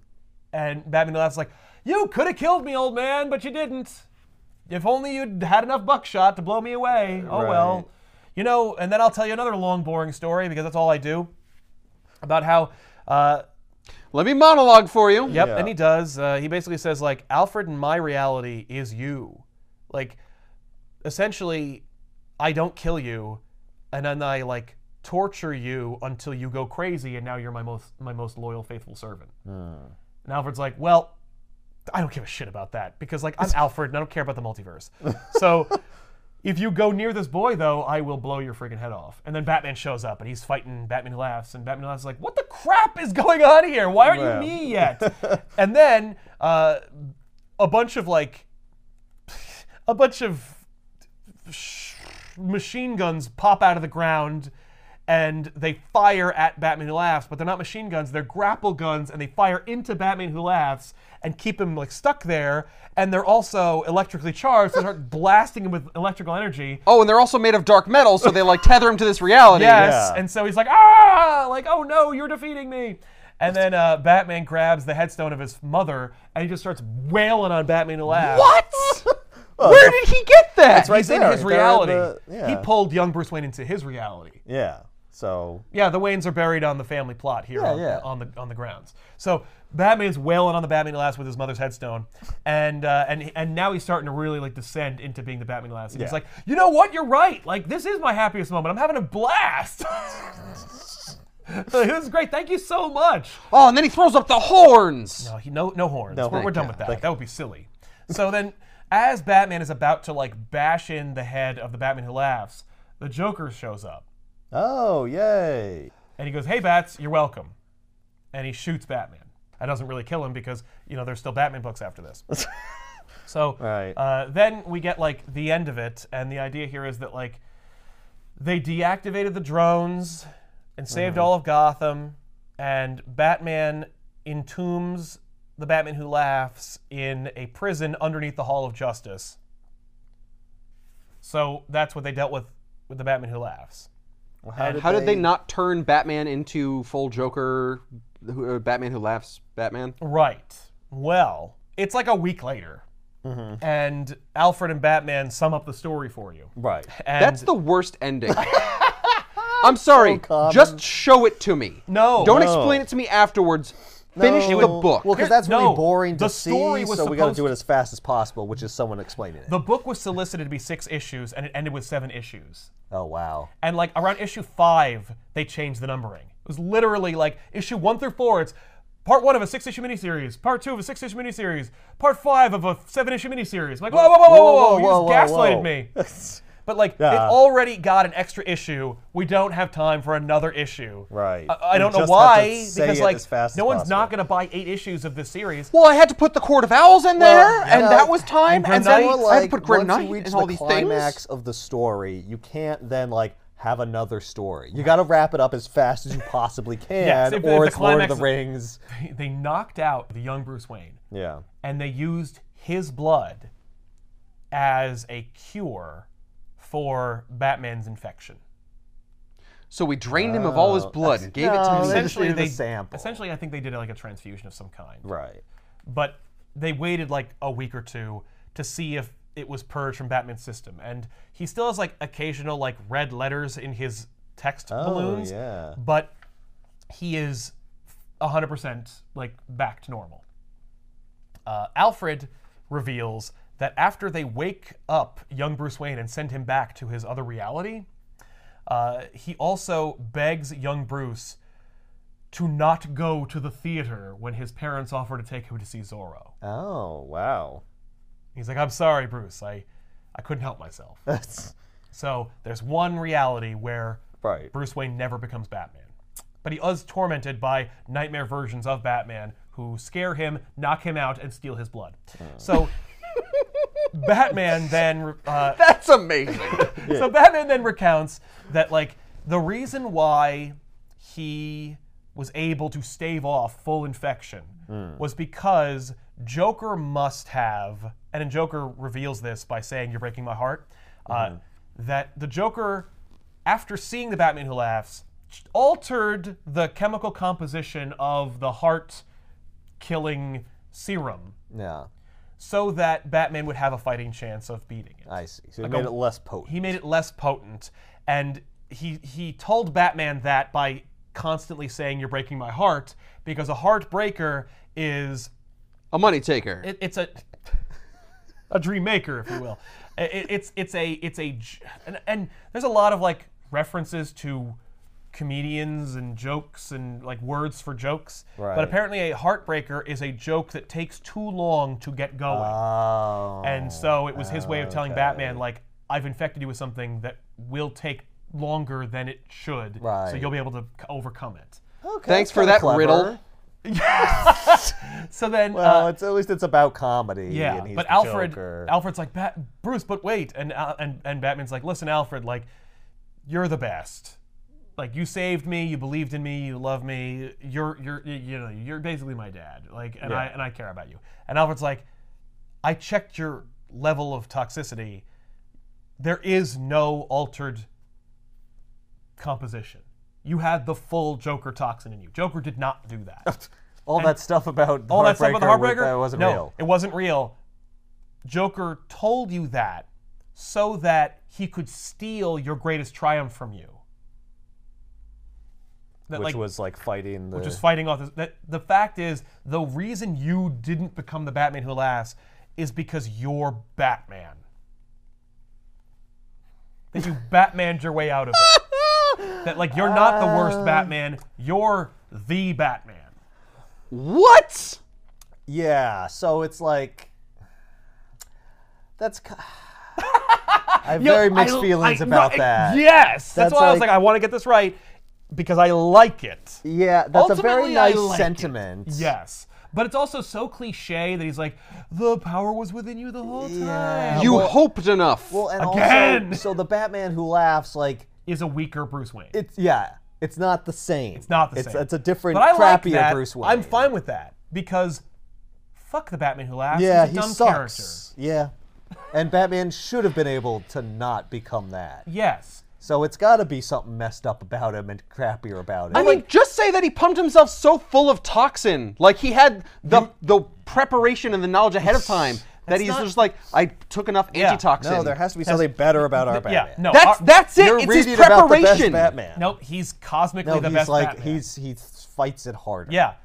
S1: And Batman laughs like, "You could have killed me, old man, but you didn't. If only you'd had enough buckshot to blow me away. Oh
S2: Right.
S1: well." You know, and then I'll tell you another long, boring story because that's all I do about how uh,
S3: Let me monologue for you.
S1: Yep,
S2: Yeah.
S1: and he does. Uh, he basically says like, Alfred, in my reality, is you. Like, essentially, I don't kill you, and then I like torture you until you go crazy, and now you're my most my most loyal, faithful servant. And Alfred's like, well, I don't give a shit about that because like I'm Alfred and I don't care about the multiverse. So. If you go near this boy, though, I will blow your friggin' head off. And then Batman shows up, and he's fighting Batman Who Laughs, and Batman Who Laughs is like, "What the crap is going on here? Why aren't
S2: Wow.
S1: you me yet?" and then uh, a bunch of like, a bunch of sh- machine guns pop out of the ground, and they fire at Batman Who Laughs, but they're not machine guns; they're grapple guns, and they fire into Batman Who Laughs and keep him like stuck there. And they're also electrically charged; so they start blasting him with electrical energy.
S3: Oh, and they're also made of dark metal, so they like tether him to this reality.
S1: Yes.
S2: Yeah.
S1: And so he's like, ah, like, oh no, you're defeating me. And then uh, Batman grabs the headstone of his mother and he just starts wailing on Batman to laugh.
S3: What? Where did he get that?
S2: That's right
S1: He's in
S2: there.
S1: his
S2: They're in
S1: reality.
S2: the- yeah.
S1: He pulled young Bruce Wayne into his reality.
S2: Yeah. So.
S1: Yeah, the Waynes are buried on the family plot here on,
S2: yeah.
S1: on the on the grounds. So Batman's wailing on the Batman Glass with his mother's headstone, and uh, and and now he's starting to really like descend into being the Batman Glass. And He's
S2: Yeah.
S1: like, you know what? You're right. Like this is my happiest moment. I'm having a blast. Like, this is great. Thank you so much.
S3: Oh, and then he throws up the horns.
S1: No, he, no, no horns.
S2: No
S1: we're, we're
S2: horns,
S1: done
S2: yeah.
S1: with that. That would be silly. So then, as Batman is about to like bash in the head of the Batman who laughs, the Joker shows up.
S2: Oh, yay.
S1: And he goes, "Hey Bats, you're welcome." And he shoots Batman. That doesn't really kill him because you know there's still Batman books after this. so
S2: Right.
S1: uh, then we get like the end of it, and the idea here is that like they deactivated the drones and saved all of Gotham, and Batman entombs the Batman who laughs in a prison underneath the Hall of Justice. So that's what they dealt with with the Batman who laughs.
S2: Well, how,
S3: How did they not turn Batman into full Joker, who- uh, Batman who laughs, Batman?
S1: Right. Well, it's like a week later,
S3: Mm-hmm.
S1: and Alfred and Batman sum up the story for you.
S2: Right.
S1: And
S3: That's the worst ending. I'm sorry.
S2: common.
S3: just show it to me.
S1: No.
S3: Don't
S1: No.
S3: explain it to me afterwards. Finish
S2: No.
S3: the book.
S2: Well, because that's really
S1: No,
S2: boring to
S1: the story
S2: see,
S1: was
S2: so we got to
S1: supposed
S2: do it as fast as possible, which is someone explaining it.
S1: the book was solicited to be six issues, and it ended with seven issues.
S2: oh, wow.
S1: And like around issue five, they changed the numbering. It was literally like issue one through four. It's Part one of a six-issue miniseries. Part two of a six-issue miniseries. Part five of a seven-issue miniseries. Like whoa, whoa, whoa, whoa, whoa! whoa, you just gaslighted me. But like, it
S2: Yeah.
S1: already got an extra issue. We don't have time for another issue.
S2: Right.
S1: I, I
S2: You
S1: don't know
S2: just have to
S1: why,
S2: say
S1: because
S2: it
S1: like,
S2: as fast as
S1: no one's
S2: possible.
S1: not going to buy eight issues of this series.
S3: Well, I had to put the Court of Owls in there, and
S2: yeah.
S3: that was time.
S1: Grim
S3: And then
S1: Knight,
S3: I had to put Grim Knight
S2: reach
S3: and all
S2: the
S3: these
S2: climax
S3: things.
S2: of the story, you can't then like have another story. You got to wrap it up as fast as you possibly can,
S1: Yes, if- if
S2: or
S1: the
S2: it's Lord of
S1: climax-
S2: the Rings.
S1: They, they knocked out the young Bruce Wayne,
S2: Yeah.
S1: and they used his blood as a cure for Batman's infection.
S3: So we drained him of all his blood and gave it
S2: Oh, no,
S3: to
S2: they
S3: me.
S2: just needed a sample.
S1: Essentially, I think they did like a transfusion of some kind.
S2: Right.
S1: but they waited like a week or two to see if it was purged from Batman's system. And he still has like occasional like red letters in his text balloons,
S2: yeah.
S1: but he is 100% like back to normal. Uh, Alfred reveals that after they wake up young Bruce Wayne and send him back to his other reality, uh, he also begs young Bruce to not go to the theater when his parents offer to take him to see Zorro.
S2: Oh wow.
S1: He's like, I'm sorry, Bruce. I, I couldn't help myself.
S2: That's
S1: so there's one reality where
S2: right.
S1: Bruce Wayne never becomes Batman. But he is tormented by nightmare versions of Batman who scare him, knock him out, and steal his blood. So Batman then uh,
S3: That's amazing.
S1: so Batman then recounts that like the reason why he was able to stave off full infection was because Joker must have, and then Joker reveals this by saying, "You're breaking my heart," uh, that the Joker, after seeing the Batman Who Laughs, altered the chemical composition of the heart-killing serum
S2: Yeah.
S1: so that Batman would have a fighting chance of beating it
S2: I see. So he made it less potent.
S1: he made it less potent and he he told batman that by constantly saying you're breaking my heart because a heartbreaker is
S3: A money taker.
S1: it, it's a a dream maker if you will I- I- it's it's a it's a j- and, and there's a lot of like references to comedians and jokes and like words for jokes
S2: Right.
S1: but apparently a heartbreaker is a joke that takes too long to get going
S2: Oh.
S1: and so it was his way of telling Batman, like, I've infected you with something that will take longer than it should. So
S2: Right.
S1: you'll be able to c- overcome it.
S2: Okay,
S3: Thanks
S2: that's
S3: for
S2: kinda
S3: that
S2: clever.
S3: riddle.
S1: So then,
S2: Well,
S1: uh,
S2: it's at least it's about comedy.
S1: yeah.
S2: and he's
S1: But
S2: the
S1: Alfred,
S2: Joker.
S1: Alfred's like, Bat- Bruce, but wait. And, Al and and Batman's like, listen, Alfred, like, you're the best. Like you saved me, you believed in me, you love me. You're you're you- you know you're basically my dad. Like and I and I care about you. And Alfred's like, I checked your level of toxicity. There is no altered composition. You had the full Joker toxin in you. Joker did not do that.
S2: all that stuff about the
S1: All that stuff about the
S2: Heartbreaker was-
S1: heartbreaker
S2: that wasn't
S1: no,
S2: real.
S1: It wasn't real. Joker told you that so that he could steal your greatest triumph from you. That
S2: Which
S1: like
S2: was like fighting the.
S1: just fighting off this. That the fact is, the reason you didn't become the Batman who laughs is because you're Batman. That you Batmaned your way out of it. that like you're not the worst Batman. You're the Batman.
S3: What?
S2: yeah, so it's like. That's. ki- I have very mixed
S1: I-
S2: feelings
S1: I-
S2: about
S1: I-
S2: that.
S1: Yes, that's,
S2: That's
S1: why I was
S2: like-
S1: like, I want to get this right because I like it.
S2: Yeah, that's a very
S3: Ultimately, I
S2: nice
S3: like it.
S2: sentiment.
S1: Yes, but it's also so cliche that he's like, the power was within you the whole time.
S2: Yeah.
S3: You
S2: Well-
S3: hoped enough.
S2: Well, and
S1: Again!
S2: also, so the Batman who laughs, like
S1: Is a weaker Bruce Wayne.
S2: it's yeah, it's not the same. It's
S1: not the same.
S2: It's a different,
S1: but I like
S2: crappier
S1: that.
S2: Bruce Wayne.
S1: I'm fine with that because fuck the Batman who laughs.
S2: Yeah,
S1: he's a
S2: he
S1: dumb
S2: sucks. Yeah, and Batman should have been able to not become that.
S1: character. Yes.
S2: So it's got to be something messed up about him and crappier about it.
S3: I mean, just say that he pumped himself so full of toxin, like he had the the preparation and the knowledge ahead of time that he's
S1: not-
S3: just like, I took enough antitoxin.
S2: no, there has to be something better about our Batman.
S1: Yeah. No.
S3: That's
S1: our-
S3: that's it.
S2: You're
S3: it's
S2: reading
S3: his
S2: about the best
S3: preparation.
S2: Batman.
S1: Nope. He's cosmically
S2: no,
S1: the
S2: he's
S1: best.
S2: like
S1: Batman.
S2: he's he fights it harder.
S1: yeah.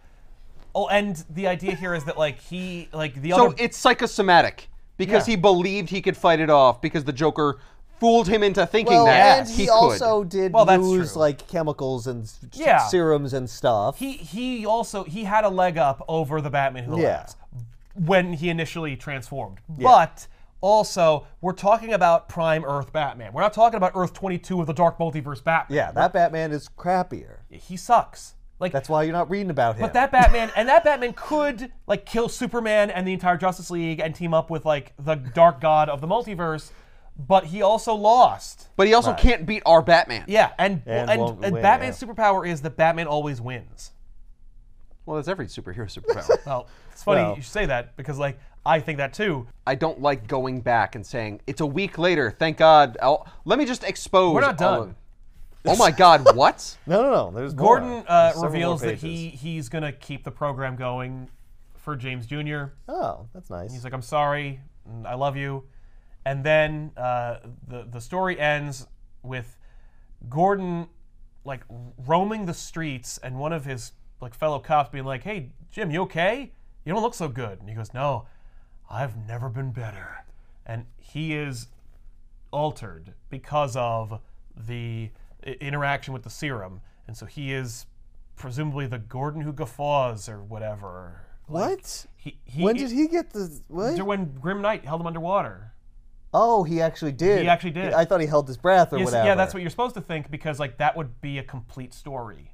S1: Oh, and the idea here is that like he like the
S3: So
S1: other
S3: it's psychosomatic because
S1: Yeah.
S3: he believed he could fight it off because the Joker fooled him into thinking
S2: Well,
S3: that
S2: and he,
S3: he could.
S2: also did
S1: Well, that's
S2: use
S1: true.
S2: like chemicals and s-
S1: Yeah.
S2: serums and stuff.
S1: He he also he had a leg up over the Batman Who
S2: Yeah.
S1: Laughs when he initially transformed. But also, we're talking about Prime Earth Batman. We're not talking about Earth 22 of the Dark Multiverse Batman.
S2: yeah, that Batman is crappier.
S1: He sucks. Like
S2: That's why you're not reading about him.
S1: But that Batman and that Batman could like kill Superman and the entire Justice League and team up with like the Dark God of the multiverse, but he also lost.
S3: but he also can't beat our Batman.
S1: Yeah, and
S2: And
S1: and,
S2: won't
S1: and
S2: win,
S1: Batman's superpower is that Batman always wins.
S3: Well, that's every superhero superpower.
S1: Well, it's funny
S2: Well-
S1: you should say that because like I think that too.
S3: I don't like going back and saying it's a week later. Thank God. I'll, let me just expose.
S1: We're not
S3: all
S1: done.
S3: of- oh my God! What?
S2: no, no, no. There's more.
S1: Gordon uh,
S2: There's several more
S1: reveals that
S2: pages.
S1: he he's gonna keep the program going for James Jr.
S2: Oh, that's nice.
S1: He's like, I'm sorry, and I love you. And then uh, the the story ends with Gordon like roaming the streets and one of his like fellow cops being like, Hey Jim, you okay? You don't look so good. And he goes, No, I've never been better. And he is altered because of the i- interaction with the serum. And so he is presumably the Gordon who guffaws or whatever.
S2: what?
S1: He, he
S2: when did he get the what?
S1: to when Grim Knight held him underwater.
S2: oh, he actually did.
S1: He actually did.
S2: I thought he held his breath or
S1: Yes,
S2: whatever.
S1: yeah, that's what you're supposed to think because like that would be a complete story.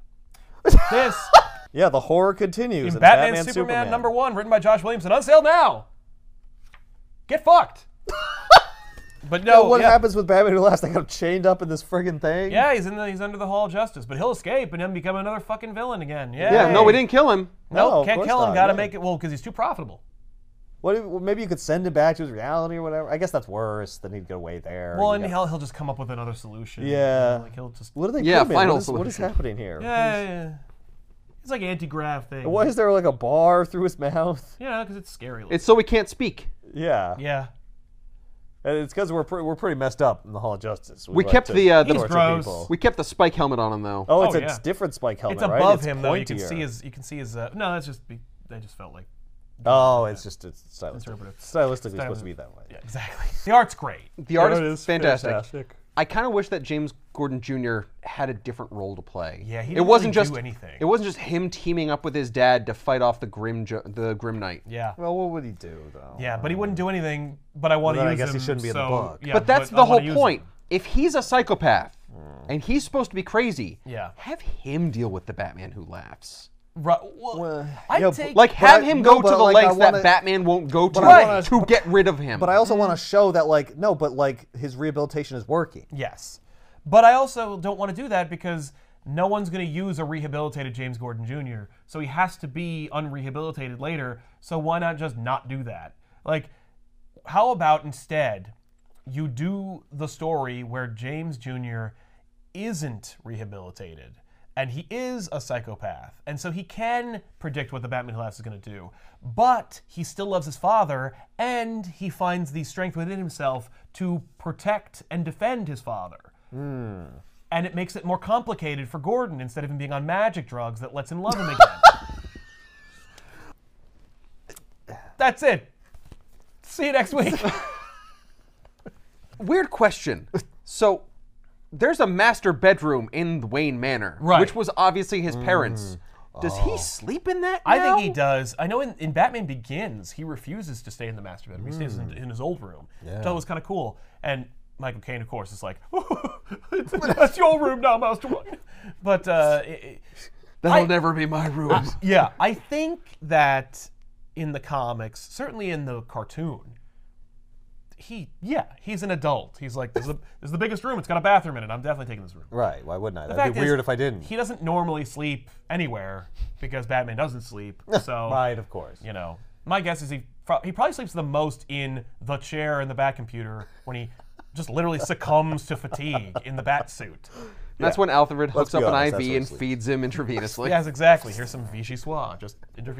S1: This
S2: Yeah, the horror continues.
S1: in
S2: in
S1: Batman, Superman, number one, written by Josh Williamson, on sale now. Get fucked. but no,
S2: What
S1: Oh, yeah,
S2: happens with Batman Who Laughs? They got him chained up in this friggin' thing.
S1: yeah, he's in the, he's under the Hall of Justice, but he'll escape and then become another fucking villain again. Yeah,
S3: Yeah. No,
S2: Hey.
S3: we didn't kill him.
S1: no,
S2: No, of
S1: can't
S2: course
S1: kill him.
S2: not,
S1: Got to
S2: yeah.
S1: make it well because he's too profitable.
S2: What? If, well, maybe you could send him back to his reality or whatever. I guess that's worse than he'd get away there.
S1: Well,
S2: You
S1: and
S2: got-
S1: he'll, he'll just come up with another solution.
S2: Yeah.
S1: like he'll just
S2: what are they?
S3: Yeah,
S2: put him in?
S3: final
S2: what, is, what is
S3: solution.
S2: happening here?
S1: yeah, yeah, yeah. it's like anti-grav thing.
S2: Why is there like a bar through his mouth?
S1: Yeah, because it's scary. looking.
S3: It's so we can't speak.
S2: Yeah,
S1: yeah.
S2: And it's because we're pre- we're pretty messed up in the Hall of Justice.
S3: We
S2: like
S3: kept
S2: to
S3: the, uh, the-
S2: torture
S1: He's gross.
S2: people.
S3: We kept the spike helmet on him though.
S2: Oh, it's
S1: Oh,
S2: a
S1: yeah.
S2: different spike helmet,
S1: It's
S2: right?
S1: above him though. You can
S2: pointier.
S1: see his. You can see his. Uh, no, that's just. Be, they just felt like.
S2: Oh, it's just it's stylistic.
S1: Interpretive.
S2: Stylistically supposed to be that way.
S1: Yeah, exactly. The art's great.
S3: The art is fantastic. I kind of wish that James Gordon Jr. had a different role to play.
S1: Yeah, he
S3: it
S1: didn't
S3: wasn't
S1: really
S3: just
S1: do anything.
S3: It wasn't just him teaming up with his dad to fight off the grim jo- the grim knight.
S1: Yeah.
S2: Well, what would he do though?
S1: Yeah, but he wouldn't do anything. But I want
S2: Well,
S1: to
S2: then I
S1: use
S2: guess
S1: him.
S2: he shouldn't be in the
S1: so-
S2: book.
S1: Yeah,
S3: But that's
S1: I
S3: the
S1: wanna
S3: whole
S1: use
S3: point.
S1: him. Mm.
S3: If he's a psychopath and he's supposed to be crazy,
S1: Yeah.
S3: have him deal with the Batman who laughs.
S1: Right. Well, I'd
S2: yeah,
S1: take.
S3: Like have
S2: I-
S3: him
S2: no,
S3: go to
S2: but,
S3: the
S2: like, I
S3: lengths
S2: wanna-
S3: that Batman won't go to
S2: I wanna-
S3: to get rid of him.
S2: But I also want to show that like no, but like his rehabilitation is working.
S1: yes, but I also don't want to do that because no one's going to use a rehabilitated James Gordon Jr. So he has to be unrehabilitated later. So why not just not do that? Like, how about instead you do the story where James Jr. isn't rehabilitated and he is a psychopath. And so he can predict what the Batman Who Laughs is going to do. But he still loves his father and he finds the strength within himself to protect and defend his father. And it makes it more complicated for Gordon instead of him being on magic drugs that lets him love him again. That's it. See you next week.
S3: Weird question. So there's a master bedroom in the Wayne Manor,
S1: Right. Mm. Oh.
S3: which was obviously his parents. Does he sleep in that?
S1: I think
S3: now?
S1: he does. I know in, in Batman Begins, he refuses to stay in the master bedroom. He stays
S2: Hmm.
S1: in, in his old room. Yeah. That was kind of cool. And Michael Caine, of course, is like, that's your room now, Master One. But uh, i- i-
S3: That'll
S1: I-
S3: never be my room.
S1: yeah, I think that in the comics, certainly in the cartoon, he, yeah, he's an adult. He's like, this is the, this is the biggest room. It's got a bathroom in it. I'm definitely taking this room.
S2: Right? Why wouldn't I?
S1: Fact
S2: That'd be
S1: is,
S2: weird if I didn't.
S1: He doesn't normally sleep anywhere because Batman doesn't sleep. So
S2: Right, of course.
S1: you know, my guess is he pro- he probably sleeps the most in the chair in the back computer when he just literally succumbs to fatigue in the bat suit.
S3: That's when Alfred hooks
S2: be
S3: up
S2: honest,
S3: an
S2: that's
S3: IV
S2: where
S3: and
S2: he
S3: feeds him intravenously.
S1: Yes, exactly. Here's some Vichy Soir. Just intervene.